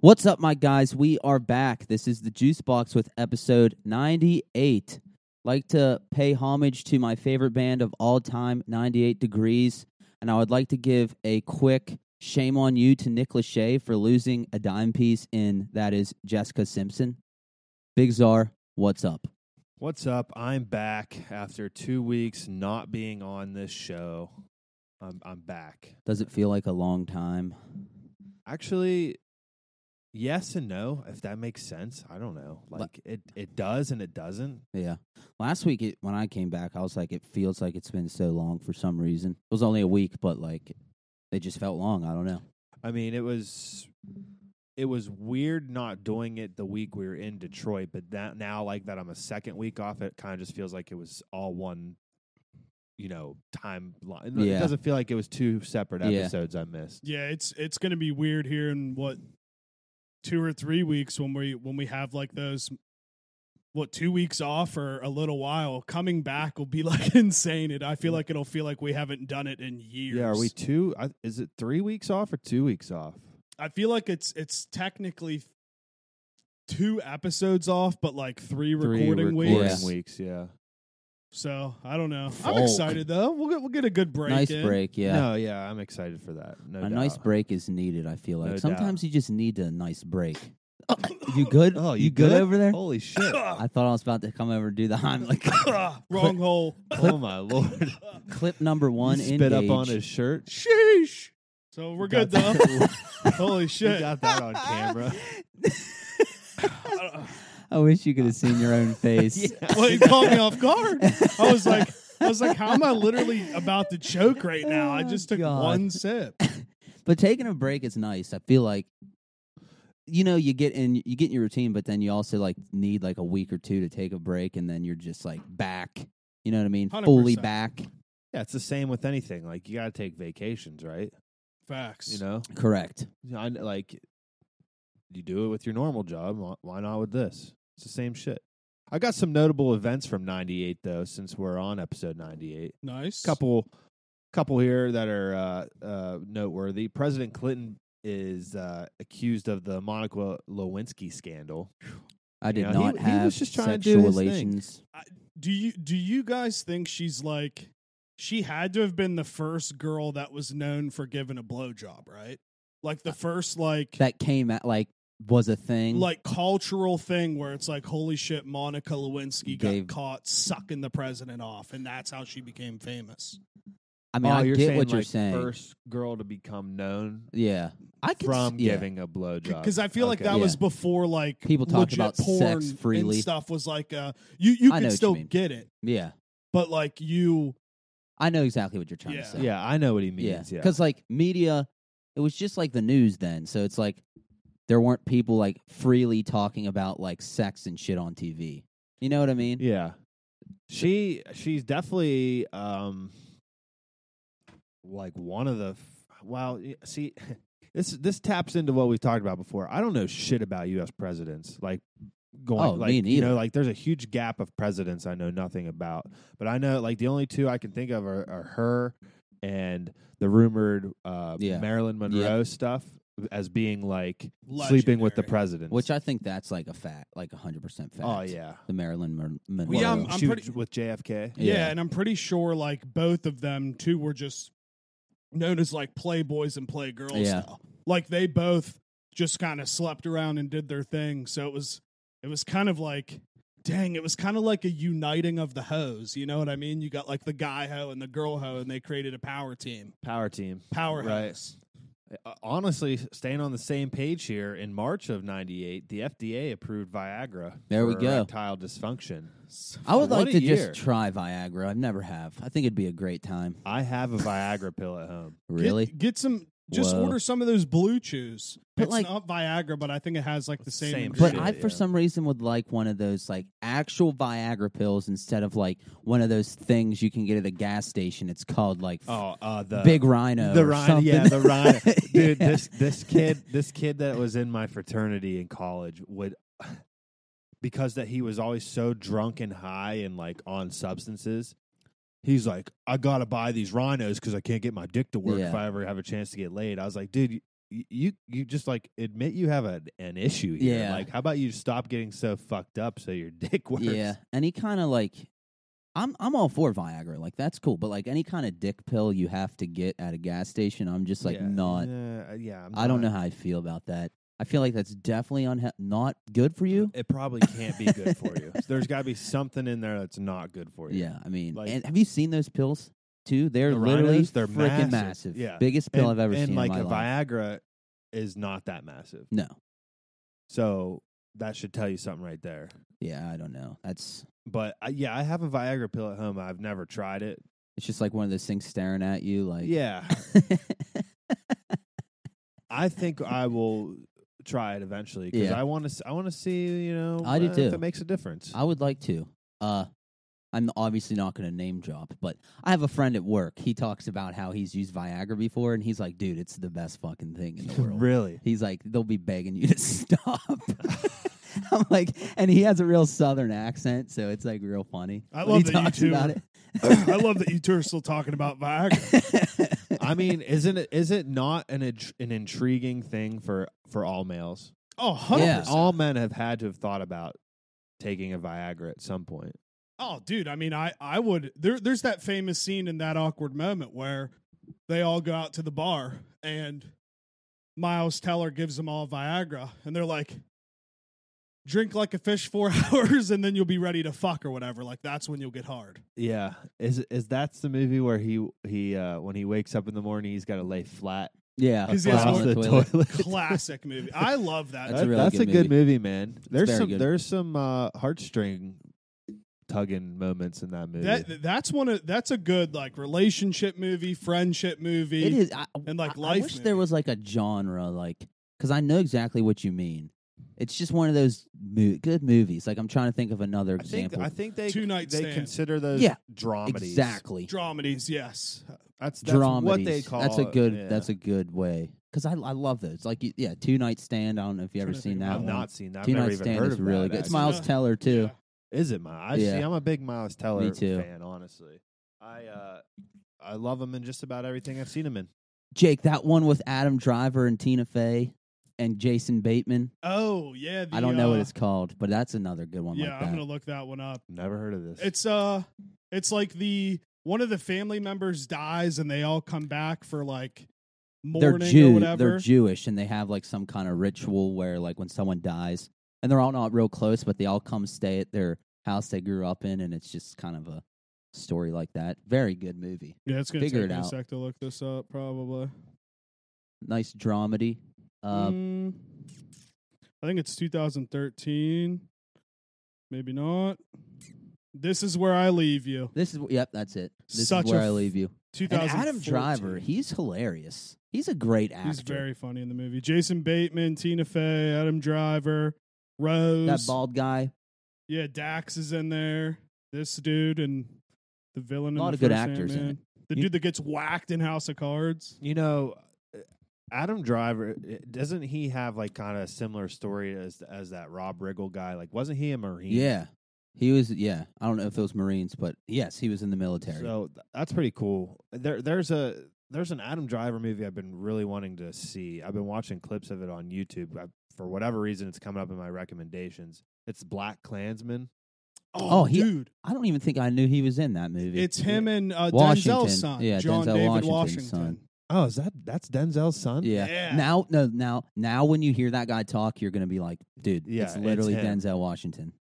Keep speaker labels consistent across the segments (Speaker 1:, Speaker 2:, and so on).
Speaker 1: What's up, my guys? We are back. This is the Juice Box with episode 98. Like to pay homage to my favorite band of all time, 98 Degrees, and I would like to give a quick shame on you to Nick Lachey for losing a dime piece in that is Jessica Simpson. Big Czar, what's up?
Speaker 2: What's up? I'm back after two weeks not being on this show. I'm I'm back.
Speaker 1: Does it feel like a long time?
Speaker 2: Actually, yes and no, if that makes sense. I don't know.
Speaker 1: Le-
Speaker 2: Like it it does and it doesn't.
Speaker 1: Yeah. Last week it, when I came back, I was like, it feels like it's been so long for some reason. It was only a week, but like, it just felt long. I don't know.
Speaker 2: I mean, it was it was weird not doing it the week we were in Detroit, but that now like that I'm a second week off, it kind of just feels like it was all one you know, timeline.
Speaker 1: Yeah.
Speaker 2: It doesn't feel like it was two separate
Speaker 1: Yeah.
Speaker 2: episodes I missed.
Speaker 3: Yeah, it's it's going to be weird here in what two or three weeks when we when we have like those what two weeks off or a little while coming back will be like insane. It I feel like it'll feel like we haven't done it in years.
Speaker 2: Yeah, are we two? I, is it three weeks off or two weeks off?
Speaker 3: I feel like it's it's technically two episodes off, but like three, recording weeks.
Speaker 1: Yeah.
Speaker 2: weeks. Yeah.
Speaker 3: So I don't know.
Speaker 2: Folk.
Speaker 3: I'm excited though. We'll get we'll get a good break.
Speaker 1: nice
Speaker 3: in.
Speaker 1: break, yeah.
Speaker 2: No, yeah, I'm excited for that. No
Speaker 1: a nice
Speaker 2: doubt.
Speaker 1: break is needed. I feel like
Speaker 2: No doubt.
Speaker 1: sometimes you just need a nice break. you good?
Speaker 2: Oh, you,
Speaker 1: good, over there?
Speaker 2: Holy shit!
Speaker 1: I thought I was about to come over and do the Heimlich.
Speaker 3: Wrong hole.
Speaker 2: oh my lord!
Speaker 1: Clip number one.
Speaker 2: You spit up on his shirt.
Speaker 3: Sheesh. So we're
Speaker 2: Got
Speaker 3: good though.
Speaker 2: that-
Speaker 3: Holy
Speaker 2: you
Speaker 3: shit.
Speaker 2: got that on camera.
Speaker 1: I wish you could have seen your own face.
Speaker 3: well, it caught me off guard. I was like, I was like, how am I literally about to choke right now? I just took
Speaker 1: God.
Speaker 3: one sip.
Speaker 1: But taking a break is nice. I feel like you know you get in you get in your routine, but then you also like need like a week or two to take a break, and then you're just like back. You know what I mean? Fully
Speaker 3: 100%.
Speaker 1: back.
Speaker 2: Yeah, it's the same with anything. Like you got to take vacations, right?
Speaker 3: Facts.
Speaker 2: You know,
Speaker 1: Correct.
Speaker 2: I, kn- like you do it with your normal job. wh- Why not with this? It's the same shit. I got some notable events from '98 though, since we're on episode '98.
Speaker 3: Nice.
Speaker 2: couple couple here that are uh, uh, noteworthy. President Clinton is uh, accused of the Monica Lewinsky scandal.
Speaker 1: I did
Speaker 2: Yeah, he-
Speaker 1: not
Speaker 2: he was
Speaker 1: have
Speaker 2: just trying to do
Speaker 1: sexual
Speaker 2: his thing.
Speaker 1: relations.
Speaker 3: Do you do you guys think she's like she had to have been the first girl that was known for giving a blowjob, right? Like the first like
Speaker 1: that came at like was a thing.
Speaker 3: like cultural thing where it's like holy shit Monica Lewinsky
Speaker 1: Gave-
Speaker 3: got caught sucking the president off and that's how she became famous.
Speaker 1: I mean,
Speaker 2: oh,
Speaker 1: I
Speaker 2: you're
Speaker 1: get
Speaker 2: saying,
Speaker 1: what you're
Speaker 2: like,
Speaker 1: saying.
Speaker 2: First girl to become known
Speaker 1: yeah, I could s-
Speaker 2: from
Speaker 1: yeah.
Speaker 2: giving a blowjob.
Speaker 3: because I feel like
Speaker 2: Okay.
Speaker 3: that was
Speaker 1: Yeah.
Speaker 3: before like
Speaker 1: People talked
Speaker 3: legit
Speaker 1: about
Speaker 3: porn
Speaker 1: sex freely.
Speaker 3: and stuff was like uh you you
Speaker 1: I know what
Speaker 3: could
Speaker 1: you
Speaker 3: still
Speaker 1: mean.
Speaker 3: get it,
Speaker 1: Yeah,
Speaker 3: but like you
Speaker 1: I know exactly what you're trying
Speaker 3: Yeah.
Speaker 1: to say.
Speaker 2: Yeah, I know what he means. Yeah,
Speaker 1: Because like media, it was just like the news then. So it's like there weren't people like freely talking about like sex and shit on TV. You know what I mean?
Speaker 2: yeah. She she's definitely um like one of the f- well y- see this this taps into what we've talked about before. I don't know shit about US presidents. Like going
Speaker 1: Oh,
Speaker 2: like
Speaker 1: me
Speaker 2: you
Speaker 1: neither.
Speaker 2: know like there's a huge gap of presidents I know nothing about. But I know like the only two I can think of are, are her and the rumored uh
Speaker 1: Yeah.
Speaker 2: Marilyn Monroe stuff as being like sleeping with the
Speaker 3: legendary.
Speaker 2: president.
Speaker 1: Which I think that's like a fact, like hundred percent fact.
Speaker 2: Oh yeah.
Speaker 1: the Maryland Mon- Monroe.
Speaker 3: Well, yeah, I'm-
Speaker 2: she was
Speaker 3: pretty-
Speaker 2: with JFK.
Speaker 3: yeah.
Speaker 1: Yeah.
Speaker 3: and I'm pretty sure like both of them too were just known as like playboys and playgirls.
Speaker 1: Yeah.
Speaker 3: now. like they both just kind of slept around and did their thing. So it was it was kind of like. Dang, it was kind of like a uniting of the hoes. You know what I mean? You got like the guy hoe and the girl hoe, and they created a power team.
Speaker 2: Power team.
Speaker 3: Power
Speaker 2: Right.
Speaker 3: hoes.
Speaker 2: Uh, Honestly, staying on the same page here, in March of '98, the FDA approved Viagra.
Speaker 1: There we
Speaker 2: for
Speaker 1: go.
Speaker 2: Erectile dysfunction.
Speaker 1: I would
Speaker 2: What
Speaker 1: like to
Speaker 2: a year.
Speaker 1: just try Viagra. I never have. I think it'd be a great time.
Speaker 2: I have a Viagra pill at home.
Speaker 3: Get-
Speaker 1: Really?
Speaker 3: Get, some. Just
Speaker 1: Whoa.
Speaker 3: order some of those blue chews.
Speaker 1: But
Speaker 3: it's
Speaker 1: like-
Speaker 3: not Viagra, but I think it has like the same.
Speaker 2: Same
Speaker 3: ingredient.
Speaker 1: But
Speaker 2: shit,
Speaker 1: I, for
Speaker 2: yeah.
Speaker 1: some reason, would like one of those like actual Viagra pills instead of like one of those things you can get at a gas station. It's called like f-
Speaker 2: Oh, uh, the
Speaker 1: Big Rhino.
Speaker 2: the
Speaker 1: or
Speaker 2: rhino,
Speaker 1: something.
Speaker 2: yeah, the rhino, dude.
Speaker 1: Yeah.
Speaker 2: This this kid, this kid that was in my fraternity in college would, because that he was always so drunk and high and like on substances. He's like, I gotta buy these rhinos because I can't get my dick to work
Speaker 1: Yeah.
Speaker 2: if I ever have a chance to get laid. I was like, dude, y- you you just like admit you have an an issue here.
Speaker 1: Yeah.
Speaker 2: Like, how about you stop getting so fucked up so your dick works?
Speaker 1: Yeah, any kind of like, I'm I'm all for Viagra, like that's cool, but like any kind of dick pill you have to get at a gas station, I'm just like
Speaker 2: Yeah,
Speaker 1: not.
Speaker 2: Yeah. uh, yeah I'm
Speaker 1: I don't know
Speaker 2: not-
Speaker 1: how I feel about that. I feel like that's definitely unha- not good for you.
Speaker 2: It probably can't be good for you. There's got to be something in there that's not good for you.
Speaker 1: Yeah, I mean,
Speaker 2: Like-
Speaker 1: and have you seen those pills too? They're
Speaker 2: The
Speaker 1: literally
Speaker 2: rhinos, they're
Speaker 1: freaking massive.
Speaker 2: massive.
Speaker 1: Yeah,
Speaker 2: Yeah.
Speaker 1: biggest pill
Speaker 2: And,
Speaker 1: I've ever
Speaker 2: and
Speaker 1: seen
Speaker 2: like
Speaker 1: in my
Speaker 2: a
Speaker 1: life.
Speaker 2: Viagra is not that massive.
Speaker 1: No,
Speaker 2: So that should tell you something right there.
Speaker 1: yeah, I don't know. That's
Speaker 2: But I, yeah, I have a Viagra pill at home. I've never tried it.
Speaker 1: it's just like one of those things staring at you, like
Speaker 2: yeah, I think I will try it eventually because
Speaker 1: Yeah.
Speaker 2: I want to. I want to see. You know,
Speaker 1: I do
Speaker 2: uh,
Speaker 1: too.
Speaker 2: If it makes a difference.
Speaker 1: I would like to. Uh, I'm obviously not going to name drop, but I have a friend at work. He talks about how he's used Viagra before, and he's like, "Dude, it's the best fucking thing in the world."
Speaker 2: really?
Speaker 1: He's like, "They'll be begging you to stop." I'm like, and he has a real Southern accent, so it's like real funny.
Speaker 3: I
Speaker 1: when
Speaker 3: love
Speaker 1: he
Speaker 3: that you
Speaker 1: talks
Speaker 3: two
Speaker 1: about
Speaker 3: are-
Speaker 1: it.
Speaker 3: I love that you two are still talking about Viagra.
Speaker 2: I mean, isn't it? Is it not an int- an intriguing thing for for all males?
Speaker 3: Oh, 100%.
Speaker 1: Yeah.
Speaker 2: All men have had to have thought about taking a Viagra at some point.
Speaker 3: Oh, dude. I mean, I, I would. There, there's that famous scene in that awkward moment where they all go out to the bar and Miles Teller gives them all Viagra and they're like, drink like a fish four hours and then you'll be ready to fuck or whatever. Like, that's when you'll get hard.
Speaker 2: Yeah, is is that's the movie where he he uh, when he wakes up in the morning he's got to lay flat
Speaker 1: yeah,
Speaker 3: Because he has
Speaker 1: across
Speaker 2: across
Speaker 1: the
Speaker 3: one-
Speaker 2: the
Speaker 1: toilet.
Speaker 2: toilet.
Speaker 3: Classic movie. I love that.
Speaker 1: That's a
Speaker 2: That-
Speaker 1: really good
Speaker 2: good movie, man. There's
Speaker 1: very
Speaker 2: some
Speaker 1: good.
Speaker 2: there's some uh, heartstring tugging moments in that movie.
Speaker 3: that that's one of that's a good like relationship movie, friendship movie.
Speaker 1: It is. I,
Speaker 3: And, like,
Speaker 1: I- I
Speaker 3: life
Speaker 1: wish there
Speaker 3: movie.
Speaker 1: was like a genre, like because I know exactly what you mean. It's just one of those mo- good movies. Like I'm trying to think of another
Speaker 2: I think
Speaker 1: example.
Speaker 2: I think they
Speaker 3: Two Night
Speaker 2: they
Speaker 3: Stand.
Speaker 2: consider those
Speaker 1: Yeah,
Speaker 2: dramedies.
Speaker 1: exactly.
Speaker 3: Dramedies, yes.
Speaker 2: That's, that's
Speaker 1: Dramedies.
Speaker 2: what they call.
Speaker 1: that's a good.
Speaker 2: it, yeah.
Speaker 1: That's a good way. Because I I love those. Like you- yeah, two night stand. I don't know if you
Speaker 3: Trying
Speaker 1: ever
Speaker 3: to
Speaker 1: seen
Speaker 3: think
Speaker 1: that.
Speaker 3: about
Speaker 2: I've
Speaker 1: one.
Speaker 2: not seen that. I've
Speaker 1: two
Speaker 2: never
Speaker 1: night
Speaker 2: even
Speaker 1: stand
Speaker 2: heard
Speaker 1: is
Speaker 2: of
Speaker 1: really
Speaker 2: that,
Speaker 1: good. It's
Speaker 2: actually.
Speaker 3: my-
Speaker 1: Miles
Speaker 3: Yeah.
Speaker 1: Teller too.
Speaker 3: Yeah.
Speaker 2: Is it my? I
Speaker 1: Yeah.
Speaker 2: see. I'm a big Miles Teller
Speaker 1: Me too.
Speaker 2: fan. Honestly, I uh, I love him in just about everything I've seen him in.
Speaker 1: Jake, that one with Adam Driver and Tina Fey and Jason Bateman.
Speaker 3: Oh yeah. The,
Speaker 1: I don't know what
Speaker 3: uh,
Speaker 1: it's called, but that's another good one
Speaker 3: Yeah,
Speaker 1: like
Speaker 3: I'm
Speaker 1: that.
Speaker 3: gonna look that one up.
Speaker 2: Never heard of this.
Speaker 3: It's uh it's like the one of the family members dies and they all come back for like
Speaker 1: they're
Speaker 3: mourning or
Speaker 1: Jew. They're
Speaker 3: whatever.
Speaker 1: Jewish, and they have like some kind of ritual where, like, when someone dies, and they're all not real close, but they all come stay at their house they grew up in, and it's just kind of a story like that. Very good movie.
Speaker 3: yeah, it's gonna
Speaker 1: Figure
Speaker 3: take
Speaker 1: it
Speaker 3: me a
Speaker 1: out.
Speaker 3: sec to look this up probably.
Speaker 1: Nice dramedy. Uh,
Speaker 3: Mm, I think it's 2013. Maybe not. This is where I leave you.
Speaker 1: This is yep, that's it. This
Speaker 3: Such
Speaker 1: is where
Speaker 3: a
Speaker 1: I
Speaker 3: f-
Speaker 1: leave you. And
Speaker 3: 2014.
Speaker 1: Adam Driver, he's hilarious. He's a great actor.
Speaker 3: He's very funny in the movie. Jason Bateman, Tina Fey, Adam Driver, Rose.
Speaker 1: that bald guy.
Speaker 3: Yeah, Dax is in there. This dude and the villain.
Speaker 1: A lot
Speaker 3: in the
Speaker 1: of good
Speaker 3: first
Speaker 1: actors in
Speaker 3: Ant-Man.
Speaker 1: it.
Speaker 3: The
Speaker 1: You-
Speaker 3: dude that gets whacked in House of Cards.
Speaker 2: You know, uh, Adam Driver uh, doesn't he have like kind of a similar story as as that Rob Riggle guy? Like, wasn't he a Marine?
Speaker 1: Yeah, he was. Yeah, I don't know if it was Marines, but yes, he was in the military.
Speaker 2: So th- that's pretty cool. There, there's a there's an Adam Driver movie I've been really wanting to see. I've been watching clips of it on YouTube. I, for whatever reason, it's coming up in my recommendations. It's Black Klansman.
Speaker 1: Oh, he-
Speaker 3: dude,
Speaker 1: I don't even think I knew he was in that movie.
Speaker 3: it's him and uh,
Speaker 1: Washington.
Speaker 3: Denzel's son,
Speaker 1: Yeah,
Speaker 3: John
Speaker 1: Denzel
Speaker 3: David
Speaker 1: Washington's
Speaker 3: Washington.
Speaker 1: son.
Speaker 2: Oh, is that that's Denzel's son?
Speaker 1: Yeah.
Speaker 3: Yeah.
Speaker 1: Now, no, now, now, when you hear that guy talk, you're gonna be like, dude,
Speaker 2: Yeah,
Speaker 1: it's
Speaker 2: it's
Speaker 1: literally
Speaker 2: him.
Speaker 1: Denzel Washington.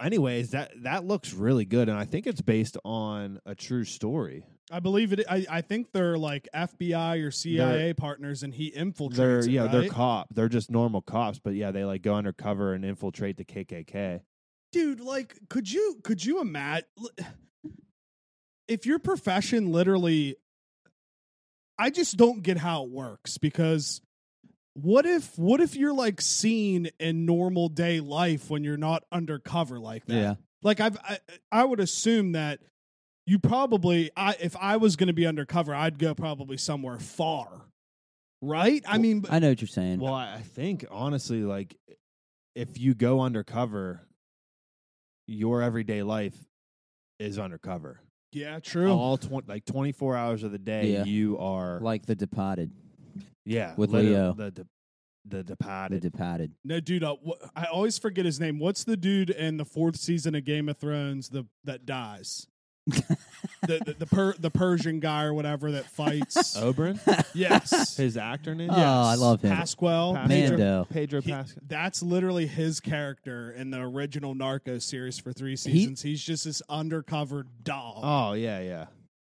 Speaker 2: Anyways, that that looks really good, and I think it's based on a true story.
Speaker 3: I believe it. I, I think they're like FBI or CIA partners, and he infiltrates.
Speaker 2: They're
Speaker 3: it,
Speaker 2: yeah, they're
Speaker 3: right?
Speaker 2: cop. They're just normal cops, but yeah, they like go undercover and infiltrate the KKK.
Speaker 3: dude. Like, could you could you imagine if your profession literally? I just don't get how it works because what if what if you're like seen in normal day life when you're not undercover like that? like I've, I I would assume that you probably I if I was going to be undercover, I'd go probably somewhere far, right? I
Speaker 2: Well,
Speaker 3: mean, but-
Speaker 1: I know what you're saying.
Speaker 2: Well, I I think honestly, like if you go undercover, your everyday life is undercover.
Speaker 3: yeah, true.
Speaker 2: All twen- like twenty four hours of the day,
Speaker 1: Yeah.
Speaker 2: you are
Speaker 1: like The Departed.
Speaker 2: Yeah,
Speaker 1: With
Speaker 2: Lito-
Speaker 1: Leo.
Speaker 2: the the, the
Speaker 1: The
Speaker 2: departed.
Speaker 1: Departed.
Speaker 3: No, dude, uh, wh- I always forget his name. What's the dude in the fourth season of Game of Thrones the, that dies? the the, the, per, the Persian guy or whatever that fights.
Speaker 2: Oberon,
Speaker 3: Yes.
Speaker 2: his actor name.
Speaker 1: Oh, I love him.
Speaker 3: Pasquale.
Speaker 2: Pas-
Speaker 3: Pedro-
Speaker 1: Mando.
Speaker 2: Pedro
Speaker 3: He-
Speaker 2: Pascal.
Speaker 3: that's literally his character in the original Narco series for three seasons. He's just this undercover doll.
Speaker 2: Oh yeah, yeah.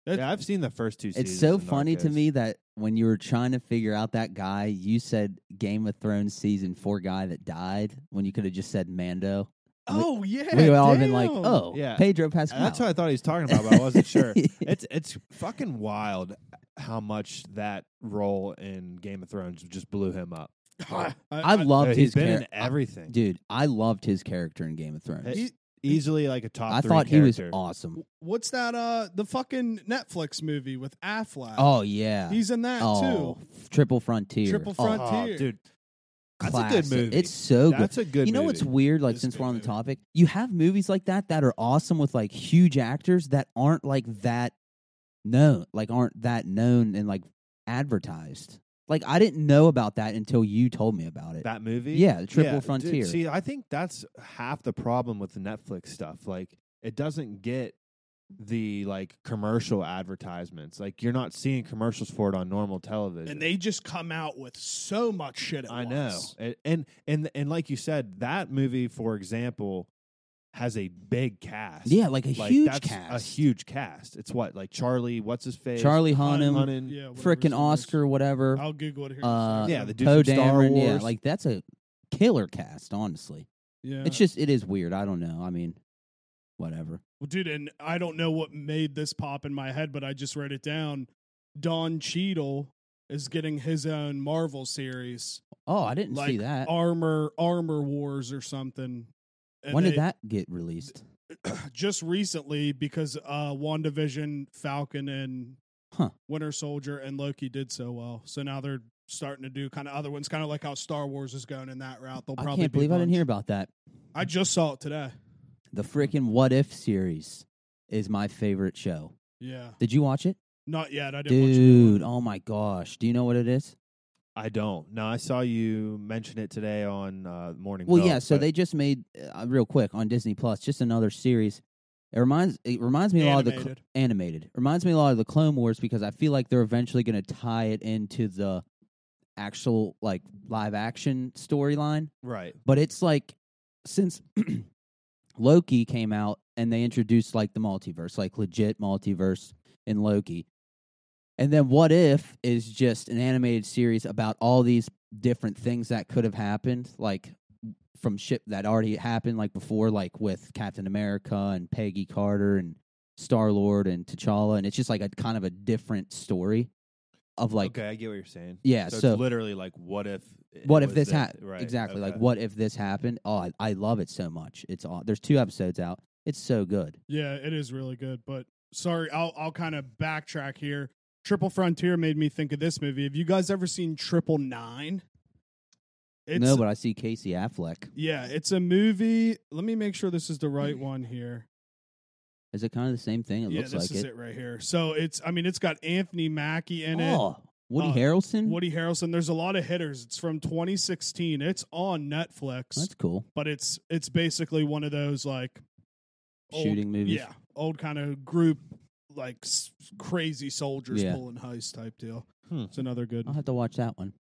Speaker 3: That's-
Speaker 2: yeah, I've seen the first two.
Speaker 1: It's
Speaker 2: seasons
Speaker 1: so
Speaker 2: of
Speaker 1: funny to
Speaker 2: Narcos.
Speaker 1: me that when you were trying to figure out that guy, you said Game of Thrones season four guy that died when you could have just said Mando.
Speaker 3: Oh, yeah,
Speaker 1: we would all have been like,
Speaker 3: damn.
Speaker 1: oh,
Speaker 2: Yeah.
Speaker 1: Pedro
Speaker 2: Uh,
Speaker 1: Pascal.
Speaker 2: That's what I thought he was talking about, but I wasn't sure. It's it's fucking wild how much that role in Game of Thrones just blew him up.
Speaker 3: I,
Speaker 1: I
Speaker 3: I-
Speaker 1: loved
Speaker 2: uh, He's
Speaker 1: his
Speaker 2: been in
Speaker 1: character.
Speaker 2: everything,
Speaker 1: Dude, I loved his character in Game of Thrones.
Speaker 2: He- easily like a top.
Speaker 1: I
Speaker 2: three
Speaker 1: thought he was
Speaker 2: character.
Speaker 1: awesome.
Speaker 3: What's that? Uh, the fucking Netflix movie with Affleck.
Speaker 1: Oh, yeah.
Speaker 3: he's in that
Speaker 1: oh, f- Triple
Speaker 3: too.
Speaker 1: Frontier.
Speaker 3: Triple
Speaker 2: Oh,
Speaker 3: Frontier,
Speaker 2: dude. That's a
Speaker 1: Classic.
Speaker 2: good movie.
Speaker 1: It's so good.
Speaker 2: That's a good.
Speaker 1: you know what's
Speaker 2: movie.
Speaker 1: weird? Like
Speaker 3: It's
Speaker 1: since
Speaker 3: good
Speaker 1: we're on the
Speaker 3: movie.
Speaker 1: topic, you have movies like that that are awesome with like huge actors that aren't like that known, like aren't that known and like advertised. Like I didn't know about that until you told me about it.
Speaker 2: that movie?
Speaker 1: Yeah, the Triple
Speaker 2: dude,
Speaker 1: Frontier.
Speaker 2: see, I think that's half the problem with the Netflix stuff. Like, it doesn't get the like commercial advertisements. Like, you're not seeing commercials for it on normal television.
Speaker 3: and they just come out with so much shit. At
Speaker 2: I know,
Speaker 3: once.
Speaker 2: and, and and and like you said, that movie, for example, has a big cast.
Speaker 1: yeah, like a
Speaker 2: Like,
Speaker 1: huge
Speaker 2: that's
Speaker 1: cast.
Speaker 2: A huge cast. It's what like Charlie. What's his face?
Speaker 1: Charlie
Speaker 3: Hunnam,
Speaker 1: Hunnam,
Speaker 2: Hunnam.
Speaker 3: Yeah, whatever his
Speaker 1: frickin'
Speaker 3: name is.
Speaker 1: Oscar, whatever.
Speaker 3: I'll Google it here. in a
Speaker 1: Uh,
Speaker 3: second.
Speaker 2: Yeah, the dude
Speaker 1: Poe
Speaker 2: from Star
Speaker 1: Dameron. Yeah,
Speaker 2: Wars.
Speaker 1: like that's a killer cast. Honestly,
Speaker 3: yeah.
Speaker 1: it's just it is weird. I don't know. I mean, whatever.
Speaker 3: Well, dude, and I don't know what made this pop in my head, but I just wrote it down. Don Cheadle is getting his own Marvel series,
Speaker 1: Oh, I didn't
Speaker 3: like
Speaker 1: see that.
Speaker 3: Armor Armor Wars or something. And
Speaker 1: when
Speaker 3: they-
Speaker 1: did that get released?
Speaker 3: Just recently, because uh, WandaVision, Falcon, and
Speaker 1: Huh.
Speaker 3: Winter Soldier and Loki did so well, so now they're starting to do kind of other ones, kind of like how Star Wars is going in that route. They'll
Speaker 1: I
Speaker 3: probably
Speaker 1: can't
Speaker 3: be
Speaker 1: believe I didn't
Speaker 3: bunched.
Speaker 1: hear about that.
Speaker 3: I just saw it today.
Speaker 1: The freaking What If series is my favorite show.
Speaker 3: Yeah,
Speaker 1: Did you watch it?
Speaker 3: not yet. I didn't. watch it.
Speaker 1: Dude, oh my gosh. Do you know what it is?
Speaker 2: I don't. No, I saw you mention it today on uh, Morning.
Speaker 1: Well,
Speaker 2: Milk,
Speaker 1: yeah, so
Speaker 2: but-
Speaker 1: they just made uh, real quick on Disney Plus, just another series. It reminds it reminds me a lot of the cl-
Speaker 3: Animated.
Speaker 1: animated. Reminds me a lot of the Clone Wars because I feel like they're eventually going to tie it into the actual like live action storyline.
Speaker 2: right.
Speaker 1: but it's like since Loki came out and they introduced like the multiverse, like legit multiverse in Loki. And then What If is just an animated series about all these different things that could have happened, like from shit that already happened, like before, like with Captain America and Peggy Carter and Star Lord and T'Challa. And it's just like a kind of a different story of like
Speaker 2: okay, I get what you're saying.
Speaker 1: Yeah,
Speaker 2: so,
Speaker 1: so-
Speaker 2: it's literally like, what if? it
Speaker 1: what if
Speaker 2: was
Speaker 1: this happened?
Speaker 2: Right,
Speaker 1: Exactly. Like,
Speaker 2: okay.
Speaker 1: what if this happened? Oh, I, I love it so much. It's all, there's two episodes out. It's so good.
Speaker 3: Yeah, it is really good. But sorry, I'll I'll kind of backtrack here. Triple Frontier made me think of this movie. Have you guys ever seen Triple Nine? It's,
Speaker 1: no, but I see Casey Affleck.
Speaker 3: yeah, it's a movie. Let me make sure this is the right one here.
Speaker 1: Is it kind of the same thing? It
Speaker 3: yeah,
Speaker 1: looks
Speaker 3: this
Speaker 1: like
Speaker 3: is it. right here. So it's I mean it's got Anthony Mackie in it.
Speaker 1: oh, Woody
Speaker 3: Uh,
Speaker 1: Harrelson.
Speaker 3: Woody Harrelson. There's a lot of hitters. It's from 2016. It's on Netflix,
Speaker 1: That's cool.
Speaker 3: but it's it's basically one of those like old-
Speaker 1: Shooting movies.
Speaker 3: Yeah, old kind of group, like s- crazy soldiers
Speaker 1: Yeah. Uh-huh.
Speaker 3: pulling heist type deal.
Speaker 2: Hmm.
Speaker 3: It's another good.
Speaker 1: I'll have to watch that one.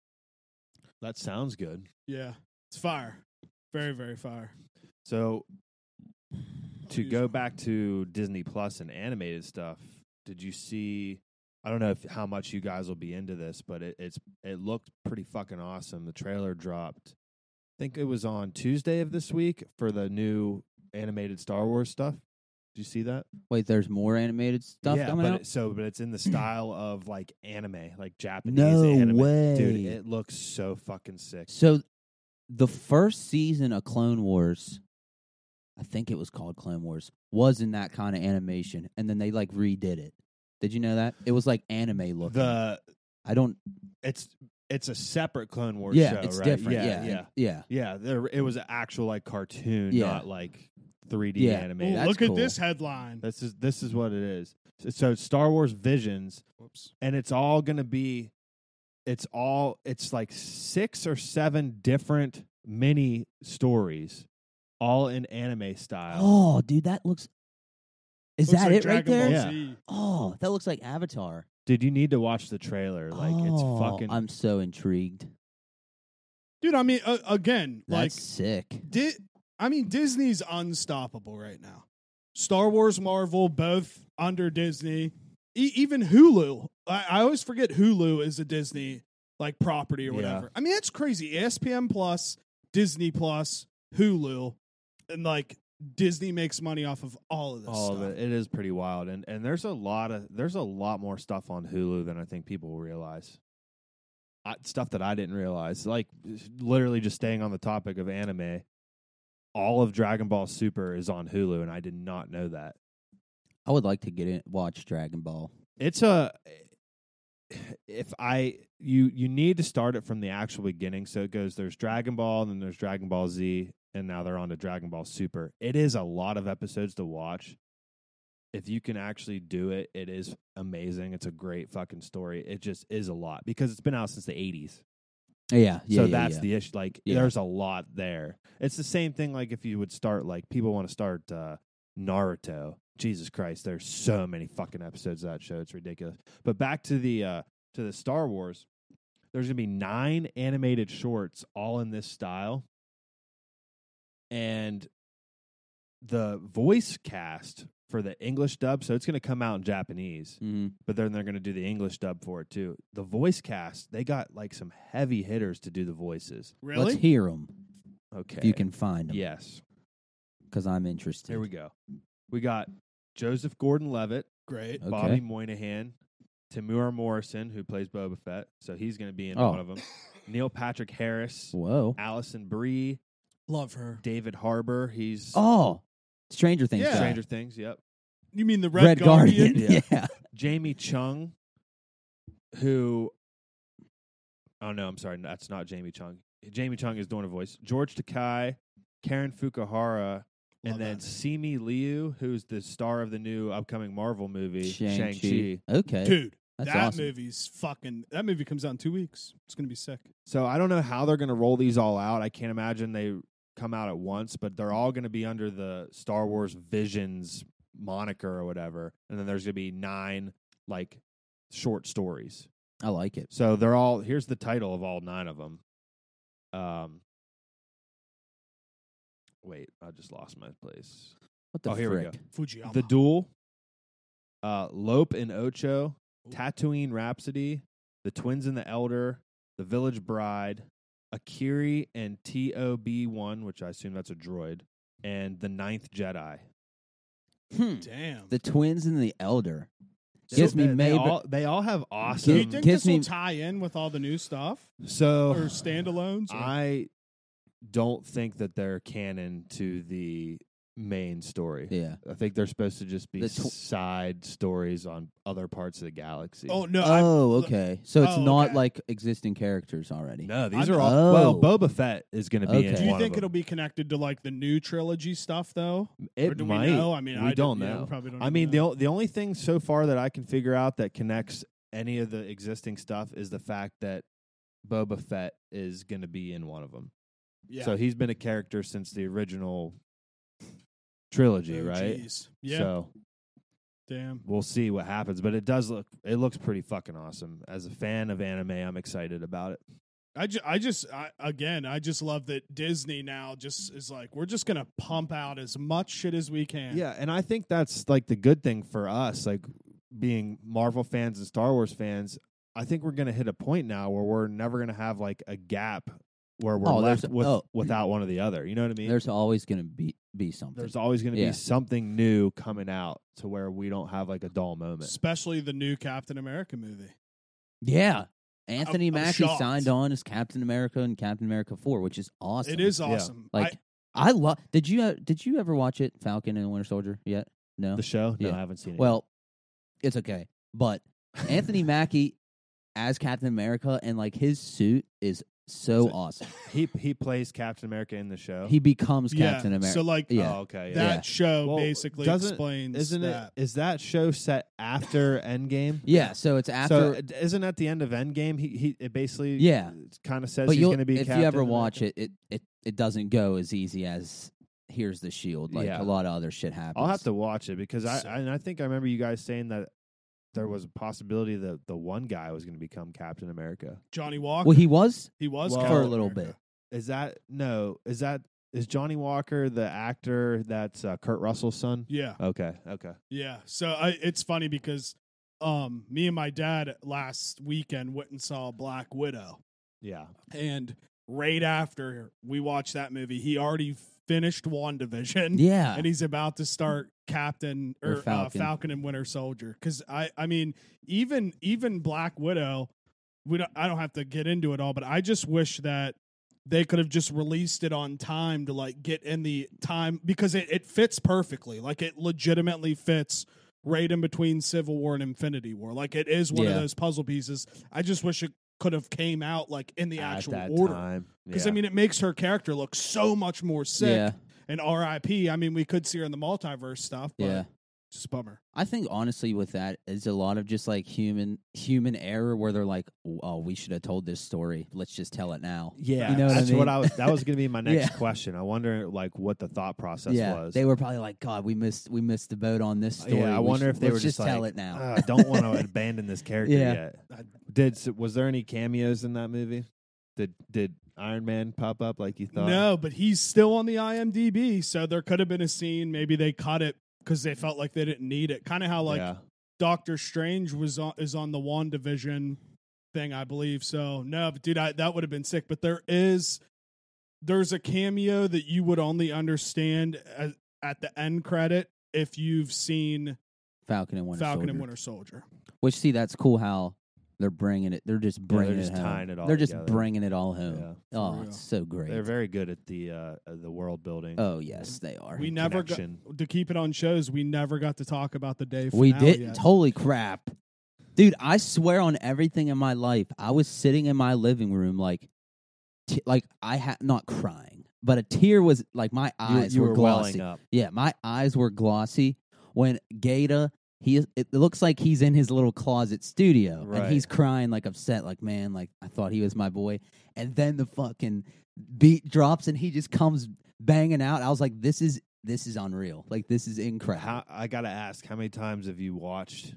Speaker 2: That sounds good.
Speaker 3: Yeah, it's fire, very very fire.
Speaker 2: So, to
Speaker 3: Excuse
Speaker 2: go
Speaker 3: me.
Speaker 2: back to Disney Plus and animated stuff, did you see? I don't know if, how much you guys will be into this, but it, it's it looked pretty fucking awesome. The trailer dropped. I think it was on Tuesday of this week for the new animated Star Wars stuff. Did you see that?
Speaker 1: Wait, there's more animated stuff
Speaker 2: yeah,
Speaker 1: coming
Speaker 2: but
Speaker 1: out.
Speaker 2: It, so but it's in the style of like anime, like Japanese
Speaker 1: No
Speaker 2: anime.
Speaker 1: way.
Speaker 2: Dude, it looks so fucking sick.
Speaker 1: So, the first season of Clone Wars, I think it was called Clone Wars, was in that kind of animation, and then they like redid it. Did you know that it was like anime looking?
Speaker 2: The
Speaker 1: I don't.
Speaker 2: it's it's a separate Clone Wars
Speaker 1: yeah,
Speaker 2: show,
Speaker 1: it's
Speaker 2: right?
Speaker 1: different.
Speaker 2: Yeah,
Speaker 1: Yeah,
Speaker 2: yeah.
Speaker 1: yeah.
Speaker 2: Yeah, there it was an actual like cartoon,
Speaker 1: Yeah.
Speaker 2: not like 3D
Speaker 1: Yeah.
Speaker 3: Ooh,
Speaker 2: animated.
Speaker 1: that's
Speaker 3: look
Speaker 1: cool.
Speaker 3: at this headline.
Speaker 2: This is this is what it is. So Star Wars Visions,
Speaker 3: Whoops.
Speaker 2: and it's all gonna be it's all it's like six or seven different mini stories, all in anime style.
Speaker 1: Oh, dude, that looks. Is
Speaker 3: Looks
Speaker 1: that
Speaker 3: like
Speaker 1: it right
Speaker 3: Dragon
Speaker 1: there?
Speaker 2: Yeah.
Speaker 3: Ball Z.
Speaker 1: Oh, that looks like Avatar.
Speaker 2: Did you need to watch the trailer? Like
Speaker 1: Oh,
Speaker 2: it's fucking.
Speaker 1: I'm so intrigued.
Speaker 3: dude. I mean, uh, again,
Speaker 1: That's
Speaker 3: like
Speaker 1: sick.
Speaker 3: Di- I mean, Disney's unstoppable right now. Star Wars, Marvel, both under Disney. E- even Hulu. I-, I always forget Hulu is a Disney like property or
Speaker 2: Yeah.
Speaker 3: whatever. I mean, it's crazy. E ESPN Plus, Disney Plus, Hulu, and like Disney makes money off of all of this.
Speaker 2: all of
Speaker 3: stuff.
Speaker 2: it. It is pretty wild, and and there's a lot of there's a lot more stuff on Hulu than I think people realize. I, stuff that I didn't realize, like literally just staying on the topic of anime. All of Dragon Ball Super is on Hulu, and I did not know that.
Speaker 1: I would like to get in watch Dragon Ball.
Speaker 2: It's a if I you you need to start it from the actual beginning, so it goes. There's Dragon Ball, and then there's Dragon Ball Z, and now they're on to Dragon Ball Super. It is a lot of episodes to watch. if you can actually do it, it is amazing. It's a great fucking story. It just is a lot because it's been out since the 80s.
Speaker 1: Yeah, yeah.
Speaker 2: so
Speaker 1: yeah,
Speaker 2: that's
Speaker 1: yeah.
Speaker 2: the issue. Like,
Speaker 1: Yeah.
Speaker 2: there's a lot there. It's the same thing. Like, if you would start, like, people want to start uh, Naruto. Jesus Christ, there's so many fucking episodes of that show. It's ridiculous. But back to the uh, to the Star Wars. There's gonna be nine animated shorts, all in this style, and the voice cast for the English dub. So it's gonna come out in Japanese
Speaker 1: Mhm.
Speaker 2: but then they're going to do the English dub for it too. The voice cast, they got like some heavy hitters to do the voices.
Speaker 3: Really?
Speaker 1: Let's hear them
Speaker 2: Okay.
Speaker 1: if you can find them.
Speaker 2: Yes.
Speaker 1: because I'm interested.
Speaker 2: Here we go. We got Joseph Gordon Levitt,
Speaker 3: Great.
Speaker 1: Okay.
Speaker 2: Bobby Moynihan, Tamura Morrison, who plays Boba Fett. So he's going to be in
Speaker 1: Oh.
Speaker 2: one of them. Neil Patrick Harris,
Speaker 1: Whoa.
Speaker 2: Allison Brie,
Speaker 3: Love her.
Speaker 2: David Harbour. He's
Speaker 1: Oh, Stranger Things.
Speaker 3: Yeah.
Speaker 1: guy.
Speaker 2: Stranger Things. Yep.
Speaker 3: You mean the Red,
Speaker 1: Red, Guardian.
Speaker 2: Guardian.
Speaker 1: Yeah.
Speaker 2: Jamie Chung, who, oh no, I'm sorry, that's not Jamie Chung. Jamie Chung is doing a voice. George Takai, Karen Fukuhara,
Speaker 3: Love
Speaker 2: and then
Speaker 3: that.
Speaker 2: Simi Liu, who's the star of the new upcoming Marvel movie Shang Chi.
Speaker 1: Okay.
Speaker 3: dude,
Speaker 1: That's
Speaker 3: that
Speaker 1: awesome.
Speaker 3: movie's fucking. That movie comes out in two weeks. It's gonna be sick.
Speaker 2: So I don't know how they're going to roll these all out. I can't imagine they come out at once, but they're all going to be under the Star Wars Visions moniker or whatever. And then there's going to be nine like short stories.
Speaker 1: I like it.
Speaker 2: So they're all here's the title of all nine of them. Um, wait, I just lost my place.
Speaker 1: What the
Speaker 2: Oh, here we
Speaker 1: frick?
Speaker 2: go.
Speaker 3: Fujiyama.
Speaker 2: The Duel, uh, Lope and Ocho, Tatooine Rhapsody, The Twins and the Elder, The Village Bride, Akiri and TOB1, which I assume that's a droid, and The Ninth Jedi.
Speaker 1: Hmm.
Speaker 3: Damn.
Speaker 1: The twins and the elder. Gives me
Speaker 2: they, they
Speaker 1: maybe-
Speaker 2: all, they all have
Speaker 3: Do you
Speaker 2: awesome.
Speaker 3: think
Speaker 1: gives
Speaker 3: this will
Speaker 1: me-
Speaker 3: tie in with all the new stuff
Speaker 2: so
Speaker 3: or standalones? or-
Speaker 2: Oh, I don't think that they're canon to the main story.
Speaker 1: Yeah.
Speaker 2: I think they're supposed to just be
Speaker 1: The tw-
Speaker 2: side stories on other parts of the galaxy.
Speaker 3: oh no! I-
Speaker 1: Oh, okay. So it's
Speaker 3: Oh,
Speaker 1: not
Speaker 3: okay.
Speaker 1: like existing characters already.
Speaker 2: no, these
Speaker 3: I'm-
Speaker 2: are all. Well,
Speaker 1: Oh.
Speaker 2: Boba Fett is going to be in
Speaker 1: Okay.
Speaker 3: do you
Speaker 2: one
Speaker 3: think
Speaker 2: of
Speaker 3: it'll
Speaker 2: them.
Speaker 3: be connected to like the new trilogy stuff though? or
Speaker 2: It
Speaker 3: do
Speaker 2: might.
Speaker 3: we know? I mean,
Speaker 2: We
Speaker 3: I
Speaker 2: don't
Speaker 3: yeah, we
Speaker 2: know.
Speaker 3: probably don't
Speaker 2: I
Speaker 3: even
Speaker 2: mean, the
Speaker 3: know.
Speaker 2: o- the only thing so far that I can figure out that connects any of the existing stuff is the fact that Boba Fett is going to be in one of them.
Speaker 3: yeah.
Speaker 2: So he's been a character since the original trilogy,
Speaker 3: Oh,
Speaker 2: right?
Speaker 3: jeez. Yeah.
Speaker 2: So
Speaker 3: Damn.
Speaker 2: we'll see what happens, but it does look it looks pretty fucking awesome. As a fan of anime, I'm excited about it.
Speaker 3: I, ju- I just I, again I just love that Disney now just is like we're just gonna pump out as much shit as we can.
Speaker 2: Yeah, and I think that's like the good thing for us, like being Marvel fans and Star Wars fans. I think we're gonna hit a point now where we're never gonna have like a gap where we're
Speaker 1: Oh,
Speaker 2: left
Speaker 1: there's-
Speaker 2: with
Speaker 1: oh.
Speaker 2: without one or the other. You know what I mean?
Speaker 1: There's always going to be be something.
Speaker 2: There's always gonna
Speaker 1: Yeah.
Speaker 2: be something new coming out to where we don't have like a dull moment.
Speaker 3: Especially the new Captain America movie.
Speaker 1: yeah. Anthony
Speaker 3: I'm
Speaker 1: Mackie
Speaker 3: shocked.
Speaker 1: signed on as Captain America in Captain America 4, which is awesome.
Speaker 3: It is
Speaker 2: Yeah.
Speaker 3: awesome.
Speaker 1: Like I, love Did you uh, did you ever watch it Falcon and the Winter Soldier yet? No.
Speaker 2: The show? No,
Speaker 1: Yeah.
Speaker 2: I haven't seen it.
Speaker 1: Well, it's okay. But Anthony Mackie as Captain America and like his suit is so
Speaker 2: So-
Speaker 1: awesome.
Speaker 2: He he plays Captain America in the show.
Speaker 1: He becomes
Speaker 3: yeah.
Speaker 1: Captain America.
Speaker 3: So like uh,
Speaker 1: yeah.
Speaker 2: Oh, okay.
Speaker 3: that
Speaker 2: Yeah.
Speaker 1: Yeah.
Speaker 3: show
Speaker 2: Well,
Speaker 3: basically
Speaker 2: doesn't-
Speaker 3: explains
Speaker 2: Isn't
Speaker 3: that.
Speaker 2: it? Is that show set after Endgame?
Speaker 1: yeah, so it's after
Speaker 2: so it- isn't at the end of Endgame? He he it basically
Speaker 1: Yeah.
Speaker 2: kind of says
Speaker 1: but
Speaker 2: he's
Speaker 1: you'll,
Speaker 2: going to be.
Speaker 1: if
Speaker 2: Captain
Speaker 1: you ever
Speaker 2: America.
Speaker 1: watch it, it it it doesn't go as easy as here's the shield. Like
Speaker 2: Yeah.
Speaker 1: a lot of other shit happens.
Speaker 2: I'll have to watch it because I,
Speaker 3: So-
Speaker 2: I and I think I remember you guys saying that there was a possibility that the one guy was going to become Captain America.
Speaker 3: Johnny Walker.
Speaker 1: Well, he was
Speaker 3: he was
Speaker 2: Well-
Speaker 1: for a
Speaker 3: Captain
Speaker 1: little
Speaker 3: America.
Speaker 1: bit.
Speaker 2: Is that no? Is that is Johnny Walker the actor that's uh, Kurt Russell's son?
Speaker 3: Yeah,
Speaker 2: Okay, okay.
Speaker 3: yeah. So I, it's funny because um, me and my dad last weekend went and saw Black Widow,
Speaker 2: Yeah.
Speaker 3: and right after we watched that movie, he already finished WandaVision.
Speaker 1: Yeah.
Speaker 3: and he's about to start Captain
Speaker 1: Or
Speaker 3: or,
Speaker 1: Falcon.
Speaker 3: Falcon. Uh, Falcon and Winter Soldier. Because I, I mean, even even Black Widow, we don't. I don't have to get into it all, but I just wish that they could have just released it on time to like get in the time because it, it fits perfectly. Like it legitimately fits right in between Civil War and Infinity War. Like it is one
Speaker 1: Yeah.
Speaker 3: of those puzzle pieces. I just wish it could have came out like in the
Speaker 2: At
Speaker 3: actual
Speaker 2: that
Speaker 3: order.
Speaker 2: time.
Speaker 3: Because
Speaker 2: Yeah.
Speaker 3: I mean, it makes her character look so much more sick
Speaker 1: Yeah,
Speaker 3: and RIP. I mean, we could see her in the multiverse stuff, but
Speaker 1: yeah.
Speaker 3: just a bummer.
Speaker 1: I think honestly, with that is a lot of just like human human error where they're like, "Oh, we should have told this story. Let's just tell it now."
Speaker 2: Yeah,
Speaker 1: You know what I
Speaker 2: that's what
Speaker 1: mean?
Speaker 2: I was. That was going to be my next
Speaker 1: Yeah.
Speaker 2: question. I wonder, like, what the thought process
Speaker 1: yeah,
Speaker 2: was.
Speaker 1: they were probably like, "God, we missed we missed the boat on this story."
Speaker 2: Yeah, I
Speaker 1: We
Speaker 2: wonder
Speaker 1: should-
Speaker 2: if they
Speaker 1: let's
Speaker 2: were just
Speaker 1: tell
Speaker 2: like,
Speaker 1: it now.
Speaker 2: "Ah, I don't want to abandon this character
Speaker 1: Yeah.
Speaker 2: yet. Did s- was there any cameos in that movie? Did did Iron Man pop up like you thought?
Speaker 3: No, but he's still on the IMDb, so there could have been a scene. Maybe they cut it because they felt like they didn't need it. Kind of how like
Speaker 2: yeah.
Speaker 3: Doctor Strange was on, is on the WandaVision thing, I believe. So no, but dude, I, that would have been sick. But there is there's a cameo that you would only understand at, at the end credit if you've seen
Speaker 1: Falcon and Winter
Speaker 3: Falcon
Speaker 1: Soldier.
Speaker 3: and Winter Soldier.
Speaker 1: Which see, that's cool how they're bringing it. They're just
Speaker 2: they're
Speaker 1: bringing
Speaker 2: just
Speaker 1: it home.
Speaker 2: tying it all
Speaker 1: they're just
Speaker 2: together.
Speaker 1: bringing it all home.
Speaker 2: Yeah.
Speaker 3: For
Speaker 1: Oh,
Speaker 3: real.
Speaker 1: it's so great.
Speaker 2: They're very good at the uh, the world building.
Speaker 1: oh yes, they are.
Speaker 3: We
Speaker 1: We,
Speaker 3: never got,
Speaker 2: connection.
Speaker 3: to keep it on shows. We never got to talk about the day. finale
Speaker 1: didn't.
Speaker 3: yet.
Speaker 1: Holy crap, dude! I swear on everything in my life, I was sitting in my living room like, t- like I had not crying, but a tear was like my
Speaker 2: you,
Speaker 1: eyes
Speaker 2: you
Speaker 1: were,
Speaker 2: were
Speaker 1: glossy.
Speaker 2: welling up.
Speaker 1: Yeah, my eyes were glossy when Gata. He is- it looks like he's in his little closet studio
Speaker 2: Right.
Speaker 1: and he's crying like upset, like man, like I thought he was my boy. And then the fucking beat drops and he just comes banging out. I was like, this is this is unreal. Like this is incredible.
Speaker 2: How, I gotta ask, how many times have you watched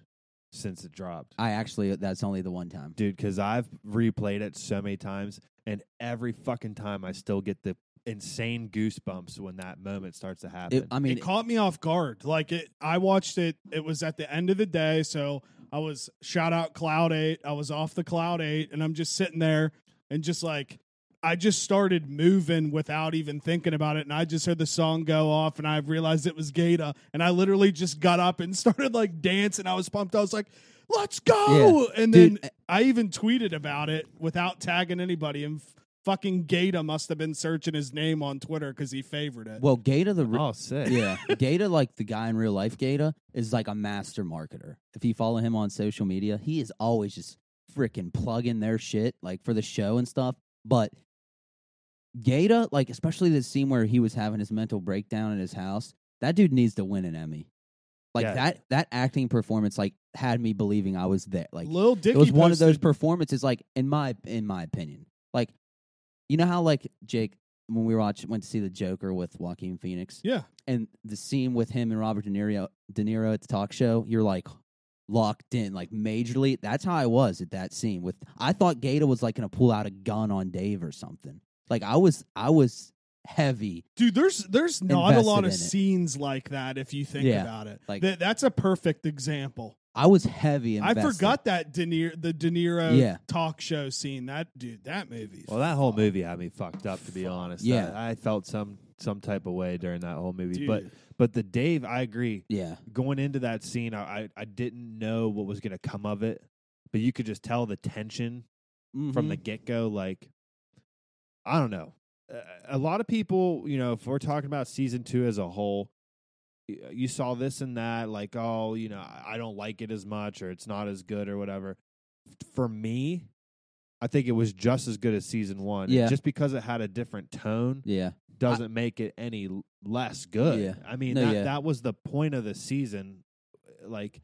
Speaker 2: since it dropped,
Speaker 1: I actually that's only the one time.
Speaker 2: dude? Because I've replayed it so many times, and every fucking time I still get the insane goosebumps when that moment starts to happen.
Speaker 1: It- I mean,
Speaker 3: it caught me off guard. Like it, I watched it. It was at the end of the day, so I was shout out Cloud Eight. I was off the Cloud Eight, and I'm just sitting there and just like I just started moving without even thinking about it, and I just heard the song go off, and I realized it was Gata, and I literally just got up and started like dancing. I was pumped. I was like. Let's go! And
Speaker 1: Dude, eh,
Speaker 3: then I even tweeted about it without tagging anybody, and f- fucking Gata must have been searching his name on Twitter because he favored it.
Speaker 1: well, Gata the re-
Speaker 2: oh, sick.
Speaker 1: yeah, Gata like the guy in real life. Gata is like a master marketer. If you follow him on social media, he is always just freaking plugging their shit like for the show and stuff. But Gata, like especially the scene where he was having his mental breakdown in his house, that dude needs to win an Emmy. Like
Speaker 2: Yeah.
Speaker 1: that that acting performance like had me believing I was there. Like
Speaker 3: Lil Dicky
Speaker 1: it was one of
Speaker 3: posted-
Speaker 1: those performances like in my in my opinion like you know how like jake when we watched went to see the joker with joaquin phoenix
Speaker 3: Yeah.
Speaker 1: and the scene with him and robert de niro de niro at the talk show you're like locked in like majorly that's how i was at that scene with i thought gator was like gonna pull out a gun on dave or something like i was i was heavy
Speaker 3: Dude, there's there's not a
Speaker 1: Invested
Speaker 3: lot
Speaker 1: in
Speaker 3: of
Speaker 1: it.
Speaker 3: scenes like that if you think
Speaker 1: Yeah,
Speaker 3: about it.
Speaker 1: like-
Speaker 3: Th- that's a perfect example.
Speaker 1: i was heavy invested.
Speaker 3: I forgot that De Niro, the De Niro
Speaker 1: Yeah.
Speaker 3: talk show scene. That dude, that movie.
Speaker 2: Well, that whole movie had me fucked up, to be honest.
Speaker 1: Yeah.
Speaker 2: I, I felt some some type of way during that whole movie.
Speaker 3: Dude.
Speaker 2: But but the Dave, I agree.
Speaker 1: yeah
Speaker 2: Going into that scene, I I, I didn't know what was gonna come of it, but you could just tell the tension from the
Speaker 1: Mhm.
Speaker 2: get go. Like, I don't know. Uh, A lot of people, you know, if we're talking about season two as a whole, y- uh, you saw this and that, like, oh, you know, I I don't like it as much or it's not as good or whatever. For me, I think it was just as good as season one. And
Speaker 1: Yeah.
Speaker 2: just because it had a different tone
Speaker 1: Mm-hmm. Yeah.
Speaker 2: doesn't make it any l- less good.
Speaker 1: Yeah.
Speaker 2: I mean,
Speaker 1: No,
Speaker 2: that,
Speaker 1: yeah.
Speaker 2: that was the point of the season. eh, Like,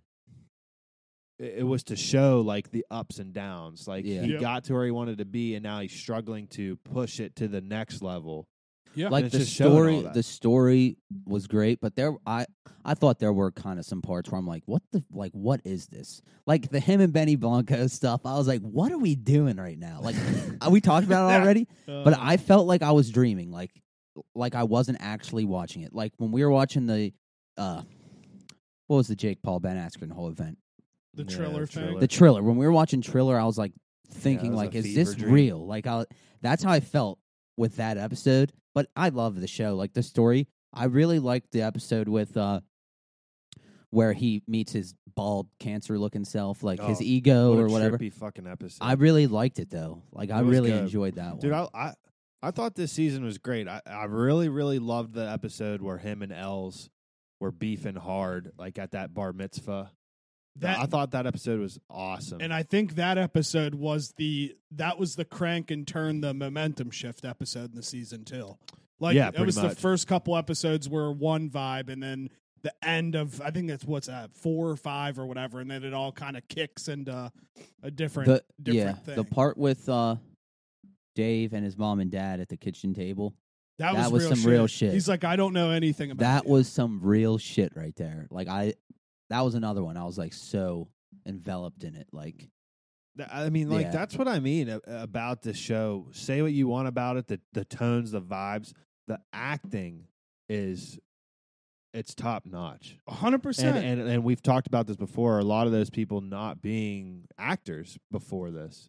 Speaker 2: it it was to show like the ups and downs. Like
Speaker 1: Yeah.
Speaker 2: he
Speaker 3: Yep.
Speaker 2: got to where he wanted to be, and now he's struggling to push it to the next level.
Speaker 3: Yeah.
Speaker 1: like
Speaker 2: it's
Speaker 1: the
Speaker 2: just showing all
Speaker 1: story
Speaker 2: that.
Speaker 1: the story was great but there i i thought there were kind of some parts where i'm like what the like what is this like the him and benny blanco stuff i was like what are we doing right now like uh, we talked about it already
Speaker 2: Uh-huh.
Speaker 1: but
Speaker 3: Uh,
Speaker 1: i felt like i was dreaming like like i wasn't actually watching it like when we were watching the uh what was the jake paul ben askren whole event
Speaker 3: the
Speaker 2: Yeah,
Speaker 3: trailer thing.
Speaker 2: Triller.
Speaker 1: the Triller. When we were watching Triller, I was like thinking,
Speaker 2: that
Speaker 1: like,
Speaker 2: was a
Speaker 1: is
Speaker 2: fever
Speaker 1: this
Speaker 2: dream.
Speaker 1: real? Like, I that's how I felt with that episode. But I love the show, like the story. I really liked the episode with uh where he meets his bald cancer looking self, like his
Speaker 2: Oh,
Speaker 1: ego
Speaker 2: What a
Speaker 1: or whatever.
Speaker 2: trippy fucking episode.
Speaker 1: I really liked it though. Like, I
Speaker 2: It was
Speaker 1: really
Speaker 2: good.
Speaker 1: enjoyed that one.
Speaker 2: Dude, I, I I thought this season was great. I, I really, really loved the episode where him and Els were beefing hard, like at that bar mitzvah.
Speaker 3: that
Speaker 2: I thought that episode was awesome.
Speaker 3: and I think that episode was the that was the crank and turn the momentum shift episode in the season too. Like
Speaker 2: Yeah,
Speaker 3: it
Speaker 2: pretty
Speaker 3: was
Speaker 2: much.
Speaker 3: the first couple episodes were one vibe and then the end of I think that's what's at four or five or whatever, and then it all kind of kicks into a different
Speaker 1: the yeah,
Speaker 3: different thing.
Speaker 1: the part with uh Dave and his mom and dad at the kitchen table.
Speaker 3: that,
Speaker 1: that
Speaker 3: was,
Speaker 1: was
Speaker 3: real
Speaker 1: some real shit.
Speaker 3: He's like, I don't know anything about
Speaker 1: that
Speaker 3: you."
Speaker 1: was some real shit right there. Like I, that was another one. I was like so enveloped in it. Like
Speaker 2: Th- I mean, like
Speaker 1: Yeah.
Speaker 2: that's what I mean a- about the show. Say what you want about it, the the tones, the vibes, the acting is it's top notch.
Speaker 3: hundred percent.
Speaker 2: And, and and we've talked about this before. A lot of those people not being actors before this.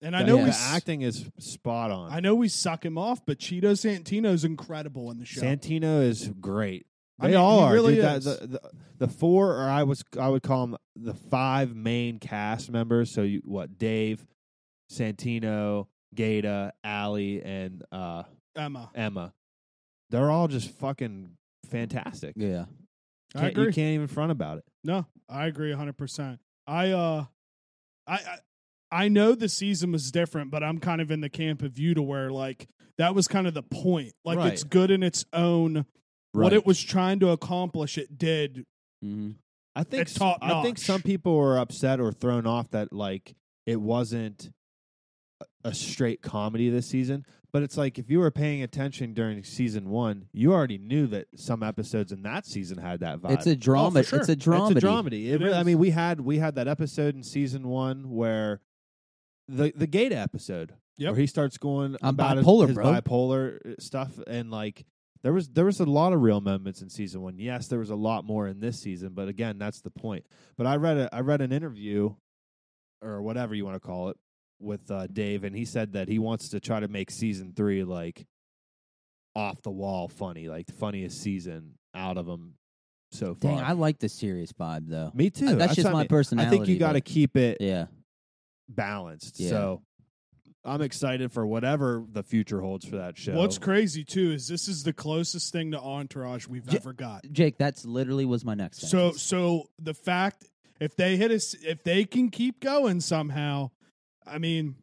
Speaker 3: And I
Speaker 2: The-
Speaker 3: know
Speaker 1: Yeah.
Speaker 3: we
Speaker 2: the
Speaker 3: s-
Speaker 2: acting is spot on.
Speaker 3: I know we suck him off, but Cheeto Santino's incredible in the show.
Speaker 2: Santino is great.
Speaker 3: I
Speaker 2: They
Speaker 3: mean,
Speaker 2: all
Speaker 3: he
Speaker 2: are.
Speaker 3: really
Speaker 2: dude. That-
Speaker 3: is.
Speaker 2: the, the, the four, or I was, I would call them the five main cast members. So you what? Dave, Santino, Gata, Allie, and uh,
Speaker 3: Emma,
Speaker 2: Emma. They're all just fucking fantastic.
Speaker 1: yeah,
Speaker 3: I
Speaker 2: Can't- You
Speaker 3: agree.
Speaker 2: can't even front about it.
Speaker 3: No, I agree 100%. I uh I, I I know the season was different, but I'm kind of in the camp of you to where like that was kind of the point. Like
Speaker 2: Right.
Speaker 3: it's good in its own what it was trying to accomplish it did.
Speaker 1: mm-hmm.
Speaker 2: I think
Speaker 3: It's
Speaker 2: s-
Speaker 3: top
Speaker 2: I think
Speaker 3: notch.
Speaker 2: some people were upset or thrown off that like it wasn't a- a straight comedy this season. But it's like if you were paying attention during season one, you already knew that some episodes in that season had that vibe. Oh,
Speaker 1: it's a drama.
Speaker 3: sure.
Speaker 1: It's a
Speaker 3: It's
Speaker 1: dramedy.
Speaker 2: It's a dramedy. It
Speaker 3: It
Speaker 2: really, I
Speaker 3: is.
Speaker 2: mean, we had we had that episode in season one where the the Gata episode
Speaker 3: Yep.
Speaker 2: where he starts going
Speaker 1: I'm
Speaker 2: about his-
Speaker 1: bipolar,
Speaker 2: his,
Speaker 1: bro.
Speaker 2: bipolar uh, stuff and like there was there was a lot of real moments in season one. Yes, there was a lot more in this season, but again, that's the point. But I read a I read an interview or whatever you want to call it with uh, Dave, and he said that he wants to try to make season three like off the wall funny, like the funniest season out of them so far.
Speaker 1: Dang, I like the serious vibe though.
Speaker 2: Me too.
Speaker 1: Uh, that's just
Speaker 2: what I
Speaker 1: my
Speaker 2: mean.
Speaker 1: personality.
Speaker 2: I think you got to
Speaker 1: but-
Speaker 2: keep it
Speaker 1: yeah,
Speaker 2: balanced.
Speaker 1: Yeah.
Speaker 2: So I'm excited for whatever the future holds for that show.
Speaker 3: What's crazy too is this is the closest thing to entourage we've
Speaker 1: Yeah.
Speaker 3: ever got.
Speaker 1: Jake. That's literally was my next.
Speaker 3: So
Speaker 1: sentence.
Speaker 3: so the fact if they hit us if they can keep going somehow, I mean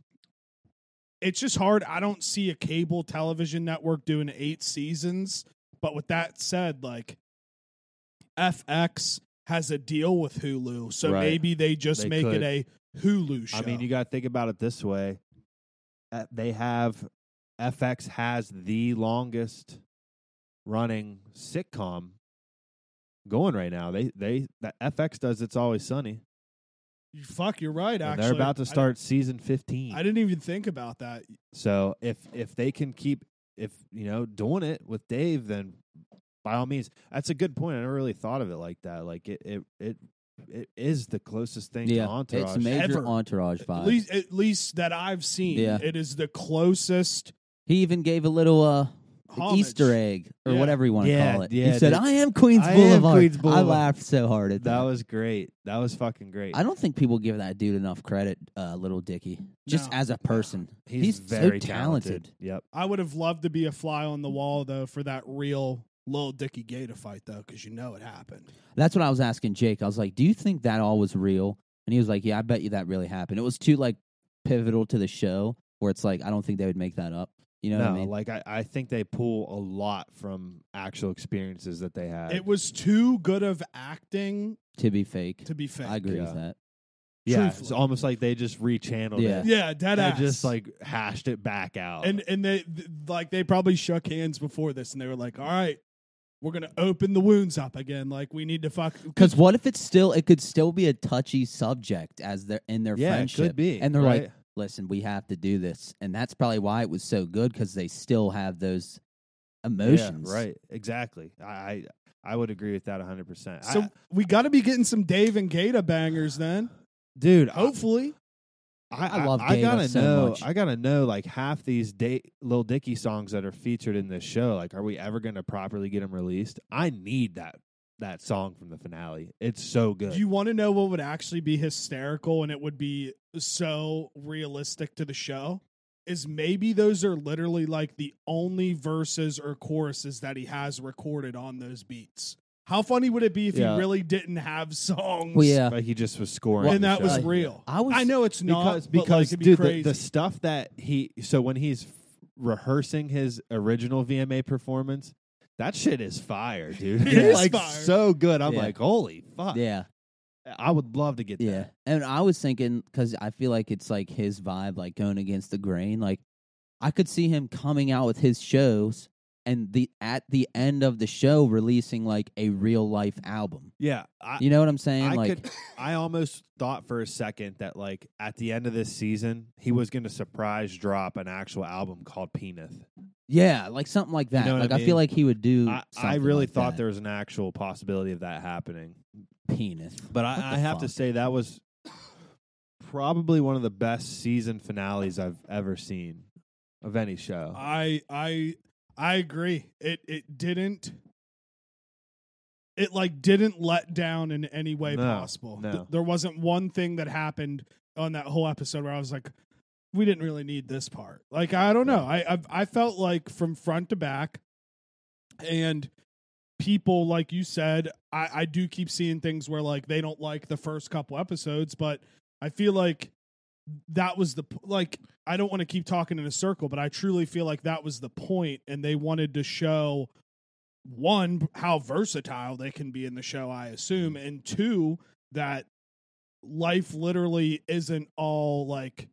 Speaker 3: it's just hard. I don't see a cable television network doing eight seasons. But with that said, like FX has a deal with Hulu, so
Speaker 2: Right.
Speaker 3: maybe they just
Speaker 2: They
Speaker 3: make
Speaker 2: could.
Speaker 3: it a Hulu show.
Speaker 2: I mean, you got to think about it this way. Uh, They have FX has the longest running sitcom going right now. They they the FX does It's Always Sunny.
Speaker 3: You- fuck, you're right.
Speaker 2: and
Speaker 3: Actually,
Speaker 2: they're about
Speaker 3: I-
Speaker 2: to start season 15.
Speaker 3: I, didn't even think about that.
Speaker 2: So if if they can keep if you know doing it with Dave, then by all means, that's a good point. I never really thought of it like that. Like it it it, it is the closest thing
Speaker 1: yeah,
Speaker 2: to Entourage.
Speaker 1: it's major
Speaker 3: Ever.
Speaker 1: entourage vibe.
Speaker 3: At least, at least that I've seen,
Speaker 1: Yeah.
Speaker 3: it is the closest.
Speaker 1: he even gave a little uh
Speaker 3: Homage.
Speaker 1: Easter egg or
Speaker 3: Yeah.
Speaker 1: whatever you want to
Speaker 2: Yeah,
Speaker 1: call it.
Speaker 2: yeah,
Speaker 1: he said,
Speaker 2: dude.
Speaker 1: "I am Queens
Speaker 2: I am
Speaker 1: Boulevard."
Speaker 2: Queens Boulevard.
Speaker 1: I laughed so hard at
Speaker 2: that was great. That was fucking great.
Speaker 1: I don't think people give that dude enough credit, uh, Little Dicky, just
Speaker 3: No.
Speaker 1: as a person.
Speaker 2: He's,
Speaker 1: so
Speaker 2: very
Speaker 1: talented.
Speaker 2: Yep.
Speaker 3: I would have loved to be a fly on the wall though for that real little Dicky Gator fight though, because you know it happened.
Speaker 1: That's what I was asking Jake. I was like, "Do you think that all was real?" And he was like, "Yeah, I bet you that really happened." It was two like pivotal to the show where it's like I don't think they would make that up. You know
Speaker 2: no,
Speaker 1: what I mean?
Speaker 2: like I, I think they pull a lot from actual experiences that they had.
Speaker 3: It was too good of acting
Speaker 1: to be fake.
Speaker 3: to be fake.
Speaker 1: I agree
Speaker 2: yeah.
Speaker 1: with that.
Speaker 2: yeah, it's
Speaker 3: truthfully.
Speaker 2: almost like they just rechanneled
Speaker 1: Yeah.
Speaker 2: it.
Speaker 3: Yeah, dead
Speaker 2: they
Speaker 3: ass.
Speaker 2: just like hashed it back out.
Speaker 3: and and they th- like they probably shook hands before this, and they were like, "All right, we're gonna open the wounds up again. Like we need to fuck."
Speaker 1: Because what if it's still? It could still be a touchy subject as they're in their
Speaker 2: yeah,
Speaker 1: friendship.
Speaker 2: it could be.
Speaker 1: and they're like,
Speaker 2: right?
Speaker 1: "Listen, we have to do this," and that's probably why it was so good because they still have those emotions.
Speaker 2: Yeah, right, exactly. I, I I would agree with that hundred percent.
Speaker 3: So we got to be getting some Dave and Gata bangers then.
Speaker 2: dude, I-
Speaker 3: Hopefully,
Speaker 2: I,
Speaker 1: I love
Speaker 2: I
Speaker 1: Gaga
Speaker 2: gotta
Speaker 1: so
Speaker 2: know.
Speaker 1: much.
Speaker 2: I gotta know like half these da- Lil Dicky songs that are featured in this show. Like, are we ever gonna properly get them released? I need that that song from the finale. It's so good.
Speaker 3: do you want to know what would actually be hysterical and it would be so realistic to the show? Is maybe those are literally like the only verses or choruses that he has recorded on those beats. How funny would it be if
Speaker 2: Yeah.
Speaker 3: he really didn't have songs?
Speaker 1: Well, yeah.
Speaker 2: like he just was scoring,
Speaker 3: and
Speaker 2: the
Speaker 3: that was
Speaker 2: show.
Speaker 1: Like,
Speaker 3: real.
Speaker 1: I was-
Speaker 3: I know it's not
Speaker 2: because
Speaker 3: but, like,
Speaker 2: because
Speaker 3: it'd be
Speaker 2: dude, the,
Speaker 3: crazy.
Speaker 2: the stuff that he so when he's rehearsing his original VMA performance, that shit is fire, dude.
Speaker 3: It
Speaker 2: It's,
Speaker 3: is
Speaker 2: like
Speaker 3: fire.
Speaker 2: so good. I'm
Speaker 1: Yeah.
Speaker 2: like, holy fuck.
Speaker 1: Yeah.
Speaker 2: I would love to get
Speaker 1: Yeah.
Speaker 2: that.
Speaker 1: And I was thinking because I feel like it's like his vibe, like going against the grain. Like I could see him coming out with his shows and the at the end of the show releasing like a real life album.
Speaker 2: Yeah, I,
Speaker 1: You know what I'm saying?
Speaker 2: I
Speaker 1: like
Speaker 2: could. I almost thought for a second that like at the end of this season, he was going to surprise drop an actual album called Peneth.
Speaker 1: yeah, like something like that.
Speaker 2: know what I
Speaker 1: like I,
Speaker 2: mean?
Speaker 1: feel like he would do.
Speaker 2: I, I
Speaker 1: something
Speaker 2: really
Speaker 1: like
Speaker 2: thought
Speaker 1: that.
Speaker 2: there was an actual possibility of that happening.
Speaker 1: penis.
Speaker 2: But
Speaker 1: What
Speaker 2: I, I
Speaker 1: the
Speaker 2: have to
Speaker 1: fuck?
Speaker 2: say that was probably one of the best season finales I've ever seen of any show.
Speaker 1: Ah,
Speaker 3: I I I agree. It it didn't it like didn't let down in any way
Speaker 2: No,
Speaker 3: possible.
Speaker 2: no.
Speaker 3: there wasn't one thing that happened on that whole episode where I was like we didn't really need this part. Like I don't know. I I've, I felt like from front to back and people like you said I I do keep seeing things where like they don't like the first couple episodes but I feel like that was the p- like I don't want to keep talking in a circle, but I truly feel like that was the point, and they wanted to show one how versatile they can be in the show, I assume, and two that life literally isn't all like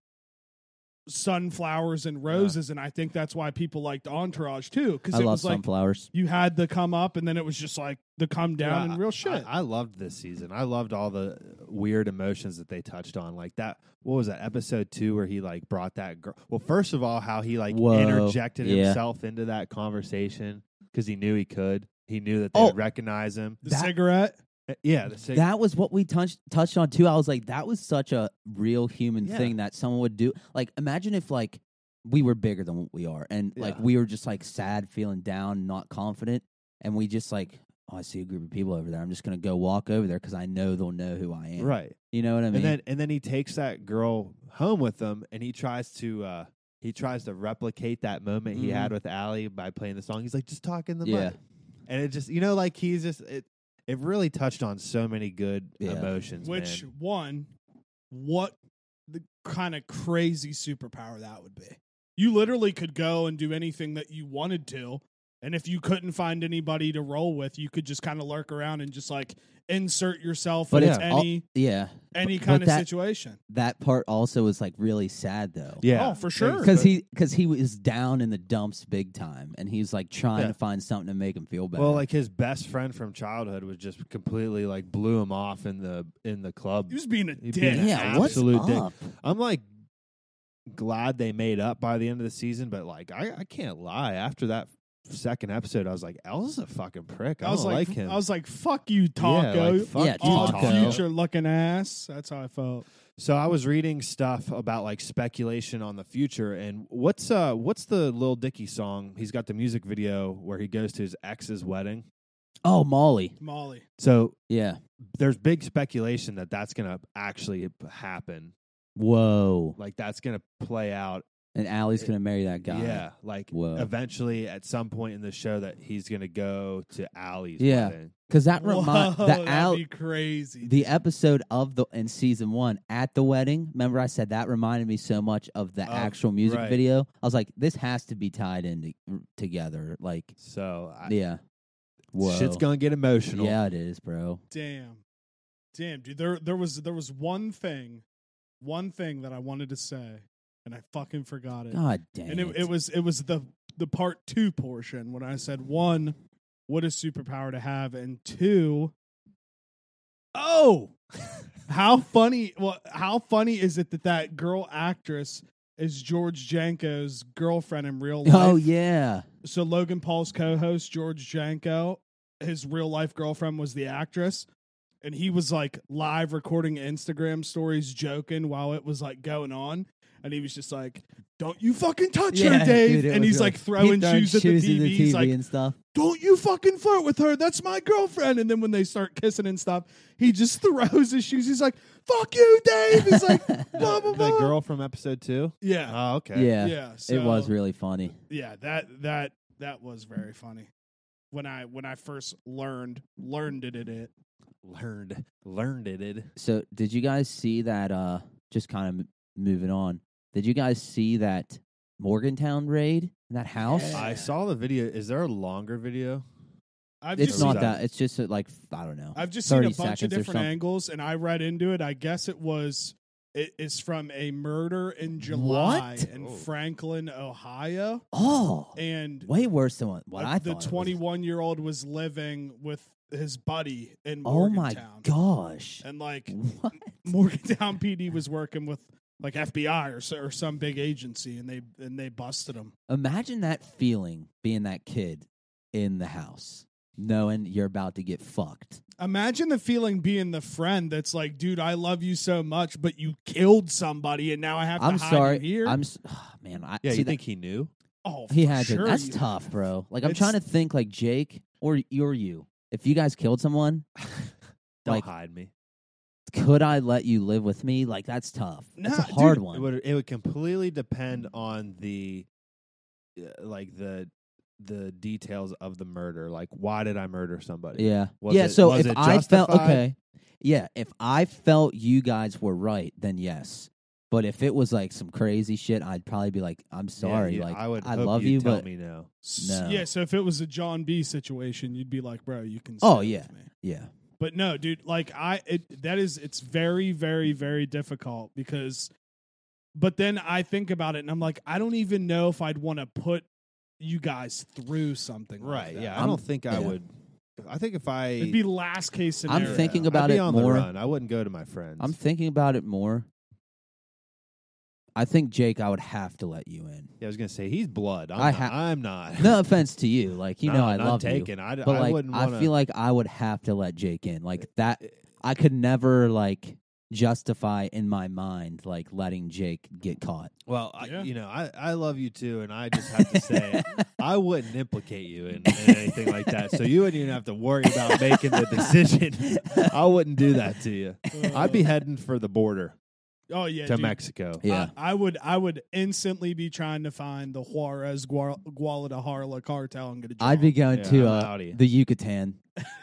Speaker 3: sunflowers and roses, and I think that's why people liked Entourage too, because
Speaker 1: I
Speaker 3: it
Speaker 1: love
Speaker 3: was like
Speaker 1: sunflowers.
Speaker 3: you had the come up, and then it was just like the come down
Speaker 2: Yeah,
Speaker 3: and real shit.
Speaker 2: I, I loved this season. I loved all the weird emotions that they touched on. Like that, what was that episode two where he like brought that girl? Well, first of all, how he like
Speaker 1: Whoa,
Speaker 2: interjected
Speaker 1: yeah.
Speaker 2: himself into that conversation because he knew he could. He knew that they
Speaker 1: Oh.
Speaker 2: would recognize him.
Speaker 3: the
Speaker 1: that-
Speaker 3: cigarette,
Speaker 2: Uh, Yeah, the sig-
Speaker 1: that was what we touched touched on too. I was like, that was such a real human
Speaker 2: Yeah.
Speaker 1: thing that someone would do. Like, imagine if like we were bigger than what we are, and like
Speaker 2: Yeah.
Speaker 1: we were just like sad, feeling down, not confident, and we just like, oh, I see a group of people over there. I'm just gonna go walk over there because I know they'll know who I am.
Speaker 2: right.
Speaker 1: You know what I mean?
Speaker 2: and then and then he takes that girl home with him, and he tries to uh he tries to replicate that moment he
Speaker 1: Mhm.
Speaker 2: had with Allie by playing the song. He's like just talking the
Speaker 1: Yeah.
Speaker 2: mic, and it just you know like he's just it. It really touched on so many good
Speaker 1: Yeah.
Speaker 2: emotions,
Speaker 3: which
Speaker 2: man.
Speaker 3: one, what the kind of crazy superpower that would be. You literally could go and do anything that you wanted to. And if you couldn't find anybody to roll with, you could just kind of lurk around and just like insert yourself
Speaker 1: But
Speaker 3: into
Speaker 2: it's
Speaker 1: all-
Speaker 3: any
Speaker 1: yeah,
Speaker 3: any
Speaker 1: but
Speaker 3: kind of
Speaker 1: that-
Speaker 3: situation.
Speaker 1: that part also was like really sad though.
Speaker 2: Yeah.
Speaker 3: Oh, for sure.
Speaker 1: Because he, because he was down in the dumps big time, and he's like trying
Speaker 2: Yeah.
Speaker 1: to find something to make him feel better.
Speaker 2: Well, like his best friend from childhood was just completely like blew him off in the in the club.
Speaker 3: He was being a
Speaker 2: He'd
Speaker 3: dick.
Speaker 2: be an
Speaker 1: yeah, what's
Speaker 2: absolute dick.
Speaker 1: up?
Speaker 2: I'm like glad they made up by the end of the season, but like I, I can't lie. After that second episode, I was like, L's a fucking prick. Oh, I,
Speaker 3: I was
Speaker 2: don't
Speaker 3: like,
Speaker 2: like, him.
Speaker 3: I was like, fuck you, Taco.
Speaker 2: Yeah, like, fuck
Speaker 1: Yeah,
Speaker 2: you,
Speaker 3: Odd
Speaker 1: Taco.
Speaker 3: future looking ass. That's how I felt.
Speaker 2: So I was reading stuff about like speculation on the future and what's uh what's the Lil Dicky song? He's got the music video where he goes to his ex's wedding.
Speaker 1: Oh, Molly.
Speaker 3: Molly.
Speaker 2: So
Speaker 1: Yeah.
Speaker 2: there's big speculation that that's going to actually happen.
Speaker 1: Whoa.
Speaker 2: Like that's going to play out
Speaker 1: And Allie's gonna marry that guy.
Speaker 2: Yeah, like
Speaker 1: Whoa.
Speaker 2: eventually at some point in the show that he's gonna go to Allie's
Speaker 1: Yeah.
Speaker 2: wedding.
Speaker 1: because that reminds
Speaker 3: Whoa,
Speaker 1: the
Speaker 3: that'd
Speaker 1: Al
Speaker 3: be crazy.
Speaker 1: the episode of the in season one at the wedding. Remember, I said that reminded me so much of the
Speaker 2: Oh,
Speaker 1: actual music
Speaker 2: right.
Speaker 1: video. I was like, this has to be tied in to, together. Like,
Speaker 2: So I,
Speaker 1: yeah,
Speaker 2: shit's gonna get emotional.
Speaker 1: Yeah, it is, bro.
Speaker 3: Damn. Damn, dude. There there was there was one thing, one thing that I wanted to say, and I fucking forgot it.
Speaker 1: God damn.
Speaker 3: and it, it was it was the the part two portion when I said one, what a superpower to have, and two, oh, how funny! Well, how funny is it that that girl actress is George Janko's girlfriend in real life?
Speaker 1: Oh yeah.
Speaker 3: So Logan Paul's co-host George Janko, his real life girlfriend was the actress, and he was like live recording Instagram stories, joking while it was like going on, and he was just like, "Don't you fucking touch her, Dave!"
Speaker 1: dude, it
Speaker 3: and
Speaker 1: was
Speaker 3: he's
Speaker 1: really-
Speaker 3: like throwing
Speaker 1: he throwing
Speaker 3: shoes, at the TV. He's like,
Speaker 1: and stuff.
Speaker 3: "Don't you fucking flirt with her? That's my girlfriend." And then when they start kissing and stuff, he just throws his shoes. He's like, "Fuck you, Dave!" He's like, "Blah blah
Speaker 2: The,
Speaker 3: blah."
Speaker 2: girl from episode two.
Speaker 3: yeah,
Speaker 2: Oh, okay.
Speaker 1: yeah,
Speaker 3: yeah.
Speaker 1: it was
Speaker 3: so-
Speaker 1: really funny.
Speaker 3: yeah that that that was very funny when i when i first learned learned it it, it
Speaker 2: Learned, learned it. it.
Speaker 1: So, did you guys see that? Uh, just kind of m- moving on. Did you guys see that Morgantown raid in that house?
Speaker 3: Yeah.
Speaker 2: I saw the video. Is there a longer video?
Speaker 3: i've
Speaker 1: It's
Speaker 3: just
Speaker 1: not
Speaker 3: seen,
Speaker 2: that-
Speaker 1: that. It's just uh, like f- I don't know.
Speaker 3: i've just seen a
Speaker 1: 30
Speaker 3: bunch of
Speaker 1: seconds or
Speaker 3: different
Speaker 1: something.
Speaker 3: angles and i read into it i guess it was it is from a murder in july
Speaker 1: What?
Speaker 3: in
Speaker 2: Oh.
Speaker 3: franklin ohio
Speaker 1: oh,
Speaker 3: and
Speaker 1: way worse than what, what
Speaker 3: the,
Speaker 1: I
Speaker 3: the
Speaker 1: thought. it was.
Speaker 3: 21 year old was living with his buddy in
Speaker 1: Oh my
Speaker 3: Morgantown.
Speaker 1: gosh!
Speaker 3: and like
Speaker 1: What?
Speaker 3: morgantown pd was working with like fbi or, so- or some big agency and they and they busted him
Speaker 1: Imagine that feeling being that kid in the house, knowing you're about to get fucked.
Speaker 3: Imagine the feeling being the friend that's like, dude, I love you so much, but you killed somebody, and now I have to
Speaker 1: I'm
Speaker 3: hide
Speaker 1: sorry.
Speaker 3: you here.
Speaker 1: I'm s man. I
Speaker 2: Yeah,
Speaker 1: see
Speaker 2: you
Speaker 1: that-
Speaker 2: think he knew?
Speaker 3: oh,
Speaker 1: He
Speaker 3: for
Speaker 1: had to.
Speaker 3: sure
Speaker 1: That's
Speaker 3: you-
Speaker 1: tough, bro. Like I'm
Speaker 3: It's-
Speaker 1: trying to think, like Jake or or you. If you guys killed someone,
Speaker 2: Don't
Speaker 1: Like-
Speaker 2: hide me.
Speaker 1: could I let you live with me? Like that's tough. That's
Speaker 3: Nah,
Speaker 1: a hard
Speaker 2: It
Speaker 1: one.
Speaker 2: would it would completely depend on the uh, like the the details of the murder. Like why did I murder somebody?
Speaker 1: yeah.
Speaker 2: Was
Speaker 1: yeah.
Speaker 2: it-
Speaker 1: so
Speaker 2: was
Speaker 1: if
Speaker 2: it
Speaker 1: I felt
Speaker 2: justified?
Speaker 1: okay, yeah. If I felt you guys were right, then yes. But if it was like some crazy shit, I'd probably be like, "I'm
Speaker 2: Yeah,
Speaker 1: sorry."
Speaker 2: yeah,
Speaker 1: like
Speaker 2: I would
Speaker 1: I
Speaker 2: hope
Speaker 1: love
Speaker 2: you'd
Speaker 1: you,
Speaker 2: tell
Speaker 1: but
Speaker 2: me no.
Speaker 3: S-
Speaker 1: No.
Speaker 3: Yeah, so if it was a John B situation, you'd be like, bro, you can.
Speaker 1: Oh,
Speaker 3: stay
Speaker 1: yeah.
Speaker 3: with me."
Speaker 1: yeah,
Speaker 3: But no, dude, like I, it, that is, it's very, very, very difficult because. But then I think about it, and I'm like, I don't even know if I'd want to put you guys through something. like
Speaker 2: Right.
Speaker 3: that.
Speaker 2: Yeah. I
Speaker 1: I'm-
Speaker 2: don't think I
Speaker 1: yeah.
Speaker 2: would. I think if I,
Speaker 3: it'd be last case scenario.
Speaker 1: I'm thinking
Speaker 2: I'd
Speaker 1: about
Speaker 2: be
Speaker 1: it
Speaker 2: on
Speaker 1: more.
Speaker 2: the run. I wouldn't go to my friends.
Speaker 1: I'm thinking about it more. I think Jake, I would have to let you in.
Speaker 2: yeah, I was gonna say he's blood. I'm
Speaker 1: I
Speaker 2: not,
Speaker 1: ha-
Speaker 2: I'm not.
Speaker 1: No offense to you, like you
Speaker 2: No,
Speaker 1: know, I
Speaker 2: none
Speaker 1: love you.
Speaker 2: taken. I, d-
Speaker 1: But
Speaker 2: I
Speaker 1: like,
Speaker 2: wouldn't
Speaker 1: I,
Speaker 2: wanna-
Speaker 1: feel like I would have to let Jake in. Like that, I could never like justify in my mind like letting Jake get caught.
Speaker 2: Well, I,
Speaker 3: Yeah.
Speaker 2: you know, I, I love you too, and I just have to say, I wouldn't implicate you in, in anything like that. So you wouldn't even have to worry about making the decision. I wouldn't do that to you. I'd be heading for the border
Speaker 3: Oh yeah,
Speaker 2: to
Speaker 3: dude.
Speaker 2: Mexico.
Speaker 1: Yeah.
Speaker 3: I, I would I would instantly be trying to find the Juarez Guar- Guadalajara cartel and get a job.
Speaker 1: I'd be going
Speaker 2: Yeah,
Speaker 1: to
Speaker 2: I'm
Speaker 1: uh,
Speaker 2: outta here.
Speaker 1: the Yucatan.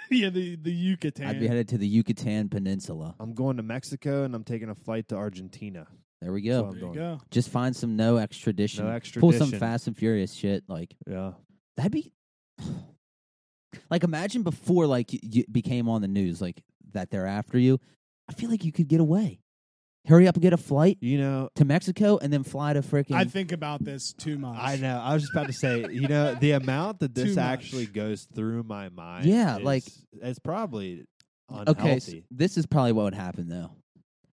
Speaker 3: yeah the the Yucatan.
Speaker 1: I'd be headed to the Yucatan Peninsula.
Speaker 2: I'm going to Mexico, and I'm taking a flight to Argentina.
Speaker 1: There we
Speaker 2: That's
Speaker 1: go.
Speaker 2: what
Speaker 3: there
Speaker 2: I'm
Speaker 3: you
Speaker 2: doing.
Speaker 3: go.
Speaker 1: Just find some no extradition.
Speaker 2: No
Speaker 1: Pull some
Speaker 2: extradition.
Speaker 1: Fast and Furious shit. Like
Speaker 2: Yeah,
Speaker 1: that'd be like imagine before like you, you became on the news like that they're after you. I feel like you could get away. Hurry up and get a flight
Speaker 2: you know,
Speaker 1: to Mexico and then fly to freaking.
Speaker 3: I think about this too much.
Speaker 2: I know. I was just about to say, you know, the amount that
Speaker 3: Too
Speaker 2: this
Speaker 3: much.
Speaker 2: actually goes through my mind.
Speaker 1: Yeah,
Speaker 2: is-
Speaker 1: like-
Speaker 2: it's probably unhealthy.
Speaker 1: okay, s- this is probably what would happen though.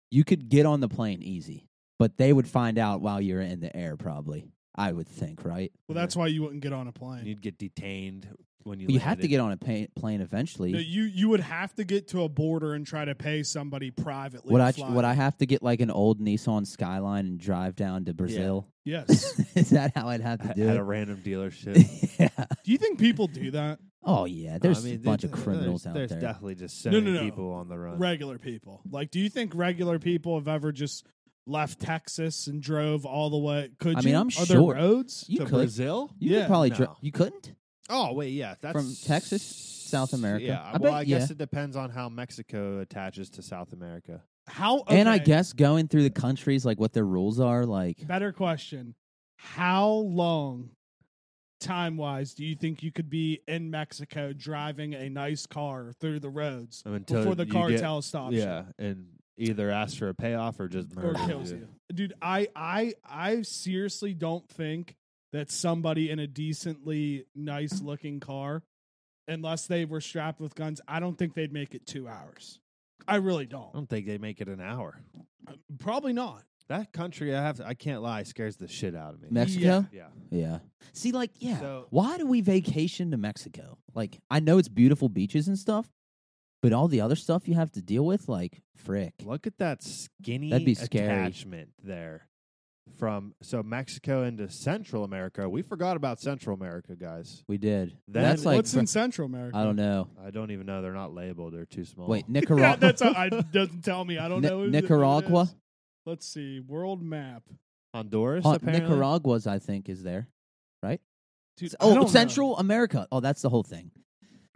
Speaker 1: You could get on the plane easy, but they would find out while you're in the air. Probably, I would think, right?
Speaker 3: Well, that's why you wouldn't get on a plane.
Speaker 2: You'd get detained when you.
Speaker 1: You have to
Speaker 2: landed.
Speaker 1: get on a pa- plane eventually.
Speaker 3: No, you you would have to get to a border and try to pay somebody privately.
Speaker 1: would
Speaker 3: to
Speaker 1: I
Speaker 3: fly.
Speaker 1: would I have to get like an old Nissan Skyline and drive down to Brazil?
Speaker 3: Yes.
Speaker 1: is that how I'd have to
Speaker 2: at
Speaker 1: do
Speaker 2: at a
Speaker 1: it?
Speaker 2: random dealership.
Speaker 1: yeah.
Speaker 3: do you think people do that?
Speaker 1: Oh yeah. There's
Speaker 2: I mean,
Speaker 1: a bunch of
Speaker 2: there's-
Speaker 1: criminals
Speaker 2: there's,
Speaker 1: out there.
Speaker 2: There's definitely just so
Speaker 3: No,
Speaker 2: many
Speaker 3: no, no.
Speaker 2: people on the run.
Speaker 3: Regular people. Like, do you think regular people have ever just left Texas and drove all the way. Could
Speaker 1: I
Speaker 3: you?
Speaker 1: mean, I'm
Speaker 3: Are
Speaker 1: sure.
Speaker 3: there roads?
Speaker 1: You
Speaker 2: to
Speaker 1: could.
Speaker 2: Brazil?
Speaker 1: You
Speaker 3: Yeah,
Speaker 1: could probably
Speaker 2: no.
Speaker 1: dri- you couldn't.
Speaker 2: Oh wait, yeah, that's
Speaker 1: From Texas, South America.
Speaker 2: Yeah,
Speaker 1: I
Speaker 2: well,
Speaker 1: bet-
Speaker 2: I guess
Speaker 1: yeah.
Speaker 2: it depends on how Mexico attaches to South America.
Speaker 3: How?
Speaker 1: And I
Speaker 3: okay,
Speaker 1: guess going through the countries, like what their rules are, like
Speaker 3: better question: How long, time wise, do you think you could be in Mexico driving a nice car through the roads
Speaker 2: I mean, till
Speaker 3: before the
Speaker 2: you get-
Speaker 3: cartel stops you
Speaker 2: yeah, and either asks for a payoff or just
Speaker 3: or
Speaker 2: murders
Speaker 3: kills you, dude? I I I seriously don't think that somebody in a decently nice looking car, unless they were strapped with guns, I don't think they'd make it two hours. I really
Speaker 2: I
Speaker 3: don't.
Speaker 2: don't think they make it an hour.
Speaker 3: Probably not.
Speaker 2: That country, I have, to, I can't lie, scares the shit out of me.
Speaker 1: Mexico.
Speaker 2: yeah,
Speaker 1: Yeah. See, like, yeah.
Speaker 2: So-
Speaker 1: Why do we vacation to Mexico? Like, I know it's beautiful beaches and stuff, but all the other stuff you have to deal with, like, frick.
Speaker 2: look at that skinny
Speaker 1: That'd be scary.
Speaker 2: attachment there. From so Mexico into Central America, we forgot about Central America, guys.
Speaker 1: We did.
Speaker 2: That-
Speaker 1: That's like,
Speaker 3: What's in Central America?
Speaker 1: I don't know.
Speaker 2: I don't even know; they're not labeled; they're too small.
Speaker 1: Wait,
Speaker 3: Yeah,
Speaker 1: Nicaragua.
Speaker 3: that's how, I doesn't tell me. I don't
Speaker 1: Ni-
Speaker 3: know. who th- who it
Speaker 1: Nicaragua.
Speaker 3: is. Let's see. World map.
Speaker 2: Honduras,
Speaker 1: Huh,
Speaker 2: apparently.
Speaker 1: Nicaragua's, uh, I think, is there.
Speaker 3: Dude, I don't
Speaker 1: oh,
Speaker 3: know.
Speaker 1: Central America. Oh, that's the whole thing.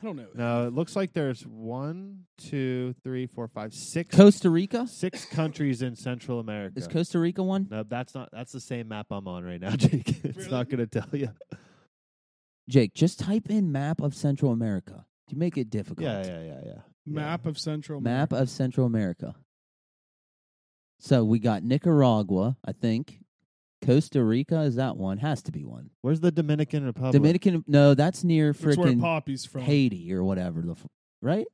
Speaker 3: I don't know.
Speaker 2: No, it looks like there's one, two, three, four, five, six,
Speaker 1: Costa Rica.
Speaker 2: six countries in Central America.
Speaker 1: Is Costa Rica one?
Speaker 2: no, that's not. That's the same map I'm on right now, Jake. It's
Speaker 3: Really?
Speaker 2: not going to tell you.
Speaker 1: Jake, just type in map of Central America. You make it difficult.
Speaker 2: Yeah, yeah, yeah, yeah.
Speaker 3: Map of Central
Speaker 1: Map of Central America. So we got Nicaragua, I think. Costa Rica is that one? Has to be one.
Speaker 2: Where's the Dominican Republic?
Speaker 1: Dominican? No, that's near
Speaker 3: That's where
Speaker 1: freaking
Speaker 3: Poppy's from.
Speaker 1: Haiti or whatever. The f- right?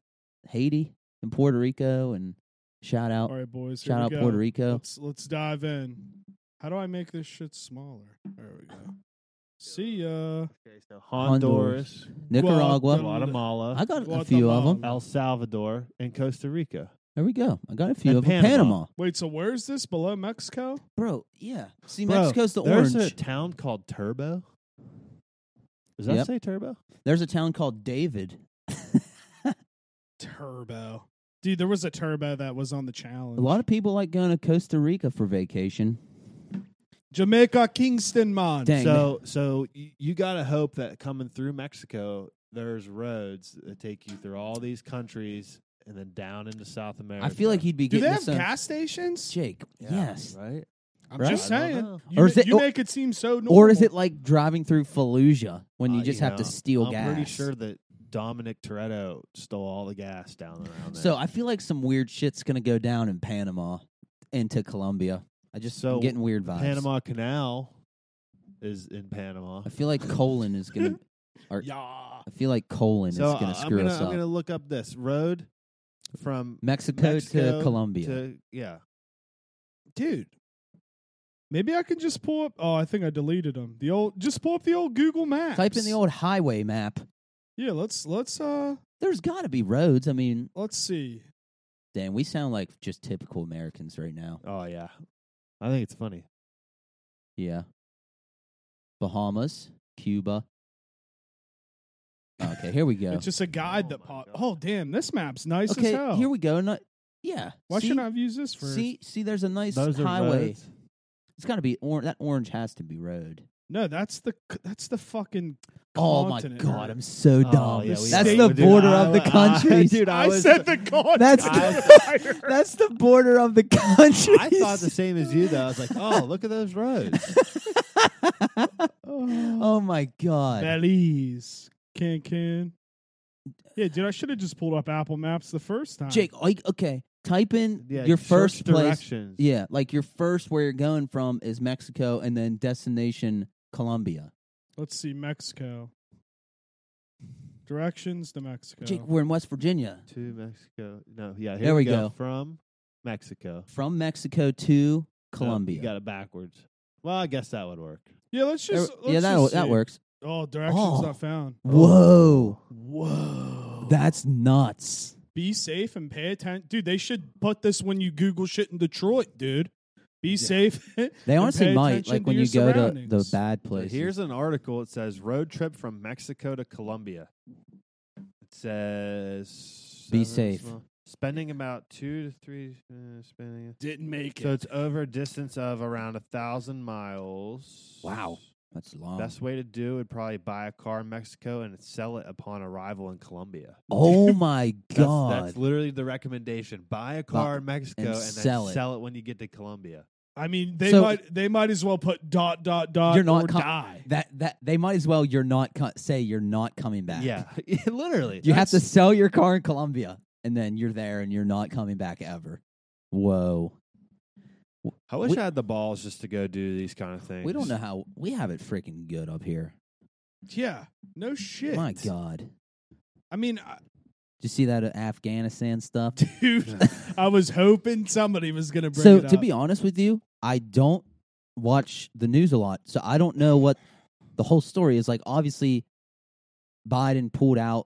Speaker 1: Haiti and Puerto Rico and shout out,
Speaker 3: All right, boys. here
Speaker 1: shout
Speaker 3: we
Speaker 1: out
Speaker 3: go.
Speaker 1: Puerto Rico.
Speaker 3: Let's let's dive in. How do I make this shit smaller? There we go. See ya.
Speaker 2: Okay, so Honduras,
Speaker 1: Nicaragua.
Speaker 3: Guatemala.
Speaker 2: Guatemala,
Speaker 1: I got a few of them.
Speaker 3: Guatemala.
Speaker 2: El Salvador, and Costa Rica.
Speaker 1: There we go. I got a few
Speaker 2: And
Speaker 1: of 'em.
Speaker 2: Panama.
Speaker 1: Panama,
Speaker 3: Wait, so where's this below Mexico?
Speaker 1: bro. Yeah. See,
Speaker 2: Bro,
Speaker 1: Mexico's the
Speaker 2: there's
Speaker 1: orange.
Speaker 2: a town called Turbo. Does that
Speaker 1: Yep.
Speaker 2: say Turbo?
Speaker 1: there's a town called David.
Speaker 3: Turbo. Dude, there was a turbo that was on the challenge.
Speaker 1: A lot of people like going to Costa Rica for vacation.
Speaker 3: Jamaica Kingston man.
Speaker 1: Dang.
Speaker 2: So, so y- you gotta hope that coming through Mexico, there's roads that take you through all these countries and then down into South America.
Speaker 1: I feel like he'd be
Speaker 3: Do
Speaker 1: getting
Speaker 3: they have
Speaker 1: some-
Speaker 3: gas stations?
Speaker 1: Jake. yes.
Speaker 2: right.
Speaker 3: I'm
Speaker 1: Right?
Speaker 3: just
Speaker 2: I don't
Speaker 3: saying.
Speaker 2: know.
Speaker 3: You,
Speaker 1: Or
Speaker 3: ma-
Speaker 1: is it-
Speaker 3: you
Speaker 1: or-
Speaker 3: make it seem so normal.
Speaker 1: Or is it like driving through Fallujah when you
Speaker 2: Uh,
Speaker 1: just have to
Speaker 2: know,
Speaker 1: steal
Speaker 2: I'm
Speaker 1: gas?
Speaker 2: pretty sure that Dominic Toretto stole all the gas down around there.
Speaker 1: So I feel like some weird shit's gonna go down in Panama into Colombia. I just
Speaker 2: So,
Speaker 1: I'm getting weird vibes.
Speaker 2: Panama Canal is in Panama.
Speaker 1: I feel like colon is gonna. or-
Speaker 3: Yeah.
Speaker 1: I feel like colon
Speaker 2: so
Speaker 1: is gonna
Speaker 2: uh,
Speaker 1: screw
Speaker 2: I'm gonna,
Speaker 1: us
Speaker 2: I'm
Speaker 1: up.
Speaker 2: gonna look up this road from
Speaker 1: Mexico,
Speaker 2: Mexico
Speaker 1: to Colombia.
Speaker 2: to yeah.
Speaker 3: Dude. Maybe I can just pull up. Oh, I think I deleted them. The old, just pull up the old Google Maps.
Speaker 1: Type in the old highway map.
Speaker 3: Yeah, let's let's uh
Speaker 1: There's got to be roads. I mean,
Speaker 3: let's see.
Speaker 1: damn, we sound like just typical Americans right now.
Speaker 2: Oh yeah, I think it's funny.
Speaker 1: Yeah. Bahamas, Cuba. Okay, here we go.
Speaker 3: It's just a guide
Speaker 2: Oh
Speaker 3: that
Speaker 2: my
Speaker 3: popped.
Speaker 2: God.
Speaker 3: Oh, damn, this map's nice as
Speaker 1: okay,
Speaker 3: hell.
Speaker 1: here we go. No, yeah.
Speaker 3: Why
Speaker 1: see,
Speaker 3: shouldn't I have used this for?
Speaker 1: see, see, there's a nice
Speaker 2: Those are
Speaker 1: highway.
Speaker 2: roads.
Speaker 1: It's got to be orange. That orange has to be road.
Speaker 3: No, that's the that's the fucking.
Speaker 1: Oh my
Speaker 3: continent,
Speaker 1: god,
Speaker 3: right?
Speaker 1: I'm so dumb.
Speaker 2: Oh, yeah, we-
Speaker 1: That's
Speaker 3: state-
Speaker 1: the
Speaker 2: dude,
Speaker 1: border
Speaker 2: I
Speaker 1: of the
Speaker 2: wa- I-
Speaker 1: countries.
Speaker 2: dude, I,
Speaker 3: I,
Speaker 2: was,
Speaker 3: said the continent.
Speaker 1: That's- That's the border of the countries.
Speaker 2: I thought the same as you though. I was like, oh, look at those roads.
Speaker 1: oh my god.
Speaker 3: Belize, Cancun. Yeah, dude, I should have just pulled up Apple Maps the first time.
Speaker 1: Jake, like, okay, type in
Speaker 2: Yeah,
Speaker 1: your
Speaker 2: search
Speaker 1: first place.
Speaker 2: directions.
Speaker 1: Yeah, like your first where you're going from is Mexico and then destination Colombia.
Speaker 3: let's see Mexico. Directions to Mexico.
Speaker 1: Jake, we're in West Virginia.
Speaker 2: to Mexico. No, yeah, here
Speaker 1: There
Speaker 2: we
Speaker 1: we go.
Speaker 2: From Mexico,
Speaker 1: From Mexico to
Speaker 2: No,
Speaker 1: Colombia.
Speaker 2: you got it backwards. Well, I guess that would work.
Speaker 3: yeah, let's
Speaker 1: There-
Speaker 3: just let's
Speaker 1: yeah, that
Speaker 3: just
Speaker 1: that
Speaker 3: see.
Speaker 1: works.
Speaker 3: Oh, directions
Speaker 1: Oh.
Speaker 3: not found.
Speaker 1: Whoa.
Speaker 3: Whoa.
Speaker 1: That's nuts.
Speaker 3: Be safe and pay attention. Dude, they should put this when you Google shit in Detroit, dude. Be safe.
Speaker 1: They
Speaker 3: and
Speaker 1: honestly
Speaker 3: pay
Speaker 1: might
Speaker 3: attention
Speaker 1: like
Speaker 3: to
Speaker 1: when
Speaker 3: your
Speaker 1: you go to the
Speaker 3: surroundings.
Speaker 1: bad
Speaker 2: So
Speaker 1: place.
Speaker 2: Here's an article. It says road trip from Mexico to Colombia. It says
Speaker 1: Be
Speaker 2: seven
Speaker 1: safe.
Speaker 2: small- Spending about two to three uh, spending.
Speaker 3: Didn't make
Speaker 2: So
Speaker 3: it.
Speaker 2: it's over a distance of around a thousand miles.
Speaker 1: Wow. Um, That's long.
Speaker 2: Best way to do would probably buy a car in Mexico and sell it upon arrival in Colombia.
Speaker 1: oh my
Speaker 2: That's,
Speaker 1: god.
Speaker 2: that's literally the recommendation. Buy a car in Mexico and,
Speaker 1: sell
Speaker 2: then
Speaker 1: it.
Speaker 2: sell it when you get to Colombia.
Speaker 3: I mean, they
Speaker 1: So-
Speaker 3: might they might as well put dot dot dot
Speaker 1: You're not
Speaker 3: or
Speaker 1: com-
Speaker 3: die.
Speaker 1: that that they might as well you're not co- say you're not coming back.
Speaker 2: Yeah, literally.
Speaker 1: You have to sell your car in Colombia and then you're there and you're not coming back ever. Whoa.
Speaker 2: I wish
Speaker 1: we-
Speaker 2: I had the balls just to go do these kind of things.
Speaker 1: We don't know how we have it freaking good up here.
Speaker 3: Yeah, no shit.
Speaker 1: My god. Did
Speaker 3: I mean, I-
Speaker 1: you see that uh, Afghanistan stuff?
Speaker 3: dude, I was hoping somebody was gonna bring
Speaker 1: so
Speaker 3: it
Speaker 1: to
Speaker 3: up.
Speaker 1: be honest with you, I don't watch the news a lot, so I don't know what the whole story is. Like, obviously, Biden pulled out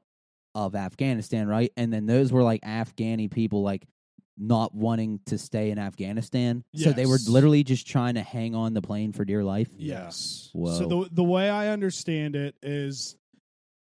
Speaker 1: of Afghanistan, right? And then those were like Afghani people, like not wanting to stay in Afghanistan, so they were
Speaker 3: Yes.
Speaker 1: literally just trying to hang on the plane for dear life.
Speaker 3: Yes.
Speaker 1: Whoa.
Speaker 3: So the the way I understand it is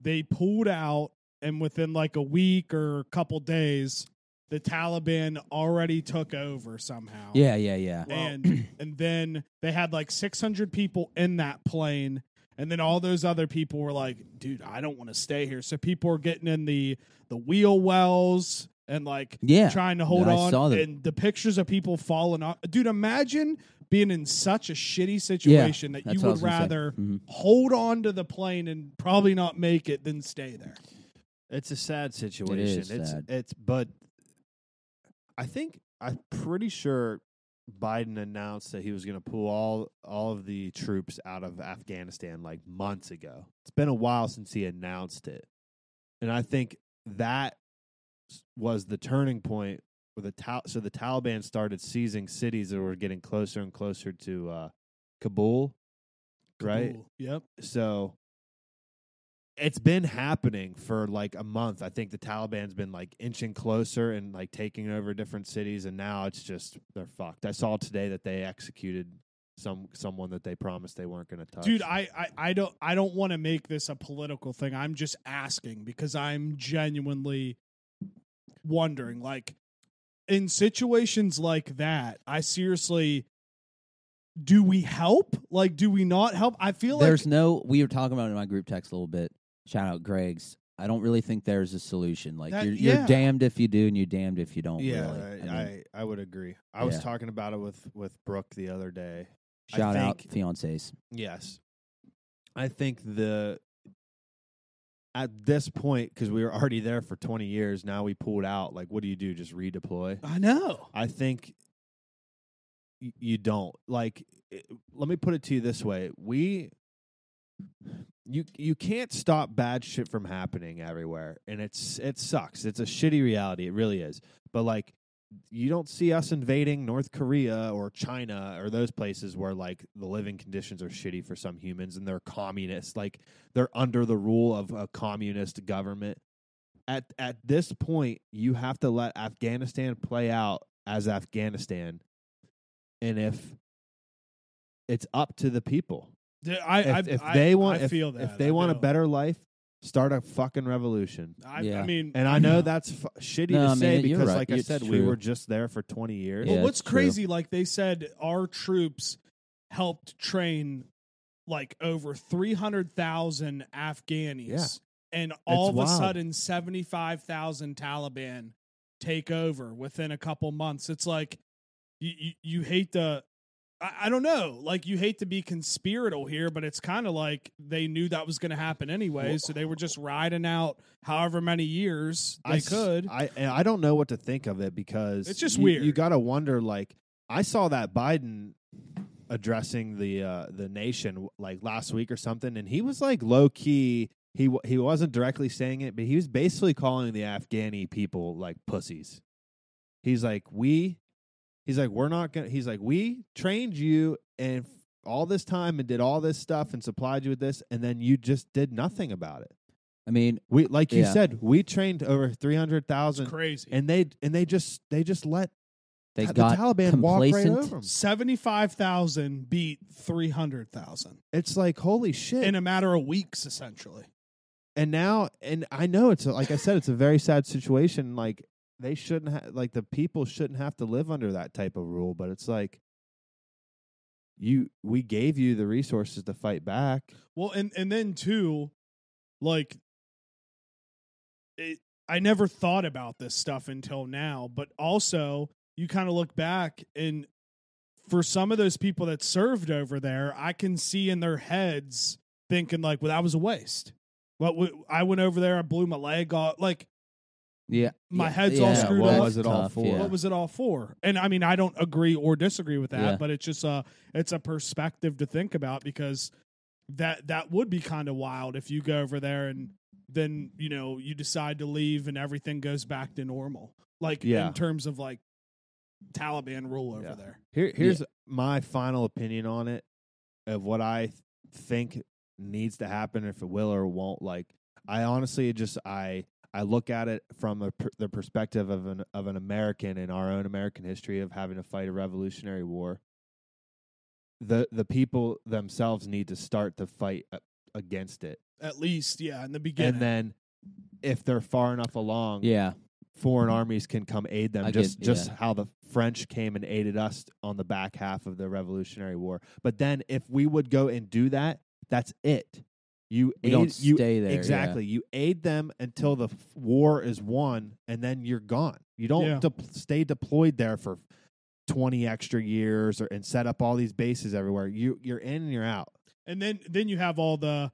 Speaker 3: they pulled out and within like a week or a couple days the Taliban already took over somehow.
Speaker 1: Yeah, yeah, yeah.
Speaker 2: Well-
Speaker 3: And and then they had like 600 people in that plane and then all those other people were like, "Dude, I don't want to stay here." So people were getting in the the wheel wells and like
Speaker 1: Yeah.
Speaker 3: trying to hold
Speaker 1: I
Speaker 3: on
Speaker 1: saw that.
Speaker 3: and the pictures of people falling off dude imagine being in such a shitty situation that
Speaker 1: that's
Speaker 3: you
Speaker 1: what I was
Speaker 3: would
Speaker 1: gonna say.
Speaker 3: rather
Speaker 1: Mhm.
Speaker 3: hold on to the plane and probably not make it than stay there
Speaker 2: It's a sad situation.
Speaker 1: is
Speaker 2: it's
Speaker 1: sad.
Speaker 2: it's but I think I'm pretty sure Biden announced that he was going to pull all all of the troops out of Afghanistan like months ago. It's been a while since he announced it. And I think that s- was the turning point where the Tal- so the Taliban started seizing cities that were getting closer and closer to uh, Kabul, right?
Speaker 3: Cool. yep
Speaker 2: So it's been happening for like a month. I think the Taliban's been like inching closer and like taking over different cities and now it's just they're fucked. I saw today that they executed some someone that they promised they weren't going to touch.
Speaker 3: dude I, I i don't i don't want to make this a political thing i'm just asking because i'm genuinely wondering like in situations like that i seriously do we help like do we not help i feel like
Speaker 1: There's no. We were talking about it in my group text a little bit. Shout out Greg's. I don't really think there's a solution. Like
Speaker 3: That-
Speaker 1: you're, you're
Speaker 3: yeah.
Speaker 1: damned if you do, and you're damned if you don't.
Speaker 2: yeah,
Speaker 1: Oh, really.
Speaker 2: I,
Speaker 1: mean,
Speaker 2: I, I would agree. I was
Speaker 1: Yeah.
Speaker 2: talking about it with with Brooke the other day. I
Speaker 1: shout out
Speaker 2: think-
Speaker 1: fiancés.
Speaker 2: Yes. I think the at this point cuz we were already there for 20 years, now we pulled out. Like what do you do? Just redeploy?
Speaker 3: I know.
Speaker 2: I think y- you don't like. it- Let me put it to you this way: we you you can't stop bad shit from happening everywhere, and it's it sucks. It's a shitty reality. It really is. But like, you don't see us invading North Korea or China or those places where like the living conditions are shitty for some humans and they're communist. Like they're under the rule of a communist government at at this point you have to let Afghanistan play out as Afghanistan and if it's up to the people
Speaker 3: Dude, I,
Speaker 2: if,
Speaker 3: I,
Speaker 2: if
Speaker 3: I-
Speaker 2: they want
Speaker 3: I
Speaker 2: if,
Speaker 3: feel that
Speaker 2: if they
Speaker 3: I
Speaker 2: want a
Speaker 3: do.
Speaker 2: better life start a fucking revolution
Speaker 3: I, I
Speaker 1: Yeah.
Speaker 3: mean,
Speaker 2: and I know that's f- shitty
Speaker 1: No,
Speaker 2: to
Speaker 1: I mean,
Speaker 2: say
Speaker 1: you're
Speaker 2: because
Speaker 1: right.
Speaker 2: like I
Speaker 1: It's
Speaker 2: said we
Speaker 1: true.
Speaker 2: were just there for 20 years
Speaker 3: Well,
Speaker 1: Yeah,
Speaker 3: what's
Speaker 1: it's true.
Speaker 3: crazy? Like they said, our troops helped train like over three hundred thousand Afghanis,
Speaker 2: Yeah.
Speaker 3: and all of
Speaker 2: wild.
Speaker 3: a sudden, seventy five thousand Taliban take over within a couple months. It's like you you, you hate to. I I don't know. Like you hate to be conspiratorial here, but it's kind of like they knew that was going to happen anyway,
Speaker 2: Well-
Speaker 3: so they were just riding out however many years they
Speaker 2: I s-
Speaker 3: could.
Speaker 2: I and I don't know what to think of it because
Speaker 3: It's just
Speaker 2: you- You
Speaker 3: weird.
Speaker 2: got to wonder. Like I saw that Biden addressing the uh, the nation like last week or something, and he was like low key. He wa- he wasn't directly saying it, but he was basically calling the Afghani people like pussies. He's like we. He's like we're not gonna. He's like we trained you and f- all this time and did all this stuff and supplied you with this, and then you just did nothing about it.
Speaker 1: I mean,
Speaker 2: We like you
Speaker 1: Yeah.
Speaker 2: said, we trained over three hundred
Speaker 3: it's
Speaker 2: thousand
Speaker 3: crazy.
Speaker 2: and they and they just they just let
Speaker 1: they
Speaker 2: the
Speaker 1: got
Speaker 2: Taliban walk right
Speaker 1: complacent.
Speaker 2: over 'em.
Speaker 3: 75,000 beat 300,000
Speaker 2: It's like holy shit.
Speaker 3: in
Speaker 2: And,
Speaker 3: a matter of weeks, essentially.
Speaker 2: now and I know it's a- like I said, it's a very sad situation. Like they shouldn't ha- like the people shouldn't have to live under that type of rule. But it's like you we gave you the resources to fight back.
Speaker 3: Well, and and then too, like, it, I never thought about this stuff until now. But also, you kind of look back, and for some of those people that served over there, I can see in their heads thinking like, "Well, that was a waste." Well, w- I went over there, I blew my leg off. Like,
Speaker 1: Yeah,
Speaker 3: My
Speaker 1: yeah,
Speaker 3: head's all
Speaker 1: yeah,
Speaker 3: screwed
Speaker 1: well,
Speaker 3: up.
Speaker 1: that's
Speaker 2: Was it all
Speaker 1: tough,
Speaker 2: for?
Speaker 1: yeah.
Speaker 3: what was it all for? And I mean, I don't agree or disagree with that,
Speaker 1: Yeah.
Speaker 3: but it's just a it's a perspective to think about because that that would be kind of wild if you go over there and then you know you decide to leave and everything goes back to normal, like
Speaker 2: Yeah.
Speaker 3: in terms of like Taliban rule over
Speaker 2: Yeah.
Speaker 3: there.
Speaker 2: Here, here's my final opinion on it of what I th- think needs to happen, if it will or won't. Like, I honestly just I I look at it from a, per- the perspective of an of an American in our own American history of having to fight a Revolutionary War. The the people themselves need to start to fight a- against it,
Speaker 3: At least, yeah, in the beginning.
Speaker 2: and then if they're far enough along,
Speaker 1: Yeah,
Speaker 2: foreign armies can come aid them
Speaker 1: I
Speaker 2: just
Speaker 1: get-
Speaker 2: just
Speaker 1: yeah.
Speaker 2: how the french came and aided us on the back half of the revolutionary war but then if we would go and do that that's it you
Speaker 1: we
Speaker 2: aid,
Speaker 1: don't
Speaker 2: you
Speaker 1: stay there. yeah.
Speaker 2: exactly you aid them until the f- war is won and then you're gone you don't
Speaker 3: Yeah.
Speaker 2: dep- stay deployed there for 20 extra years or and set up all these bases everywhere you you're in and you're out
Speaker 3: and then then you have all the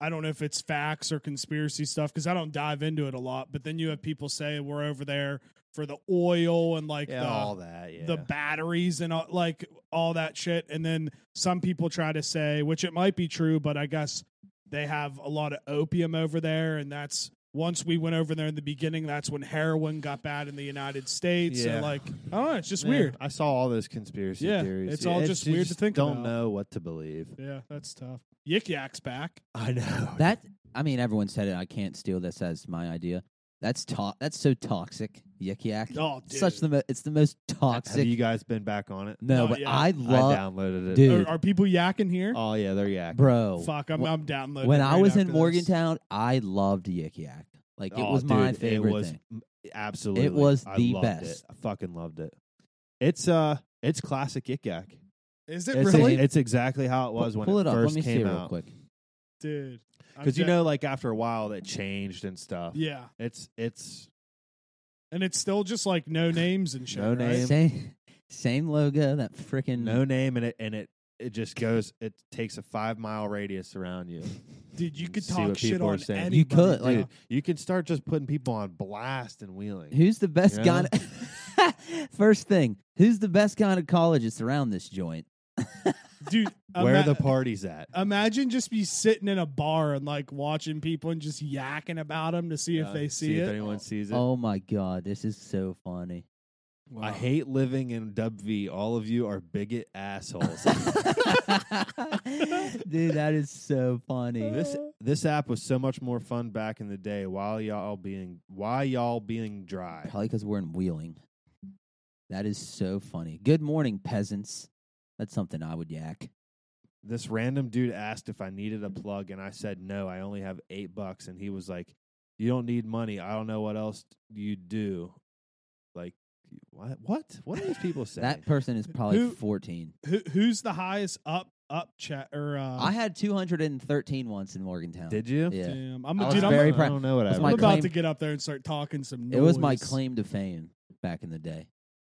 Speaker 3: I don't know if it's facts or conspiracy stuff because I don't dive into it a lot, but then you have people say we're over there for the oil and like the
Speaker 2: all that yeah
Speaker 3: the batteries and all, like all that shit. And then some people try to say, which it might be true, but I guess they have a lot of opium over there, and that's once we went over there in the beginning, that's when heroin got bad in the United States.
Speaker 2: Yeah.
Speaker 3: So like, I don't know, it's just
Speaker 2: Man,
Speaker 3: weird.
Speaker 2: I saw all those conspiracy
Speaker 3: Yeah,
Speaker 2: theories.
Speaker 3: it's all just
Speaker 2: you
Speaker 3: weird to think
Speaker 2: Don't
Speaker 3: about.
Speaker 2: know what to believe.
Speaker 3: Yeah, that's tough. Yik Yak's back.
Speaker 2: I know
Speaker 1: That I mean, everyone said it. I can't steal this as my idea. That's to- That's so toxic. Yik yak.
Speaker 3: Oh, dude.
Speaker 1: Such the mo- it's the most
Speaker 2: Have
Speaker 1: toxic.
Speaker 2: you guys been back on it?
Speaker 1: no,
Speaker 3: Not
Speaker 1: but
Speaker 3: yet.
Speaker 1: I
Speaker 2: I
Speaker 1: love,
Speaker 2: downloaded it.
Speaker 1: dude.
Speaker 3: Are, are people yakking here?
Speaker 2: Oh yeah, they're yak.
Speaker 1: bro.
Speaker 3: Fuck, I'm,
Speaker 1: wh-
Speaker 3: I'm downloading.
Speaker 1: When I
Speaker 3: right
Speaker 1: was
Speaker 3: after
Speaker 1: in
Speaker 3: this.
Speaker 1: Morgantown, I loved Yik Yak. Like it
Speaker 2: Oh,
Speaker 1: was my
Speaker 2: dude,
Speaker 1: favorite
Speaker 2: It was
Speaker 1: thing.
Speaker 2: m- absolutely.
Speaker 1: It was
Speaker 2: I
Speaker 1: the
Speaker 2: loved it.
Speaker 1: best.
Speaker 2: I fucking loved it. It's uh, it's classic yik yak.
Speaker 3: is it
Speaker 2: it's,
Speaker 3: really,
Speaker 1: a-
Speaker 2: It's exactly how it was
Speaker 1: Pu-
Speaker 2: when
Speaker 1: Pull it
Speaker 2: it,
Speaker 1: up. Let
Speaker 2: first
Speaker 1: me see
Speaker 2: came
Speaker 1: it real
Speaker 2: out.
Speaker 1: quick.
Speaker 3: dude? I'm
Speaker 2: Because you
Speaker 3: de-
Speaker 2: know, like after a while, it changed and stuff.
Speaker 3: yeah,
Speaker 2: It's it's
Speaker 3: and it's still just like no names and shit.
Speaker 2: No
Speaker 3: right?
Speaker 2: names.
Speaker 1: Same, same logo. That freaking
Speaker 2: no name and it and it it just goes. It takes a five mile radius around you.
Speaker 3: Dude, you
Speaker 2: and
Speaker 3: could
Speaker 2: see
Speaker 3: talk
Speaker 2: what
Speaker 3: shit
Speaker 2: people are
Speaker 3: on
Speaker 2: saying.
Speaker 3: anybody.
Speaker 1: You could,
Speaker 3: bro.
Speaker 1: like-
Speaker 2: Dude, you can start just putting people on blast and wheeling.
Speaker 1: Who's the best
Speaker 2: You
Speaker 1: kind? First thing, who's the best kind of collegists around this joint?
Speaker 3: dude.
Speaker 2: Where
Speaker 3: ima-
Speaker 2: the parties at?
Speaker 3: imagine just be sitting in a bar and like watching people and just yakking about them to see
Speaker 2: Yeah,
Speaker 3: if they see,
Speaker 2: Uh, if
Speaker 3: it.
Speaker 2: anyone sees it.
Speaker 1: Oh my god, this is so funny.
Speaker 2: I hate living in WV. All of you are bigot assholes.
Speaker 1: Dude, that is so funny.
Speaker 2: this this app was so much more fun back in the day. While y'all being why y'all being dry.
Speaker 1: Probably because we're in Wheeling. That is so funny. Good morning, peasants. That's something I would yak.
Speaker 2: This random dude asked if I needed a plug, and I said no. I only have eight bucks, and he was like, "You don't need money. I don't know what else you do." Like, what? What? What are these people saying?
Speaker 1: That person is probably
Speaker 3: Who-
Speaker 1: 14.
Speaker 3: Who, who's the highest up up chat or? Uh,
Speaker 1: I had 213 once in Morgantown.
Speaker 2: Did you?
Speaker 1: Yeah.
Speaker 3: damn, I'm
Speaker 2: I
Speaker 3: a
Speaker 2: was
Speaker 3: dude. I'm,
Speaker 1: very
Speaker 2: I
Speaker 1: proud-
Speaker 2: don't know what
Speaker 1: That's
Speaker 2: I
Speaker 1: my
Speaker 3: I'm
Speaker 2: was.
Speaker 3: about
Speaker 1: claim-
Speaker 3: to get up there and start talking some. Noise.
Speaker 1: It was my claim to fame back in the day.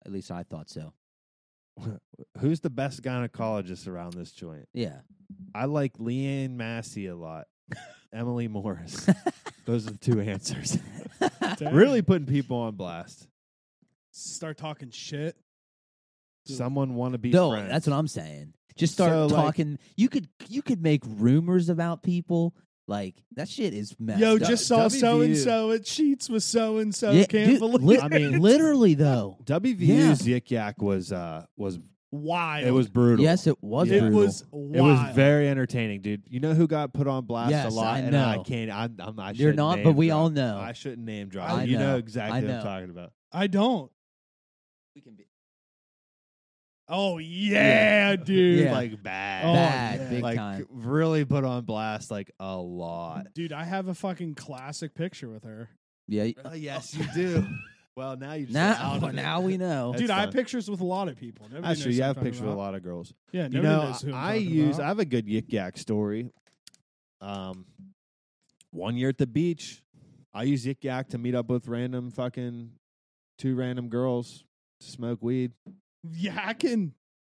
Speaker 1: At least I thought so.
Speaker 2: Who's the best gynecologist around this joint?
Speaker 1: Yeah.
Speaker 2: I like Leanne Massey a lot. Emily Morris. Those are the two answers.
Speaker 3: Dang.
Speaker 2: really putting people on blast.
Speaker 3: Start talking shit. Dude.
Speaker 2: Someone want to be
Speaker 1: no,
Speaker 2: friends.
Speaker 1: that's what I'm saying. Just start
Speaker 2: So, like-
Speaker 1: talking. you could you could make rumors about people. Like that shit is messed
Speaker 3: Yo,
Speaker 1: up.
Speaker 3: just saw
Speaker 2: WVU.
Speaker 3: so and so at Sheets with so and so.
Speaker 1: Yeah,
Speaker 3: Can't
Speaker 1: dude,
Speaker 3: believe
Speaker 1: li-
Speaker 2: I mean-
Speaker 1: literally though.
Speaker 2: WVU's Yik Yak was uh was
Speaker 3: why
Speaker 2: it was brutal.
Speaker 1: Yes, it was.
Speaker 2: Yeah.
Speaker 3: it
Speaker 1: brutal.
Speaker 3: was
Speaker 2: It was
Speaker 3: wild.
Speaker 2: very entertaining, dude. You know who got put on blast
Speaker 1: Yes,
Speaker 2: a lot?
Speaker 1: I
Speaker 2: And I
Speaker 1: know.
Speaker 2: can't. I'm. I'm I
Speaker 1: You're
Speaker 2: shouldn't
Speaker 1: not,
Speaker 2: name
Speaker 1: but we
Speaker 2: drop.
Speaker 1: all know.
Speaker 2: I shouldn't name drop.
Speaker 1: I
Speaker 2: you know,
Speaker 1: know.
Speaker 2: exactly
Speaker 1: I
Speaker 2: what
Speaker 1: know.
Speaker 2: I'm talking about.
Speaker 3: I don't.
Speaker 1: we can be
Speaker 3: Oh yeah, dude.
Speaker 1: Yeah.
Speaker 2: Like bad,
Speaker 3: Oh,
Speaker 1: bad,
Speaker 3: yeah.
Speaker 1: big
Speaker 2: like
Speaker 1: time.
Speaker 2: really put on blast, like a lot.
Speaker 3: Dude, I have a fucking classic picture with her.
Speaker 1: Yeah,
Speaker 2: yes, you do. Well, now you just
Speaker 1: Now,
Speaker 2: outed
Speaker 1: well,
Speaker 2: it.
Speaker 1: now we know.
Speaker 2: That's
Speaker 3: Dude, I
Speaker 2: fine.
Speaker 3: have pictures with a lot of people. Nobody
Speaker 2: That's true.
Speaker 3: knows
Speaker 2: You
Speaker 3: who I'm
Speaker 2: have
Speaker 3: talking
Speaker 2: pictures with a
Speaker 3: about.
Speaker 2: lot of girls.
Speaker 3: Yeah,
Speaker 2: you
Speaker 3: nobody
Speaker 2: know,
Speaker 3: knows who I'm
Speaker 2: I
Speaker 3: talking
Speaker 2: use. I
Speaker 3: about.
Speaker 2: have a good yik yak story. Um, one year at the beach, I used yik yak to meet up with random fucking two random girls to smoke weed.
Speaker 3: yakking,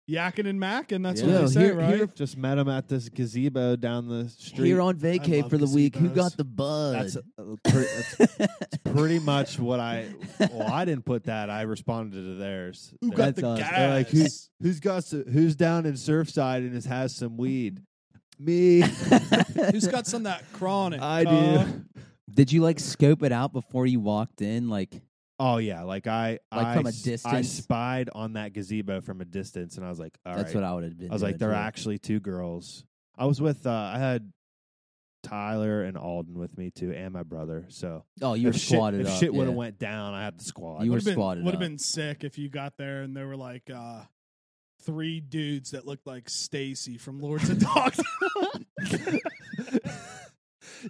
Speaker 3: yakking and macking. That's
Speaker 1: Yeah.
Speaker 3: what
Speaker 1: Yo,
Speaker 3: they say,
Speaker 1: here-
Speaker 3: right?
Speaker 1: here-
Speaker 2: Just met them at this gazebo down the street.
Speaker 1: Here on vacay
Speaker 3: love
Speaker 1: for the week, who
Speaker 3: gazebos.
Speaker 1: got the buzz?
Speaker 2: that's,
Speaker 1: oh,
Speaker 2: uh, pretty, that's pretty much what I. Well, I didn't put that. I responded to theirs.
Speaker 3: Who
Speaker 2: They're
Speaker 3: got
Speaker 1: That's
Speaker 3: the
Speaker 1: us.
Speaker 3: gas?
Speaker 2: They're like, who's who's got some, who's down in Surfside and has, has some weed? Me,
Speaker 3: who's got some of that chronic?
Speaker 2: I
Speaker 3: uh,
Speaker 2: do.
Speaker 1: Did you like scope it out before you walked in? Like,
Speaker 2: Oh yeah, like I
Speaker 1: Like
Speaker 2: I,
Speaker 1: from a
Speaker 2: s- I
Speaker 1: distance?
Speaker 2: spied on that gazebo from a distance, and I was like, all right.
Speaker 1: that's what I would have been.
Speaker 2: I was like,
Speaker 1: doing,
Speaker 2: there are
Speaker 1: too.
Speaker 2: actually two girls. I was with uh, I had Tyler and Alden with me too, and my brother. So
Speaker 1: Oh, you were
Speaker 2: if shit,
Speaker 1: squatted
Speaker 2: if
Speaker 1: up.
Speaker 2: shit would have
Speaker 1: yeah.
Speaker 2: went down, I had the squad.
Speaker 1: You were
Speaker 3: Would have
Speaker 1: squatted
Speaker 3: been, would've
Speaker 1: up.
Speaker 3: been sick if you got there and there were like uh, three dudes that looked like Stacy from Lords of Dogs.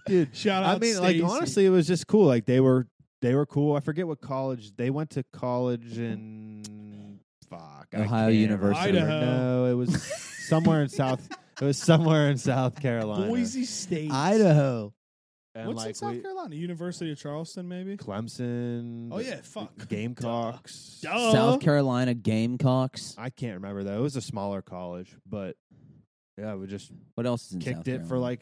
Speaker 2: dude.
Speaker 3: Shout
Speaker 2: I
Speaker 3: out,
Speaker 2: mean,
Speaker 3: Stacy.
Speaker 2: like honestly, it was just cool. Like they were they were cool. I forget what college they went to. College in fuck I
Speaker 1: Ohio
Speaker 2: can't
Speaker 1: University.
Speaker 2: remember.
Speaker 3: Idaho.
Speaker 2: No, it was somewhere in South. It was somewhere in South Carolina.
Speaker 3: Boise State,
Speaker 1: Idaho.
Speaker 2: And
Speaker 3: What's in
Speaker 2: like
Speaker 3: South
Speaker 2: we-
Speaker 3: Carolina? University of Charleston, maybe.
Speaker 2: Clemson.
Speaker 3: Oh yeah, fuck.
Speaker 2: Gamecocks.
Speaker 3: Duh.
Speaker 1: South Carolina Gamecocks.
Speaker 2: I can't remember though. It was a smaller college, but yeah, we just
Speaker 1: What else is in South
Speaker 2: kicked it for
Speaker 1: Carolina?
Speaker 2: like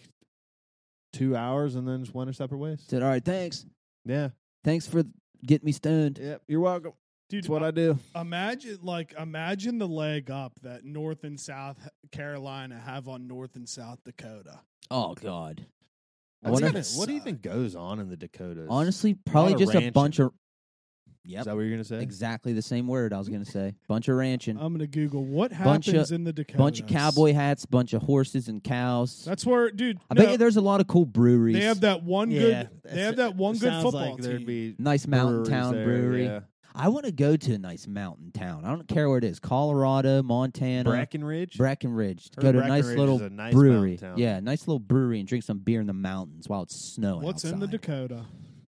Speaker 2: two hours and then just went our separate ways.
Speaker 1: Said, all right, thanks.
Speaker 2: Yeah.
Speaker 1: Thanks for getting me stoned.
Speaker 2: Yep. You're welcome.
Speaker 3: Dude,
Speaker 2: That's what I do.
Speaker 3: imagine like imagine the leg up that North and South Carolina have on North and South Dakota.
Speaker 1: Oh God. I
Speaker 2: What,
Speaker 1: wonder
Speaker 2: do you
Speaker 3: if-
Speaker 2: think- what do you think goes on in the Dakotas?
Speaker 1: Honestly, probably
Speaker 2: of
Speaker 1: just a
Speaker 2: ranching.
Speaker 1: bunch of.
Speaker 2: is
Speaker 1: Yep.
Speaker 2: that what you're gonna say?
Speaker 1: Exactly the same word I was gonna say. Bunch of ranching.
Speaker 3: I'm gonna Google what
Speaker 1: Bunch of-
Speaker 3: happens in the Dakotas.
Speaker 1: bunch of cowboy hats. Bunch of horses and cows.
Speaker 3: That's where, dude.
Speaker 1: I
Speaker 3: no,
Speaker 1: bet you there's a lot of cool breweries.
Speaker 3: they have that one
Speaker 2: Yeah,
Speaker 3: good. They have that one good
Speaker 2: Sounds
Speaker 3: football
Speaker 2: like there'd
Speaker 3: team.
Speaker 2: be
Speaker 1: nice mountain
Speaker 2: breweries
Speaker 1: town
Speaker 2: there,
Speaker 1: brewery.
Speaker 2: yeah.
Speaker 1: I want to go to a nice mountain town. I don't care where it is. Colorado, Montana,
Speaker 2: Brackenridge.
Speaker 1: Brackenridge.
Speaker 2: Heard
Speaker 1: go to a nice
Speaker 2: Brackenridge
Speaker 1: little
Speaker 2: is a nice
Speaker 1: brewery.
Speaker 2: mountain town.
Speaker 1: Yeah, nice little brewery and drink some beer in the mountains while it's snowing.
Speaker 3: What's in the
Speaker 1: outside.
Speaker 3: Dakota?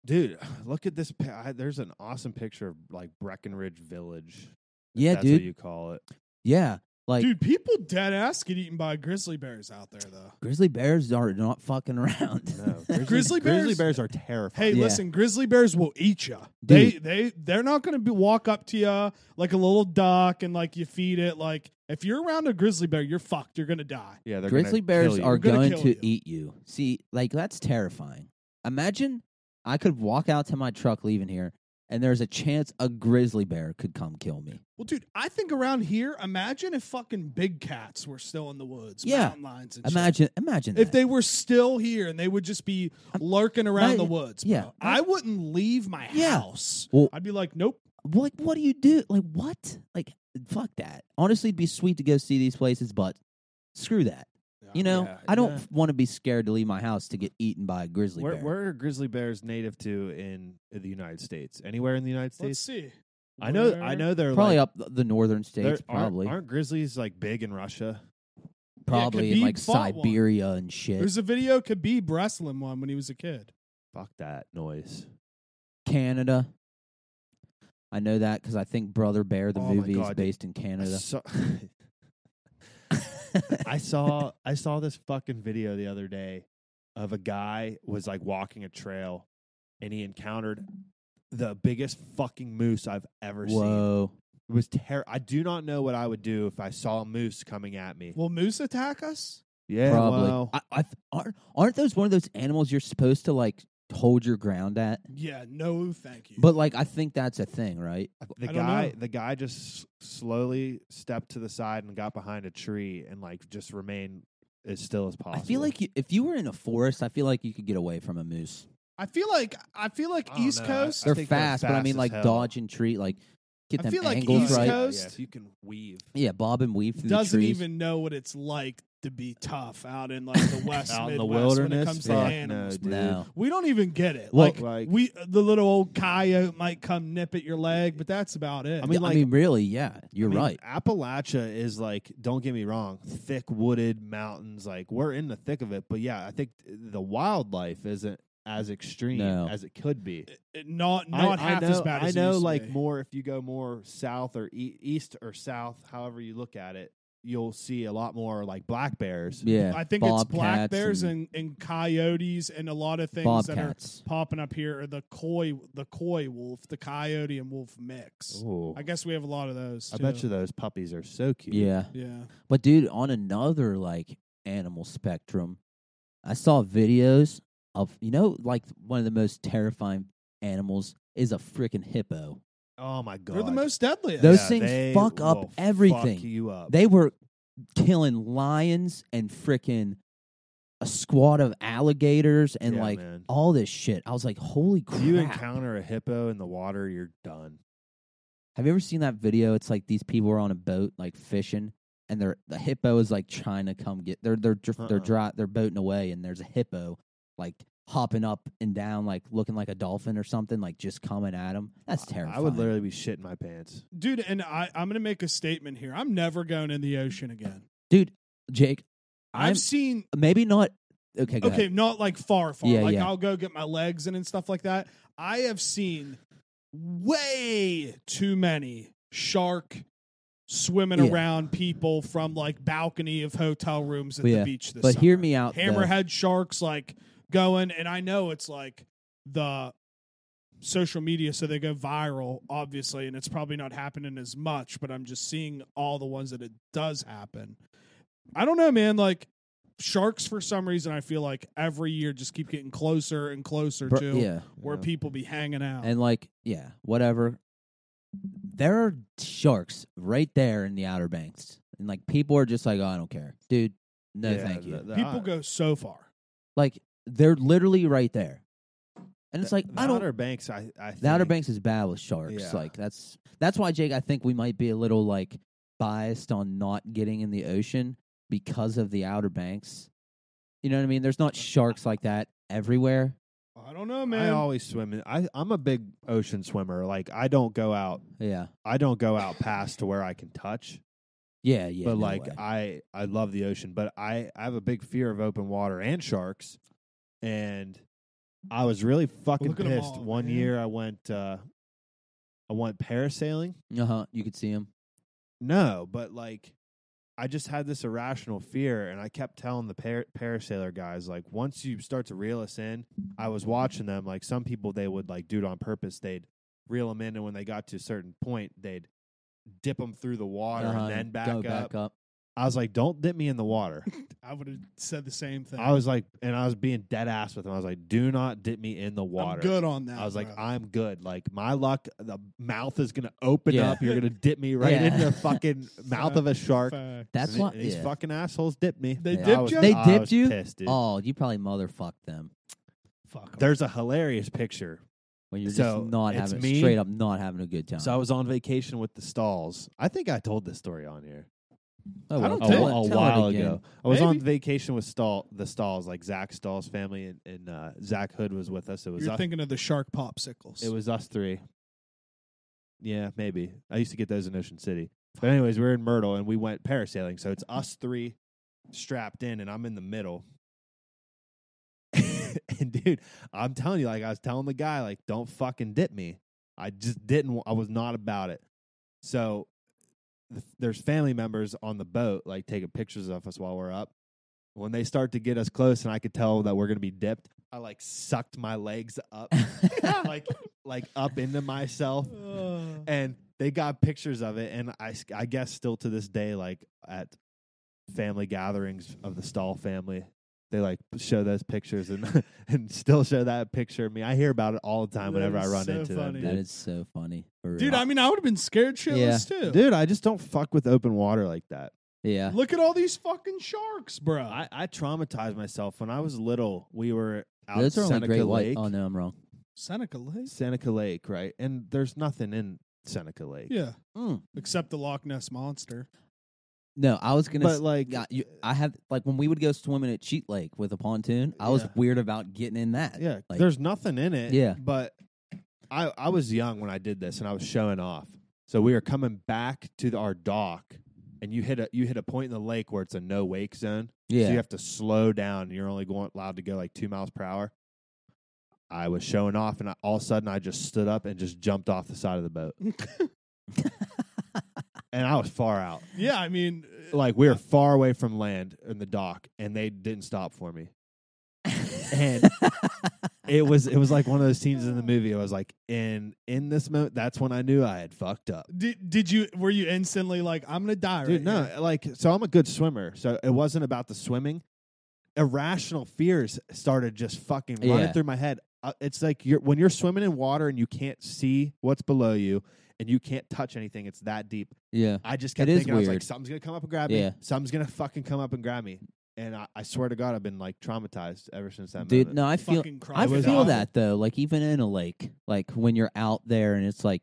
Speaker 2: Dude, look at this. pi- I, there's an awesome picture of like Breckenridge Village. if
Speaker 1: Yeah,
Speaker 2: that's
Speaker 1: dude.
Speaker 2: what you call it.
Speaker 1: yeah, like
Speaker 3: Dude, people dead ass get eaten by grizzly bears out there though.
Speaker 1: grizzly bears are not fucking around.
Speaker 2: No, grizzly,
Speaker 3: Grizzly
Speaker 2: grizzly
Speaker 3: bears-
Speaker 2: bears are terrifying.
Speaker 3: Hey,
Speaker 1: Yeah.
Speaker 3: listen, grizzly bears will eat you. They
Speaker 1: Dude.
Speaker 3: they they're not going to be walk up to you like a little duck and like you feed it. Like if you're around a grizzly bear, you're fucked. You're gonna die.
Speaker 2: yeah, they're gonna
Speaker 1: grizzly
Speaker 2: kill
Speaker 1: bears
Speaker 2: you.
Speaker 1: are
Speaker 3: They're
Speaker 1: going
Speaker 3: gonna kill
Speaker 1: to
Speaker 3: you.
Speaker 1: eat you. See, like that's terrifying. Imagine I could walk out to my truck leaving here, and there's a chance a grizzly bear could come kill me.
Speaker 3: Well, dude, I think around here, imagine if fucking big cats were still in the woods,
Speaker 1: Yeah.
Speaker 3: mountain lions, and shit.
Speaker 1: Imagine, imagine
Speaker 3: If
Speaker 1: that.
Speaker 3: they were still here and they would just be lurking around the
Speaker 1: Imagine-
Speaker 3: woods,
Speaker 1: yeah.
Speaker 3: bro. I wouldn't leave my
Speaker 1: Yeah.
Speaker 3: house.
Speaker 1: Well-
Speaker 3: I'd be like, nope.
Speaker 1: what what do you do? Like what? Like fuck that. Honestly, it'd be sweet to go see these places, but screw that. You know,
Speaker 2: Yeah,
Speaker 1: I don't
Speaker 2: yeah.
Speaker 1: want to be scared to leave my house to get eaten by a grizzly
Speaker 2: Where,
Speaker 1: bear.
Speaker 2: where are grizzly bears native to in the United States? Anywhere in the United
Speaker 3: Let's
Speaker 2: States?
Speaker 3: see.
Speaker 2: I know,
Speaker 3: Where-
Speaker 2: I know they're
Speaker 1: probably
Speaker 2: like,
Speaker 1: up th- the northern
Speaker 2: they're-
Speaker 1: states, probably,
Speaker 2: Aren't, aren't grizzlies like big in Russia?
Speaker 1: probably in
Speaker 3: Khabib
Speaker 1: like
Speaker 3: fought one.
Speaker 1: Siberia and shit.
Speaker 3: There's a video Khabib wrestling one when he was a kid.
Speaker 2: Fuck that noise.
Speaker 1: Canada. I know that because I think Brother Bear the
Speaker 2: Oh my
Speaker 1: movie
Speaker 2: God,
Speaker 1: is
Speaker 2: dude.
Speaker 1: based in
Speaker 2: I
Speaker 1: Canada.
Speaker 2: saw, I saw I saw this fucking video the other day of a guy was like walking a trail and he encountered the biggest fucking moose I've ever seen.
Speaker 1: Whoa!
Speaker 2: It was terror. I do not know what I would do if I saw a moose coming at me.
Speaker 3: Will moose attack us?
Speaker 2: yeah,
Speaker 1: probably.
Speaker 2: well,
Speaker 1: I, I, aren't aren't those one of those animals you're supposed to like hold your ground at?
Speaker 3: Yeah, no, thank you.
Speaker 1: But like, I think that's a thing, right?
Speaker 2: the
Speaker 3: I don't
Speaker 2: guy
Speaker 3: know.
Speaker 2: the guy just s- slowly stepped to the side and got behind a tree and like just remained as still as possible.
Speaker 1: I feel like you, if you were in a forest, I feel like you could get away from a moose.
Speaker 3: I feel like I feel like
Speaker 2: I don't
Speaker 3: East
Speaker 2: know.
Speaker 3: Coast.
Speaker 1: They're
Speaker 2: think they're
Speaker 1: fast, but I
Speaker 2: fast
Speaker 1: mean,
Speaker 2: as
Speaker 1: like
Speaker 2: hell.
Speaker 1: dodge and tree, like get
Speaker 3: I
Speaker 1: them
Speaker 3: feel like
Speaker 1: angles
Speaker 3: East
Speaker 1: right.
Speaker 3: Coast-
Speaker 2: if you can weave
Speaker 1: Yeah, bob and weave through
Speaker 3: doesn't
Speaker 1: the trees.
Speaker 3: even know what it's like to be tough out in like the west
Speaker 2: out
Speaker 3: Midwest
Speaker 2: in the wilderness,
Speaker 3: when it comes to
Speaker 2: fuck
Speaker 3: animals.
Speaker 2: no, dude.
Speaker 1: No.
Speaker 3: We don't even get it.
Speaker 1: Well,
Speaker 3: like,
Speaker 2: like-
Speaker 3: we, the little old coyote might come nip at your leg, but that's about it.
Speaker 2: I mean, like-
Speaker 1: really, yeah, you're
Speaker 2: I mean,
Speaker 1: right.
Speaker 2: Appalachia is like, don't get me wrong, thick wooded mountains. Like we're in the thick of it, but yeah, I think the wildlife isn't as extreme
Speaker 1: No.
Speaker 2: as it could be.
Speaker 3: It- Not Uh, not
Speaker 2: I,
Speaker 3: half
Speaker 2: I know,
Speaker 3: as bad as
Speaker 2: I
Speaker 3: it
Speaker 2: know,
Speaker 3: used to
Speaker 2: like
Speaker 3: be.
Speaker 2: more if you go more south or e- east or south, however you look at it, you'll see a lot more like black bears.
Speaker 1: Yeah,
Speaker 3: I think it's black
Speaker 1: bobcats
Speaker 3: bears and, and coyotes and a lot of things that are
Speaker 1: bobcats.
Speaker 3: popping up here are the coy the coy wolf, the coyote and wolf mix.
Speaker 2: Ooh.
Speaker 3: I guess we have a lot of those.
Speaker 2: I
Speaker 3: too.
Speaker 2: bet you those puppies are so cute.
Speaker 1: Yeah,
Speaker 3: Yeah.
Speaker 1: but dude, on another like animal spectrum, I saw videos of you know like one of the most terrifying animals is a freaking hippo.
Speaker 2: Oh my god,
Speaker 3: They're the most deadliest.
Speaker 1: Those
Speaker 2: Yeah,
Speaker 1: things
Speaker 2: they
Speaker 1: fuck up
Speaker 2: will fuck
Speaker 1: everything.
Speaker 2: you up.
Speaker 1: They were killing lions and freaking a squad of alligators and
Speaker 2: Yeah,
Speaker 1: like
Speaker 2: man.
Speaker 1: all this shit. I was like, holy crap!
Speaker 2: If you encounter a hippo in the water, you're done.
Speaker 1: Have you ever seen that video? It's like these people are on a boat, like fishing, and they're the hippo is like trying to come get. They're they're dr- they're
Speaker 2: Uh-uh.
Speaker 1: dry. They're boating away, and there's a hippo like hopping up and down, like looking like a dolphin or something, like just coming at them. That's
Speaker 2: I-
Speaker 1: terrifying.
Speaker 2: I would literally be shitting my pants.
Speaker 3: Dude, and I, I'm gonna make a statement here. I'm never going in the ocean again.
Speaker 1: dude, Jake.
Speaker 3: i
Speaker 1: I'm
Speaker 3: have seen
Speaker 1: maybe not. Okay, go
Speaker 3: okay,
Speaker 1: ahead.
Speaker 3: not like far, far.
Speaker 1: Yeah,
Speaker 3: like
Speaker 1: yeah.
Speaker 3: I'll go get my legs in and stuff like that. I have seen way too many shark swimming
Speaker 1: Yeah.
Speaker 3: around people from like balcony of hotel rooms at
Speaker 1: But
Speaker 3: the
Speaker 1: yeah,
Speaker 3: beach. This
Speaker 1: but hear
Speaker 3: summer.
Speaker 1: me out. though.
Speaker 3: hammerhead sharks like going, and I know it's like the social media, so they go viral, obviously, and it's probably not happening as much. But I'm just seeing all the ones that it does happen. I don't know, man. Like sharks, for some reason, I feel like every year just keep getting closer and closer
Speaker 1: Br-
Speaker 3: to
Speaker 1: yeah,
Speaker 3: where
Speaker 2: Yeah.
Speaker 3: people be hanging
Speaker 2: Oh.
Speaker 3: out.
Speaker 1: and like yeah, whatever. There are sharks right there in the Outer Banks, and like people are just like, oh, I don't care, dude. No,
Speaker 2: Yeah,
Speaker 1: thank you.
Speaker 2: the- the-
Speaker 3: people
Speaker 2: I-
Speaker 3: go so far.
Speaker 1: Like they're literally right there, and it's
Speaker 2: the-
Speaker 1: like
Speaker 2: the
Speaker 1: I don't.
Speaker 2: Outer Banks. I, I
Speaker 1: the Outer
Speaker 2: think-
Speaker 1: Banks is bad with sharks.
Speaker 2: Yeah.
Speaker 1: Like that's that's why Jake. I think we might be a little like biased on not getting in the ocean because of the Outer Banks. You know what I mean?
Speaker 2: Uh,
Speaker 1: There's not sharks like that everywhere.
Speaker 3: I don't know,
Speaker 2: I
Speaker 3: man.
Speaker 2: always swim. In, I I'm a big ocean swimmer. Like I don't go out.
Speaker 1: Yeah,
Speaker 2: I don't go out past to where I can touch.
Speaker 1: yeah, yeah.
Speaker 2: but
Speaker 1: no
Speaker 2: like
Speaker 1: way.
Speaker 2: I I love the ocean, but I I have a big fear of open water and sharks, and I was really fucking
Speaker 3: look at 'em
Speaker 2: pissed.
Speaker 3: all,
Speaker 2: One
Speaker 3: man.
Speaker 2: year I went uh I went parasailing.
Speaker 1: uh huh. You could see him.
Speaker 2: No, but like I just had this irrational fear, and I kept telling the par- parasailer guys like once you start to reel us in, I was watching them like some people they would like do it on purpose. They'd reel them in, and when they got to a certain point, they'd dip them through the water and then back
Speaker 1: Uh-huh, go
Speaker 2: up.
Speaker 1: back up.
Speaker 2: I was like, "Don't dip me in the water."
Speaker 3: I would have said the same thing.
Speaker 2: I was like, and I was being dead ass with him. I was like, "Do not dip me in the water."
Speaker 3: I'm good on that.
Speaker 2: I was like,
Speaker 3: bro.
Speaker 2: I'm good. Like my luck, the mouth is gonna open
Speaker 1: Yeah.
Speaker 2: up. You're gonna dip me right
Speaker 1: Yeah.
Speaker 2: in the fucking mouth of a shark.
Speaker 3: Fact.
Speaker 1: That's
Speaker 2: And
Speaker 1: why.
Speaker 2: these
Speaker 1: yeah.
Speaker 2: fucking assholes dipped me.
Speaker 3: They
Speaker 1: Yeah.
Speaker 2: I
Speaker 3: dipped
Speaker 2: was-
Speaker 3: you.
Speaker 1: They
Speaker 2: I
Speaker 1: dipped
Speaker 2: was
Speaker 1: you?
Speaker 2: pissed, dude.
Speaker 1: Oh, you probably motherfucked them
Speaker 3: Fuck 'em.
Speaker 2: There's a hilarious picture.
Speaker 1: when you're
Speaker 2: So,
Speaker 1: just not
Speaker 2: it's
Speaker 1: having
Speaker 2: me.
Speaker 1: straight up not having a good time.
Speaker 2: So I was on vacation with the stalls. I think I told this story on here
Speaker 1: oh,
Speaker 3: I
Speaker 1: well,
Speaker 3: don't
Speaker 2: a,
Speaker 1: tell it-
Speaker 2: wh- a
Speaker 1: tell it
Speaker 2: while
Speaker 1: again.
Speaker 2: ago. I was on
Speaker 3: Maybe.
Speaker 2: vacation with stall the stalls, like Zach Stall's family, and, and uh, Zach Hood was with us. It was
Speaker 3: You're
Speaker 2: us,
Speaker 3: thinking of the shark popsicles.
Speaker 2: It was us three. Yeah, maybe. I used to get those in Ocean City. But anyways, we were in Myrtle and we went parasailing. So it's us three strapped in and I'm in the middle. and dude, I'm telling you, like I was telling the guy, like, don't fucking dip me. I just didn't wa- I was not about it. So th- there's family members on the boat, like taking pictures of us while we're up. When they start to get us close and I could tell that we're gonna be dipped, I like sucked my legs up like like up into myself
Speaker 3: Uh,
Speaker 2: and they got pictures of it and i s- I guess still to this day like at family gatherings of the stall family they like show those pictures and and still show that picture of me i hear about it all the time
Speaker 3: That
Speaker 2: whenever i
Speaker 3: is
Speaker 2: run
Speaker 3: so
Speaker 2: into
Speaker 3: funny.
Speaker 1: That
Speaker 2: them
Speaker 1: is so funny. for
Speaker 3: dude,
Speaker 1: real.
Speaker 3: I mean, I would have been scared shitless
Speaker 2: dude.
Speaker 3: too.
Speaker 2: dude i just don't fuck with open water like that
Speaker 1: yeah.
Speaker 3: Look at all these fucking sharks, bro.
Speaker 2: i i traumatized myself when i was little we were out
Speaker 1: Those are only
Speaker 2: seneca
Speaker 1: great
Speaker 2: lake
Speaker 1: white. Oh no, I'm wrong.
Speaker 3: Seneca Lake.
Speaker 2: seneca lake right and there's nothing in seneca lake
Speaker 3: Yeah,
Speaker 2: Hmm.
Speaker 1: Mm.
Speaker 3: except the Loch Ness monster.
Speaker 1: No, I was gonna.
Speaker 2: but
Speaker 1: s-
Speaker 2: like
Speaker 1: yeah, you, I have like when we would go swimming at Cheat Lake with a pontoon. I was
Speaker 2: Yeah.
Speaker 1: weird about getting in that.
Speaker 2: Yeah,
Speaker 1: like-
Speaker 2: there's nothing in it.
Speaker 1: Yeah.
Speaker 2: but I I was young when I did this, and I was showing off. So we were coming back to the, our dock, and you hit a you hit a point in the lake where it's a no wake zone.
Speaker 1: yeah.
Speaker 2: so you have to slow down. You're only going allowed to go like two miles per hour. I was showing off, and I, all of a sudden I just stood up and just jumped off the side of the boat, and I was far out.
Speaker 3: Yeah, I mean, uh,
Speaker 2: Like we were far away from land in the dock, and they didn't stop for me. And it was it was like one of those scenes in the movie. I was like, in in this moment, that's when I knew I had fucked up.
Speaker 3: did did you were you instantly like I'm gonna die?
Speaker 2: Dude,
Speaker 3: right
Speaker 2: no,
Speaker 3: here?
Speaker 2: like so I'm a good swimmer, so it wasn't about the swimming. Irrational fears started just fucking running
Speaker 1: Yeah.
Speaker 2: through my head. Uh, it's like you're when you're swimming in water and you can't see what's below you and you can't touch anything. It's that deep.
Speaker 1: yeah.
Speaker 2: I just kept
Speaker 1: It is
Speaker 2: thinking I was like,
Speaker 1: weird.
Speaker 2: something's gonna come up and grab
Speaker 1: Yeah.
Speaker 2: me. Something's gonna fucking come up and grab me. And I, I swear to God, I've been like traumatized ever since that
Speaker 1: Dude,
Speaker 2: moment.
Speaker 1: no, I feel
Speaker 3: Fucking cry.
Speaker 1: I
Speaker 2: It was
Speaker 1: feel
Speaker 2: awful.
Speaker 1: that though. Like even in a lake, like when you're out there and it's like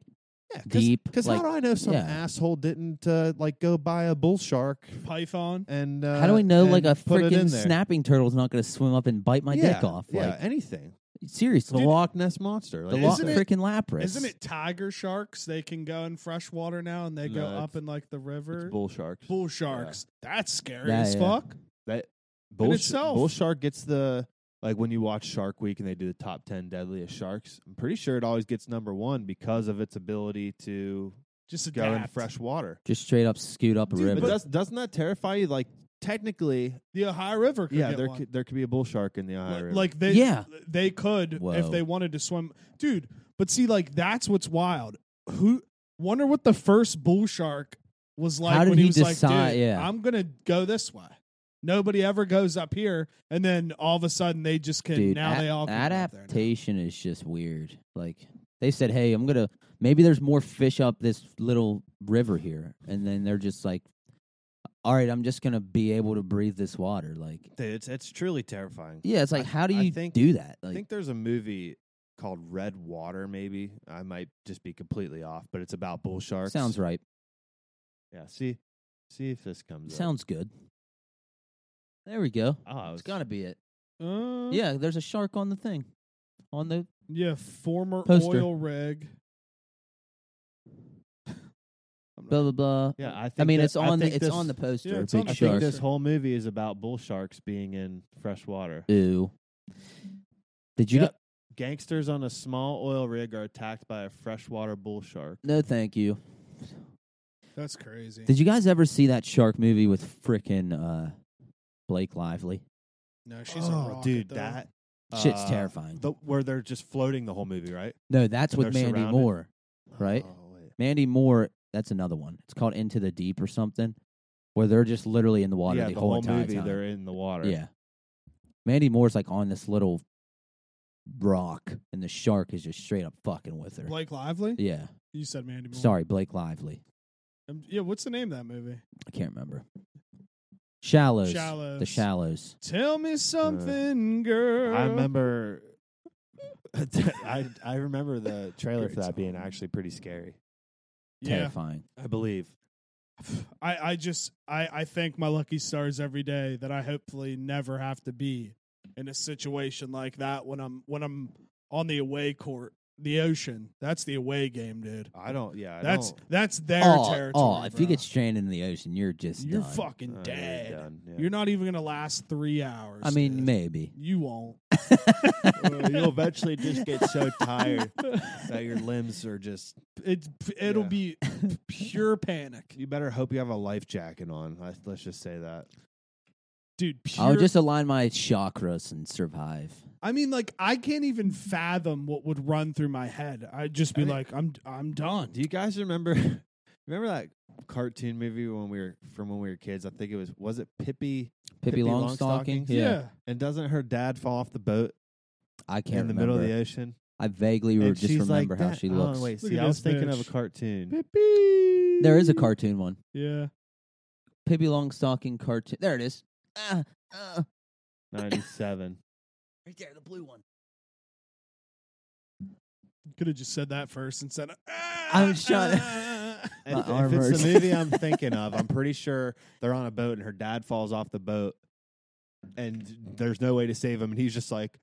Speaker 2: Yeah, cause,
Speaker 1: deep,
Speaker 2: Because
Speaker 1: like-
Speaker 2: how do I know some
Speaker 1: yeah.
Speaker 2: asshole didn't uh, like go buy a bull shark
Speaker 3: Python.
Speaker 2: and uh,
Speaker 1: how do we know
Speaker 2: and
Speaker 1: like a
Speaker 2: put it in
Speaker 1: freaking
Speaker 2: there?
Speaker 1: snapping turtle's not going to swim up and bite my
Speaker 2: yeah,
Speaker 1: dick off?
Speaker 2: Yeah,
Speaker 1: Like
Speaker 2: anything.
Speaker 1: seriously,
Speaker 2: The
Speaker 1: the,
Speaker 2: Loch Ness monster.
Speaker 1: the
Speaker 2: Like,
Speaker 1: lo-
Speaker 2: isn't it-
Speaker 1: freaking lapras.
Speaker 3: Isn't it tiger sharks? They can go in fresh water now, and they
Speaker 2: No,
Speaker 3: go
Speaker 2: it's-
Speaker 3: up in like the river.
Speaker 2: it's
Speaker 3: Bull,
Speaker 2: bull sharks.
Speaker 3: sharks. That's scary
Speaker 1: Yeah,
Speaker 3: as
Speaker 1: yeah.
Speaker 3: fuck.
Speaker 2: that bull, sh-
Speaker 3: itself.
Speaker 2: bull shark gets the like when you watch Shark Week and they do the top ten deadliest sharks. I'm pretty sure it always gets number one because of its ability to
Speaker 3: Just
Speaker 2: go in
Speaker 3: adapt.
Speaker 2: fresh water.
Speaker 1: Just straight up scoot up a
Speaker 3: Dude,
Speaker 1: river.
Speaker 2: But, does, doesn't that terrify you? Like technically,
Speaker 3: The Ohio River. Could
Speaker 2: yeah,
Speaker 3: get
Speaker 2: there
Speaker 3: one.
Speaker 2: could, there could be a bull shark in the Ohio
Speaker 3: Li-
Speaker 2: River.
Speaker 3: Like they,
Speaker 1: Yeah.
Speaker 3: they could if
Speaker 1: Whoa.
Speaker 3: they wanted to swim, dude. But see, like that's what's wild. Who wonder what the first bull shark was like
Speaker 1: How did
Speaker 3: when he,
Speaker 1: he
Speaker 3: was like,
Speaker 1: decide-
Speaker 3: dude,
Speaker 1: yeah.
Speaker 3: I'm gonna go this way. Nobody ever goes up here, and then all of a sudden they just can.
Speaker 1: Dude,
Speaker 3: now
Speaker 1: a-
Speaker 3: they all can go up there now.
Speaker 1: adaptation is just weird. Like they said, hey, I'm gonna maybe there's more fish up this little river here, and then they're just like, all right, I'm just gonna be able to breathe this water. Like,
Speaker 2: Dude, it's it's truly terrifying.
Speaker 1: yeah, it's like
Speaker 2: I-
Speaker 1: how do
Speaker 2: I
Speaker 1: you
Speaker 2: think-
Speaker 1: do that?
Speaker 2: I
Speaker 1: Like,
Speaker 2: think there's a movie called Red Water. Maybe I might just be completely off, but it's about bull sharks.
Speaker 1: sounds right.
Speaker 2: Yeah. See, see if this comes. up.
Speaker 1: Sounds good. There we go.
Speaker 2: Oh, I was-
Speaker 1: It's gotta be it.
Speaker 3: Uh,
Speaker 1: Yeah, there's a shark on the thing, on the
Speaker 3: yeah. Former
Speaker 1: Poster.
Speaker 3: oil rig.
Speaker 1: blah blah blah.
Speaker 2: Yeah, I. Think
Speaker 1: I mean,
Speaker 2: that-
Speaker 1: it's on the
Speaker 2: think
Speaker 1: it's
Speaker 2: this-
Speaker 1: on the poster.
Speaker 3: Yeah, it's
Speaker 1: big
Speaker 3: on
Speaker 2: I
Speaker 3: the
Speaker 1: shark.
Speaker 2: think
Speaker 3: poster.
Speaker 2: this whole movie is about bull sharks being in fresh water.
Speaker 1: Ew. Did you?
Speaker 2: Yep. Gangsters on a small oil rig are attacked by a freshwater bull shark.
Speaker 1: Go- no, thank you.
Speaker 3: That's crazy.
Speaker 1: Did you guys ever see that shark movie with frickin' uh, Blake Lively?
Speaker 3: no, she's a
Speaker 2: oh,
Speaker 3: rocket,
Speaker 2: dude,
Speaker 3: though.
Speaker 2: that
Speaker 1: Shit's
Speaker 2: uh,
Speaker 1: terrifying.
Speaker 2: The, where they're just floating the whole movie, right?
Speaker 1: no, that's
Speaker 2: when
Speaker 1: with
Speaker 2: they're
Speaker 1: Mandy
Speaker 2: surrounded?
Speaker 1: Moore. Right.
Speaker 2: Oh, wait.
Speaker 1: Mandy Moore, that's another one. It's called Into the Deep or something, where they're just literally in the water
Speaker 2: yeah,
Speaker 1: the,
Speaker 2: the whole
Speaker 1: entire
Speaker 2: movie
Speaker 1: time.
Speaker 2: they're in the water.
Speaker 1: Yeah. Mandy Moore's like on this little rock, and the shark is just straight up fucking with her.
Speaker 3: Blake Lively.
Speaker 1: yeah.
Speaker 3: You said Mandy Moore.
Speaker 1: Sorry, Blake Lively.
Speaker 3: Um, yeah. What's the name of that movie?
Speaker 1: I can't remember. Shallows.
Speaker 3: Shallows.
Speaker 1: The Shallows.
Speaker 3: Tell me something, girl.
Speaker 2: Uh, I remember. I I remember the trailer for
Speaker 3: Great
Speaker 2: that being
Speaker 3: song.
Speaker 2: actually pretty scary.
Speaker 3: Yeah.
Speaker 1: Terrifying.
Speaker 2: I believe.
Speaker 3: I, I just I, I thank my lucky stars every day that I hopefully never have to be in a situation like that when I'm when I'm on the away court. The ocean. That's the away game, dude.
Speaker 2: I don't. Yeah, I
Speaker 3: That's
Speaker 2: don't-
Speaker 3: that's their
Speaker 1: Oh,
Speaker 3: territory.
Speaker 1: oh, if you
Speaker 3: bro.
Speaker 1: get stranded in the ocean, you're just
Speaker 3: you're
Speaker 1: done.
Speaker 2: uh,
Speaker 3: fucking
Speaker 2: you're
Speaker 3: dead. You're,
Speaker 2: done, yeah.
Speaker 3: not even gonna last three hours.
Speaker 1: I mean,
Speaker 3: dude.
Speaker 1: maybe.
Speaker 3: you won't.
Speaker 2: Uh, you'll eventually just get so tired that your limbs are just.
Speaker 3: It it'll
Speaker 2: Yeah.
Speaker 3: be pure panic,
Speaker 2: You better hope you have a life jacket on. I- Let's just say that.
Speaker 3: dude. Pure.
Speaker 1: I'll just align my chakras and survive.
Speaker 3: I mean, like I can't even fathom what would run through my head. I'd just be
Speaker 2: I mean-
Speaker 3: like, I'm I'm done.
Speaker 2: Do you guys remember? Remember that cartoon movie when we were from when we were kids? I think it was was it Pippi?
Speaker 1: Pippi,
Speaker 2: Pippi
Speaker 1: Longstocking.
Speaker 2: Longstocking?
Speaker 1: Yeah.
Speaker 2: And doesn't her dad fall off the boat
Speaker 1: I can't
Speaker 2: in the
Speaker 1: remember.
Speaker 2: middle of the ocean?
Speaker 1: I vaguely re-
Speaker 2: and
Speaker 1: just
Speaker 2: she's
Speaker 1: remember
Speaker 2: like
Speaker 1: how
Speaker 2: that-
Speaker 1: she
Speaker 2: oh,
Speaker 1: looks.
Speaker 2: wait,
Speaker 3: Look
Speaker 2: see,
Speaker 3: at
Speaker 2: I was
Speaker 3: this
Speaker 2: thinking of a
Speaker 3: bitch.
Speaker 2: cartoon.
Speaker 3: Pippi.
Speaker 1: There is a cartoon one.
Speaker 3: Yeah.
Speaker 1: Pippi Longstocking cartoon. There it is. Ah, ah,
Speaker 2: Ninety-seven.
Speaker 1: right there, the blue one.
Speaker 3: Could have just said that first and said, "Ah,
Speaker 1: I'm trying
Speaker 2: If,
Speaker 1: My
Speaker 2: if
Speaker 1: arm
Speaker 2: it's
Speaker 1: hurts.
Speaker 2: the movie I'm thinking of, I'm pretty sure they're on a boat and her dad falls off the boat and there's no way to save him. And he's just like,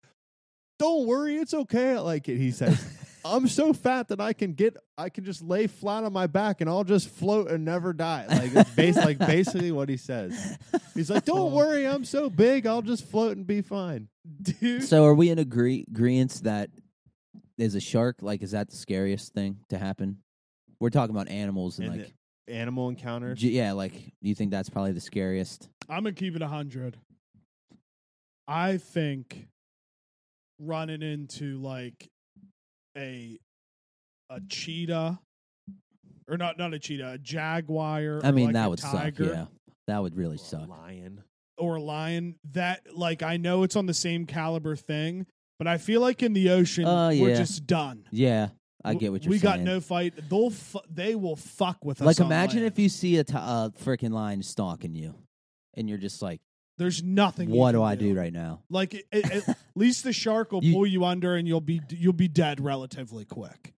Speaker 2: don't worry, it's okay. Like, and he says, I'm so fat that I can get I can just lay flat on my back and I'll just float and never die. Like it's bas- like basically what he says. He's like, "Don't worry, I'm so big, I'll just float and be fine."
Speaker 3: dude.
Speaker 1: So are we in agree- agreement that is a shark? Like, is that the scariest thing to happen? We're talking about animals and,
Speaker 2: And
Speaker 1: like,
Speaker 2: Animal encounters.
Speaker 1: j- yeah, like, do you think that's probably the scariest?
Speaker 3: I'm gonna keep it hundred. I think running into like a a cheetah, or not not a cheetah, a jaguar.
Speaker 1: I
Speaker 3: or,
Speaker 1: mean,
Speaker 3: like,
Speaker 1: that
Speaker 3: a
Speaker 1: would
Speaker 3: tiger
Speaker 1: suck. Yeah, that would really
Speaker 2: Or a
Speaker 1: suck.
Speaker 2: Lion.
Speaker 3: or lion. That like I know it's on the same caliber thing, but I feel like in the ocean
Speaker 1: Oh,
Speaker 3: we're
Speaker 1: yeah.
Speaker 3: just done.
Speaker 1: Yeah, I
Speaker 3: W-
Speaker 1: get what you're
Speaker 3: we
Speaker 1: saying.
Speaker 3: got no fight. They'll fu- they will fuck with us.
Speaker 1: Like,
Speaker 3: on
Speaker 1: imagine
Speaker 3: land.
Speaker 1: if you see a t- uh, freaking lion stalking you, and you're just like,
Speaker 3: there's nothing. you
Speaker 1: "What
Speaker 3: can
Speaker 1: do I do right now?"
Speaker 3: Like it, it, at least the shark will
Speaker 1: You-
Speaker 3: pull you under, and you'll be you'll be dead relatively quick,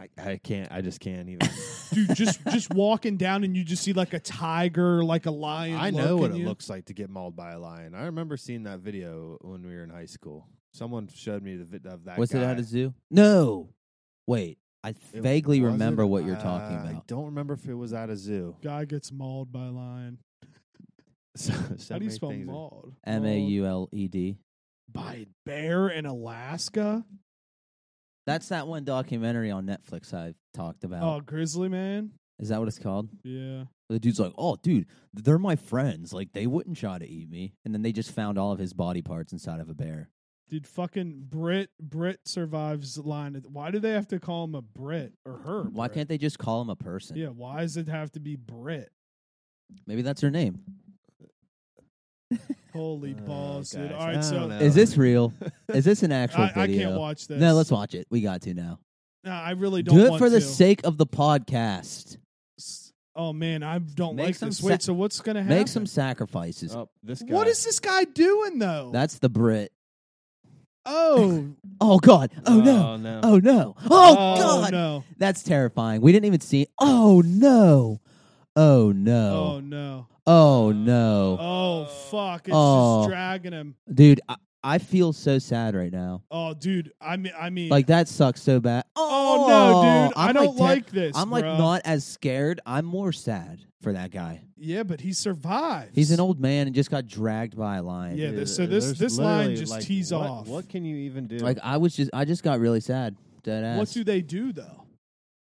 Speaker 2: I, I can't. I just can't even.
Speaker 3: dude. Just just walking down, and you just see like a tiger, like a lion.
Speaker 2: I know what it
Speaker 3: looking you.
Speaker 2: looks like to get mauled by a lion. I remember seeing that video when we were in high school. Someone showed me the video of that.
Speaker 1: Was it
Speaker 2: guy.
Speaker 1: at a zoo? No. Wait, I
Speaker 2: It
Speaker 1: vaguely
Speaker 2: wasn't-
Speaker 1: remember what you're talking
Speaker 2: uh, I
Speaker 1: about.
Speaker 2: don't remember if it was at a zoo.
Speaker 3: Guy gets mauled by a lion.
Speaker 2: So, so
Speaker 3: How do you
Speaker 2: many
Speaker 3: spell
Speaker 2: things are-
Speaker 3: mauled?
Speaker 1: M a u l e d.
Speaker 3: By a bear in Alaska.
Speaker 1: That's that one documentary on Netflix I've talked about.
Speaker 3: Oh, grizzly man.
Speaker 1: Is that what it's called?
Speaker 3: Yeah.
Speaker 1: The dude's like, "Oh, dude, they're my friends. Like, they wouldn't try to eat me." And then they just found all of his body parts inside of a bear.
Speaker 3: Dude, fucking Brit Brit survives lion. Why do they have to call him a Brit or her?
Speaker 1: Why
Speaker 3: Brit?
Speaker 1: can't they just call him a person?
Speaker 3: Yeah, why does it have to be Brit?
Speaker 1: Maybe that's her name.
Speaker 3: Holy
Speaker 2: Oh,
Speaker 3: balls, dude.
Speaker 2: guys,
Speaker 3: All
Speaker 2: I
Speaker 3: right,
Speaker 2: don't
Speaker 3: so
Speaker 2: know.
Speaker 1: Is this real? Is this an actual
Speaker 3: I, I
Speaker 1: video?
Speaker 3: can't watch this.
Speaker 1: No, let's watch it. We got to now.
Speaker 3: No, I really don't
Speaker 1: Do it
Speaker 3: want
Speaker 1: for the
Speaker 3: to.
Speaker 1: sake of the podcast.
Speaker 3: S- Oh man, I don't
Speaker 1: Make
Speaker 3: like
Speaker 1: some
Speaker 3: this.
Speaker 1: sa-
Speaker 3: Wait, so what's gonna happen?
Speaker 1: Make some sacrifices.
Speaker 2: Oh, this guy.
Speaker 3: What is this guy doing though?
Speaker 1: That's the Brit.
Speaker 3: oh,
Speaker 1: Oh God. Oh no.
Speaker 2: no!
Speaker 1: Oh no. Oh,
Speaker 3: oh
Speaker 1: God.
Speaker 3: no,
Speaker 1: That's terrifying. We didn't even see. Oh no. Oh
Speaker 3: oh
Speaker 1: no.
Speaker 3: no,
Speaker 1: Oh, no.
Speaker 3: oh fuck! It's
Speaker 1: Oh.
Speaker 3: just dragging him.
Speaker 1: Dude, I, I feel so sad right now.
Speaker 3: Oh, dude, I mean, I mean,
Speaker 1: Like that sucks so bad.
Speaker 3: oh, no, dude,
Speaker 1: I'm
Speaker 3: I don't
Speaker 1: ter-
Speaker 3: like this.
Speaker 1: I'm like
Speaker 3: bruh.
Speaker 1: not as scared. I'm more sad for that guy.
Speaker 3: Yeah, but he survives.
Speaker 1: He's an old man and just got dragged by a lion.
Speaker 3: Yeah,
Speaker 2: Dude,
Speaker 3: this- so
Speaker 2: there's
Speaker 3: this- this line
Speaker 2: literally,
Speaker 3: just
Speaker 2: like,
Speaker 3: tees
Speaker 2: what-
Speaker 3: off.
Speaker 2: What can you even do?
Speaker 1: Like I was just, I just got really sad. Dead ass.
Speaker 3: What do they do though?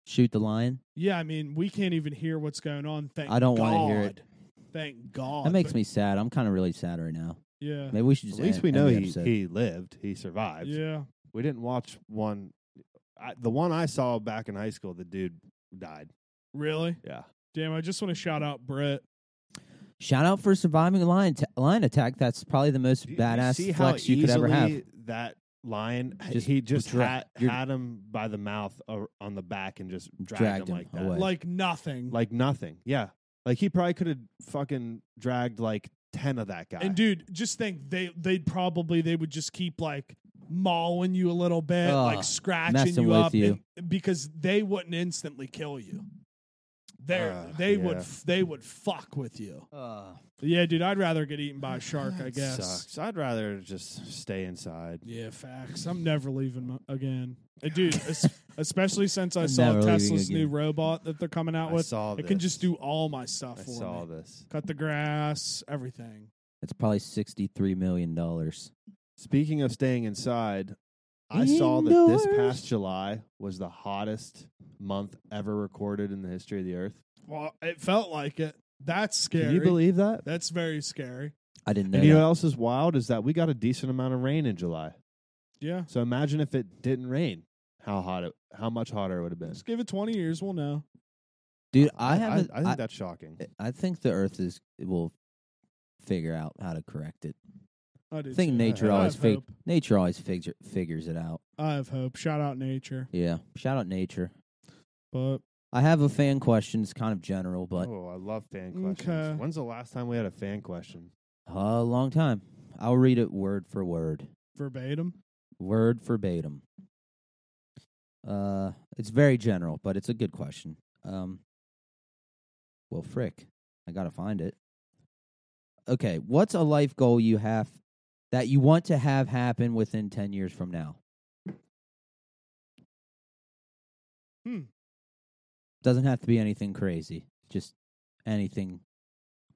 Speaker 1: Shoot the lion.
Speaker 3: Yeah, I mean, we can't even hear what's going on. Thank
Speaker 1: I don't
Speaker 3: want
Speaker 1: wanna
Speaker 3: to
Speaker 1: hear it.
Speaker 3: Thank God.
Speaker 1: That makes
Speaker 3: but-
Speaker 1: me sad. I'm kind of really sad right now.
Speaker 3: Yeah.
Speaker 1: Maybe we should
Speaker 2: At
Speaker 1: just
Speaker 2: least
Speaker 1: end-
Speaker 2: we
Speaker 1: end
Speaker 2: know
Speaker 1: the
Speaker 2: he,
Speaker 1: episode.
Speaker 2: he lived. He survived.
Speaker 3: Yeah.
Speaker 2: We didn't watch one. I, the one I saw back in high school, the dude died.
Speaker 3: Really?
Speaker 2: Yeah.
Speaker 3: Damn, I just want to shout out Brett.
Speaker 1: Shout out for surviving a lion, t- lion attack. That's probably the most
Speaker 2: Do you- you
Speaker 1: badass
Speaker 2: see how
Speaker 1: flex you could ever have.
Speaker 2: easily That lion, h-
Speaker 1: Just
Speaker 2: he just
Speaker 1: dra-
Speaker 2: had,
Speaker 1: you're-
Speaker 2: had him by the mouth or on the back and just dragged,
Speaker 1: Dragged
Speaker 2: him
Speaker 1: him
Speaker 2: like that,
Speaker 1: away. Right.
Speaker 3: Like nothing.
Speaker 2: like nothing. Yeah, like he probably could have fucking dragged like ten of that guy.
Speaker 3: and dude, just think they they'd probably they would just keep like mauling you a little bit,
Speaker 1: Ugh,
Speaker 3: like scratching
Speaker 1: messing
Speaker 3: you
Speaker 1: with
Speaker 3: up
Speaker 1: you.
Speaker 3: and- because they wouldn't instantly kill you. They
Speaker 2: Ugh,
Speaker 3: they would
Speaker 2: yeah.
Speaker 3: f- they would fuck with you.
Speaker 1: Uh,
Speaker 3: Yeah, dude, I'd rather get eaten by a shark, I
Speaker 2: That
Speaker 3: guess.
Speaker 2: sucks. I'd rather just stay inside.
Speaker 3: Yeah, facts. I'm never leaving my, again, Uh, dude. es- especially since I
Speaker 1: I'm
Speaker 3: saw
Speaker 1: never leaving
Speaker 3: Tesla's new
Speaker 1: again.
Speaker 3: robot that they're coming out
Speaker 2: I
Speaker 3: with.
Speaker 2: saw.
Speaker 3: It can
Speaker 2: this.
Speaker 3: just do all my stuff
Speaker 2: I
Speaker 3: for
Speaker 2: saw
Speaker 3: me.
Speaker 2: this.
Speaker 3: Cut the grass, everything.
Speaker 1: it's probably sixty-three million dollars.
Speaker 2: Speaking of staying inside, I saw that this past
Speaker 1: Indoors.
Speaker 2: July was the hottest month ever recorded in the history of the earth.
Speaker 3: Well, it felt like it. That's scary.
Speaker 2: Can you believe that?
Speaker 3: That's very scary.
Speaker 1: I didn't know.
Speaker 2: And you know
Speaker 1: that.
Speaker 2: what else is wild is that we got a decent amount of rain in July.
Speaker 3: Yeah.
Speaker 2: So imagine if it didn't rain, how hot it, how much hotter it would have been.
Speaker 3: Just give it 20 years, we'll know.
Speaker 1: dude. I Eh,
Speaker 2: I,
Speaker 1: haven't.
Speaker 2: I think that's shocking.
Speaker 1: I think the Earth is will figure out how to correct it.
Speaker 3: I do
Speaker 1: I think
Speaker 3: too.
Speaker 1: nature
Speaker 2: uh, I
Speaker 1: always
Speaker 3: have
Speaker 1: fig-
Speaker 3: hope.
Speaker 1: nature always figure- figures it out.
Speaker 3: I have hope. Shout out nature.
Speaker 1: Yeah. Shout out nature.
Speaker 3: But
Speaker 1: I have a fan question. It's kind of general, but
Speaker 2: oh, I love fan questions.
Speaker 3: Okay.
Speaker 2: When's the last time we had a fan question? Oh.
Speaker 1: a long time. I'll read it word for word,
Speaker 3: verbatim.
Speaker 1: word verbatim. Uh, it's very general, but it's a good question. Um, well, frick, I gotta find it. Okay, what's a life goal you have that you want to have happen within ten years from now?
Speaker 3: Hmm.
Speaker 1: Doesn't have to be anything crazy. Just anything.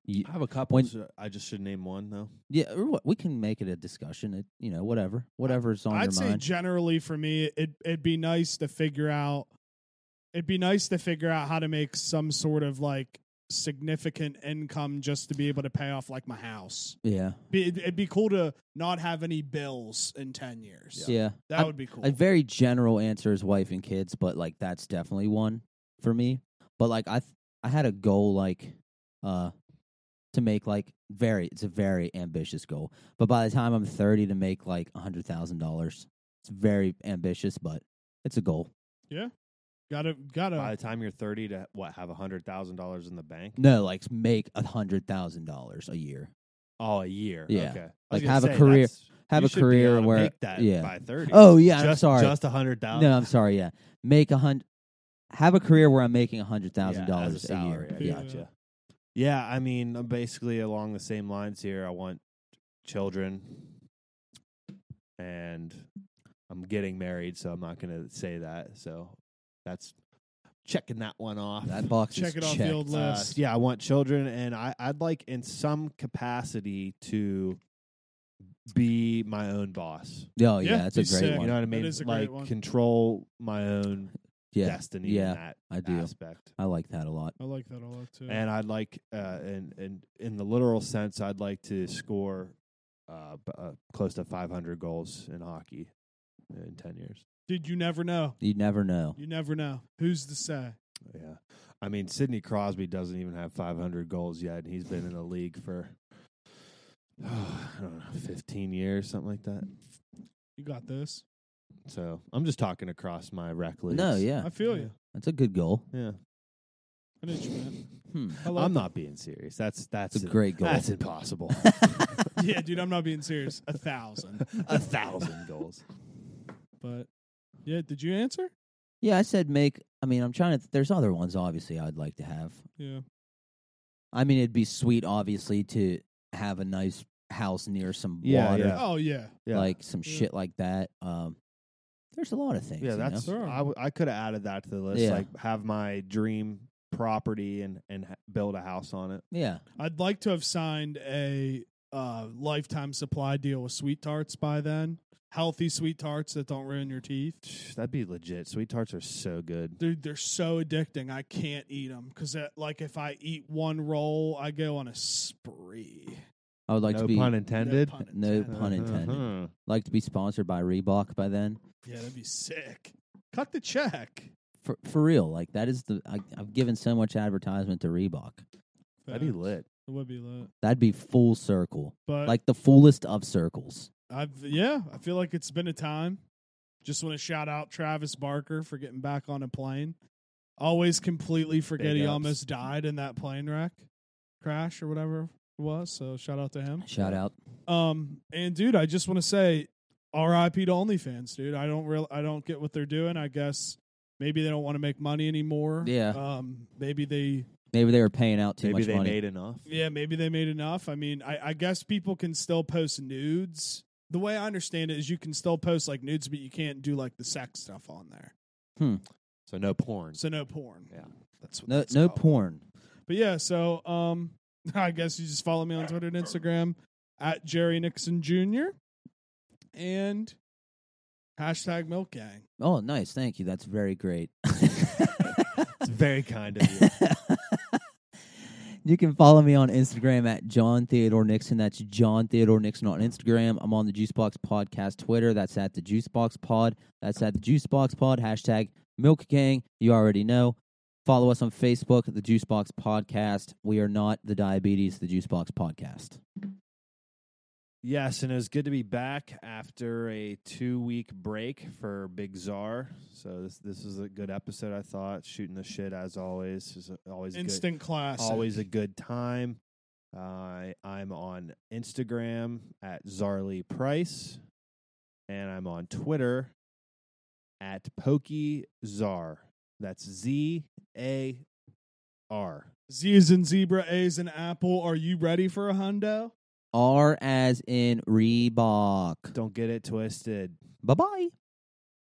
Speaker 1: You,
Speaker 2: I have a couple.
Speaker 1: When-
Speaker 2: so uh, I just should name one though.
Speaker 1: yeah, or what, we can make it a discussion. It, you know, whatever, whatever's on
Speaker 3: I'd
Speaker 1: your
Speaker 3: say
Speaker 1: mind.
Speaker 3: generally for me, it it'd be nice to figure out. It'd be nice to figure out how to make some sort of like significant income just to be able to pay off like my house.
Speaker 1: yeah,
Speaker 3: Be, it'd, it'd be cool to not have any bills in ten years.
Speaker 1: yeah.
Speaker 3: That
Speaker 1: I'm-
Speaker 3: would be cool.
Speaker 1: A very general answer is wife and kids, but like that's definitely one for me. But like I, th- I had a goal like, uh, to make like very. It's a very ambitious goal. But by the time I'm 30, to make like a hundred thousand dollars, it's very ambitious, but it's a goal.
Speaker 3: gotta
Speaker 2: By the
Speaker 3: gotta
Speaker 2: time you're 30, to what have a hundred thousand dollars in the bank?
Speaker 1: No, like make a hundred thousand dollars a year.
Speaker 2: Oh, a year.
Speaker 1: Yeah.
Speaker 2: Okay. I was
Speaker 1: Like,
Speaker 2: gonna
Speaker 1: have a
Speaker 2: say,
Speaker 1: career-
Speaker 2: that's-
Speaker 1: Have
Speaker 2: you
Speaker 1: a
Speaker 2: should be
Speaker 1: career
Speaker 2: able to
Speaker 1: where
Speaker 2: make that
Speaker 1: yeah.
Speaker 2: by 30.
Speaker 1: Oh yeah,
Speaker 2: just,
Speaker 1: I'm sorry.
Speaker 2: Just a hundred thousand.
Speaker 1: no, I'm sorry. Yeah, make a hundred. Have a career where I'm making a hundred thousand
Speaker 2: Yeah, as
Speaker 1: dollars a year.
Speaker 2: salary, I
Speaker 3: Yeah.
Speaker 2: Gotcha. Yeah, I mean, I'm basically along the same lines here. I want children, and I'm getting married, so I'm not going to say that. So that's checking that one off.
Speaker 1: That box
Speaker 3: check
Speaker 1: is
Speaker 3: it off the
Speaker 1: checked.
Speaker 3: old
Speaker 2: Uh,
Speaker 3: list.
Speaker 2: yeah, I want children, and I, I'd like, in some capacity, to be my own boss.
Speaker 1: Oh yeah,
Speaker 3: Yeah,
Speaker 1: that's a
Speaker 3: be
Speaker 1: great
Speaker 3: sick.
Speaker 2: You
Speaker 1: one.
Speaker 2: know what I
Speaker 3: That
Speaker 2: mean?
Speaker 3: is a great
Speaker 2: like
Speaker 3: one.
Speaker 2: control my own
Speaker 1: yeah,
Speaker 2: destiny
Speaker 1: yeah,
Speaker 2: in that
Speaker 1: I do.
Speaker 2: aspect.
Speaker 1: I like that a lot.
Speaker 3: I like that a lot
Speaker 1: Mm.
Speaker 3: too.
Speaker 2: and I'd like, uh, in, in in the literal sense, I'd like to score uh, b- uh, close to 500 goals in hockey in 10 years.
Speaker 3: Dude, you never know.
Speaker 1: You never know.
Speaker 3: You never know. Who's to say?
Speaker 2: Yeah, I mean Sidney Crosby doesn't even have 500 goals yet, and he's been in the league for I don't know 15 years, something like that.
Speaker 3: You got this.
Speaker 2: So I'm just talking across my rec leagues.
Speaker 1: No, yeah,
Speaker 3: I feel you.
Speaker 1: that's a good goal.
Speaker 2: yeah.
Speaker 3: I did you, man.
Speaker 1: Hmm.
Speaker 3: I love
Speaker 2: I'm
Speaker 3: that.
Speaker 2: not being serious. That's that's
Speaker 1: It's a great goal.
Speaker 2: That's impossible.
Speaker 3: yeah, dude, I'm not being serious. A thousand.
Speaker 2: a thousand goals.
Speaker 3: But yeah, did you answer?
Speaker 1: yeah, I said make. I mean, I'm trying to. there's other ones, obviously, I'd like to have.
Speaker 3: Yeah.
Speaker 1: I mean, it'd be sweet, obviously, to have a nice house near some
Speaker 2: Yeah,
Speaker 1: water,
Speaker 2: yeah.
Speaker 3: Oh yeah.
Speaker 2: Yeah.
Speaker 1: like some
Speaker 3: Yeah.
Speaker 1: shit like that. Um, there's a lot of things.
Speaker 2: Yeah,
Speaker 1: you
Speaker 2: that's
Speaker 1: know?
Speaker 3: Sure.
Speaker 2: I, w- I could have added that to the list.
Speaker 1: Yeah.
Speaker 2: Like have my dream property and and ha- build a house on it.
Speaker 1: yeah.
Speaker 3: I'd like to have signed a uh, lifetime supply deal with Sweet Tarts by then. Healthy Sweet Tarts that don't ruin your teeth.
Speaker 2: Psh, That'd be legit. Sweet tarts are so good.
Speaker 3: Dude, they're so addicting. I can't eat them because, like, if I eat one roll, I go on a spree.
Speaker 1: I would like
Speaker 2: no
Speaker 1: to be
Speaker 2: pun intended.
Speaker 3: No pun
Speaker 1: No
Speaker 3: intended.
Speaker 1: pun intended.
Speaker 2: Uh-huh.
Speaker 1: like to be sponsored by Reebok by then.
Speaker 3: Yeah, that'd be sick. Cut the check.
Speaker 1: For for real, like that is the I, I've given so much advertisement to Reebok.
Speaker 2: That'd be lit.
Speaker 3: It would be lit.
Speaker 1: That'd be full circle,
Speaker 3: But
Speaker 1: like the fullest of circles.
Speaker 3: I've yeah, I feel like it's been a time. Just want to shout out Travis Barker for getting back on a plane. Always completely forget
Speaker 2: Big
Speaker 3: he
Speaker 2: ups.
Speaker 3: almost died in that plane wreck crash or whatever it was. So shout out to him.
Speaker 1: Shout out.
Speaker 3: Um and dude, I just want to say RIP to OnlyFans, dude. I don't real I don't get what they're doing. I guess maybe they don't want to make money anymore.
Speaker 1: Yeah.
Speaker 3: Um maybe they
Speaker 1: Maybe they were paying out too
Speaker 2: Maybe
Speaker 1: much
Speaker 2: they
Speaker 1: money.
Speaker 2: made enough.
Speaker 3: yeah, maybe they made enough. I mean, I, I guess people can still post nudes. The way I understand it is you can still post like nudes, but you can't do like the sex stuff on there.
Speaker 2: So no porn.
Speaker 3: So no porn.
Speaker 2: Yeah.
Speaker 3: That's what
Speaker 1: no,
Speaker 3: that's
Speaker 1: no
Speaker 3: called.
Speaker 1: porn.
Speaker 3: But yeah, so um I guess you just follow me on Twitter and Instagram at Jerry Nixon Jr. and hashtag milk gang.
Speaker 1: Oh, nice. Thank you. That's very great.
Speaker 2: It's very kind of you.
Speaker 1: you can follow me on Instagram at John Theodore Nixon. That's John Theodore Nixon on Instagram. I'm on the Juicebox Podcast Twitter. That's at the Juicebox Pod. That's at the Juicebox Pod. Hashtag Milk Gang. You already know. Follow us on Facebook, the Juicebox Podcast. We are not the Diabetes, the Juicebox Podcast.
Speaker 2: yes, and it was good to be back after a two week break for Big Czar. So this this is a good episode. I thought shooting the shit as always is always good.
Speaker 3: Instant class.
Speaker 2: always a good time. Uh, I- I'm on Instagram at Zarly Price, and I'm on Twitter at Pokey Czar. That's Z A R.
Speaker 3: Z is in zebra, A is in apple. Are you ready for a hundo?
Speaker 1: R as in Reebok.
Speaker 2: Don't get it twisted.
Speaker 1: Bye bye.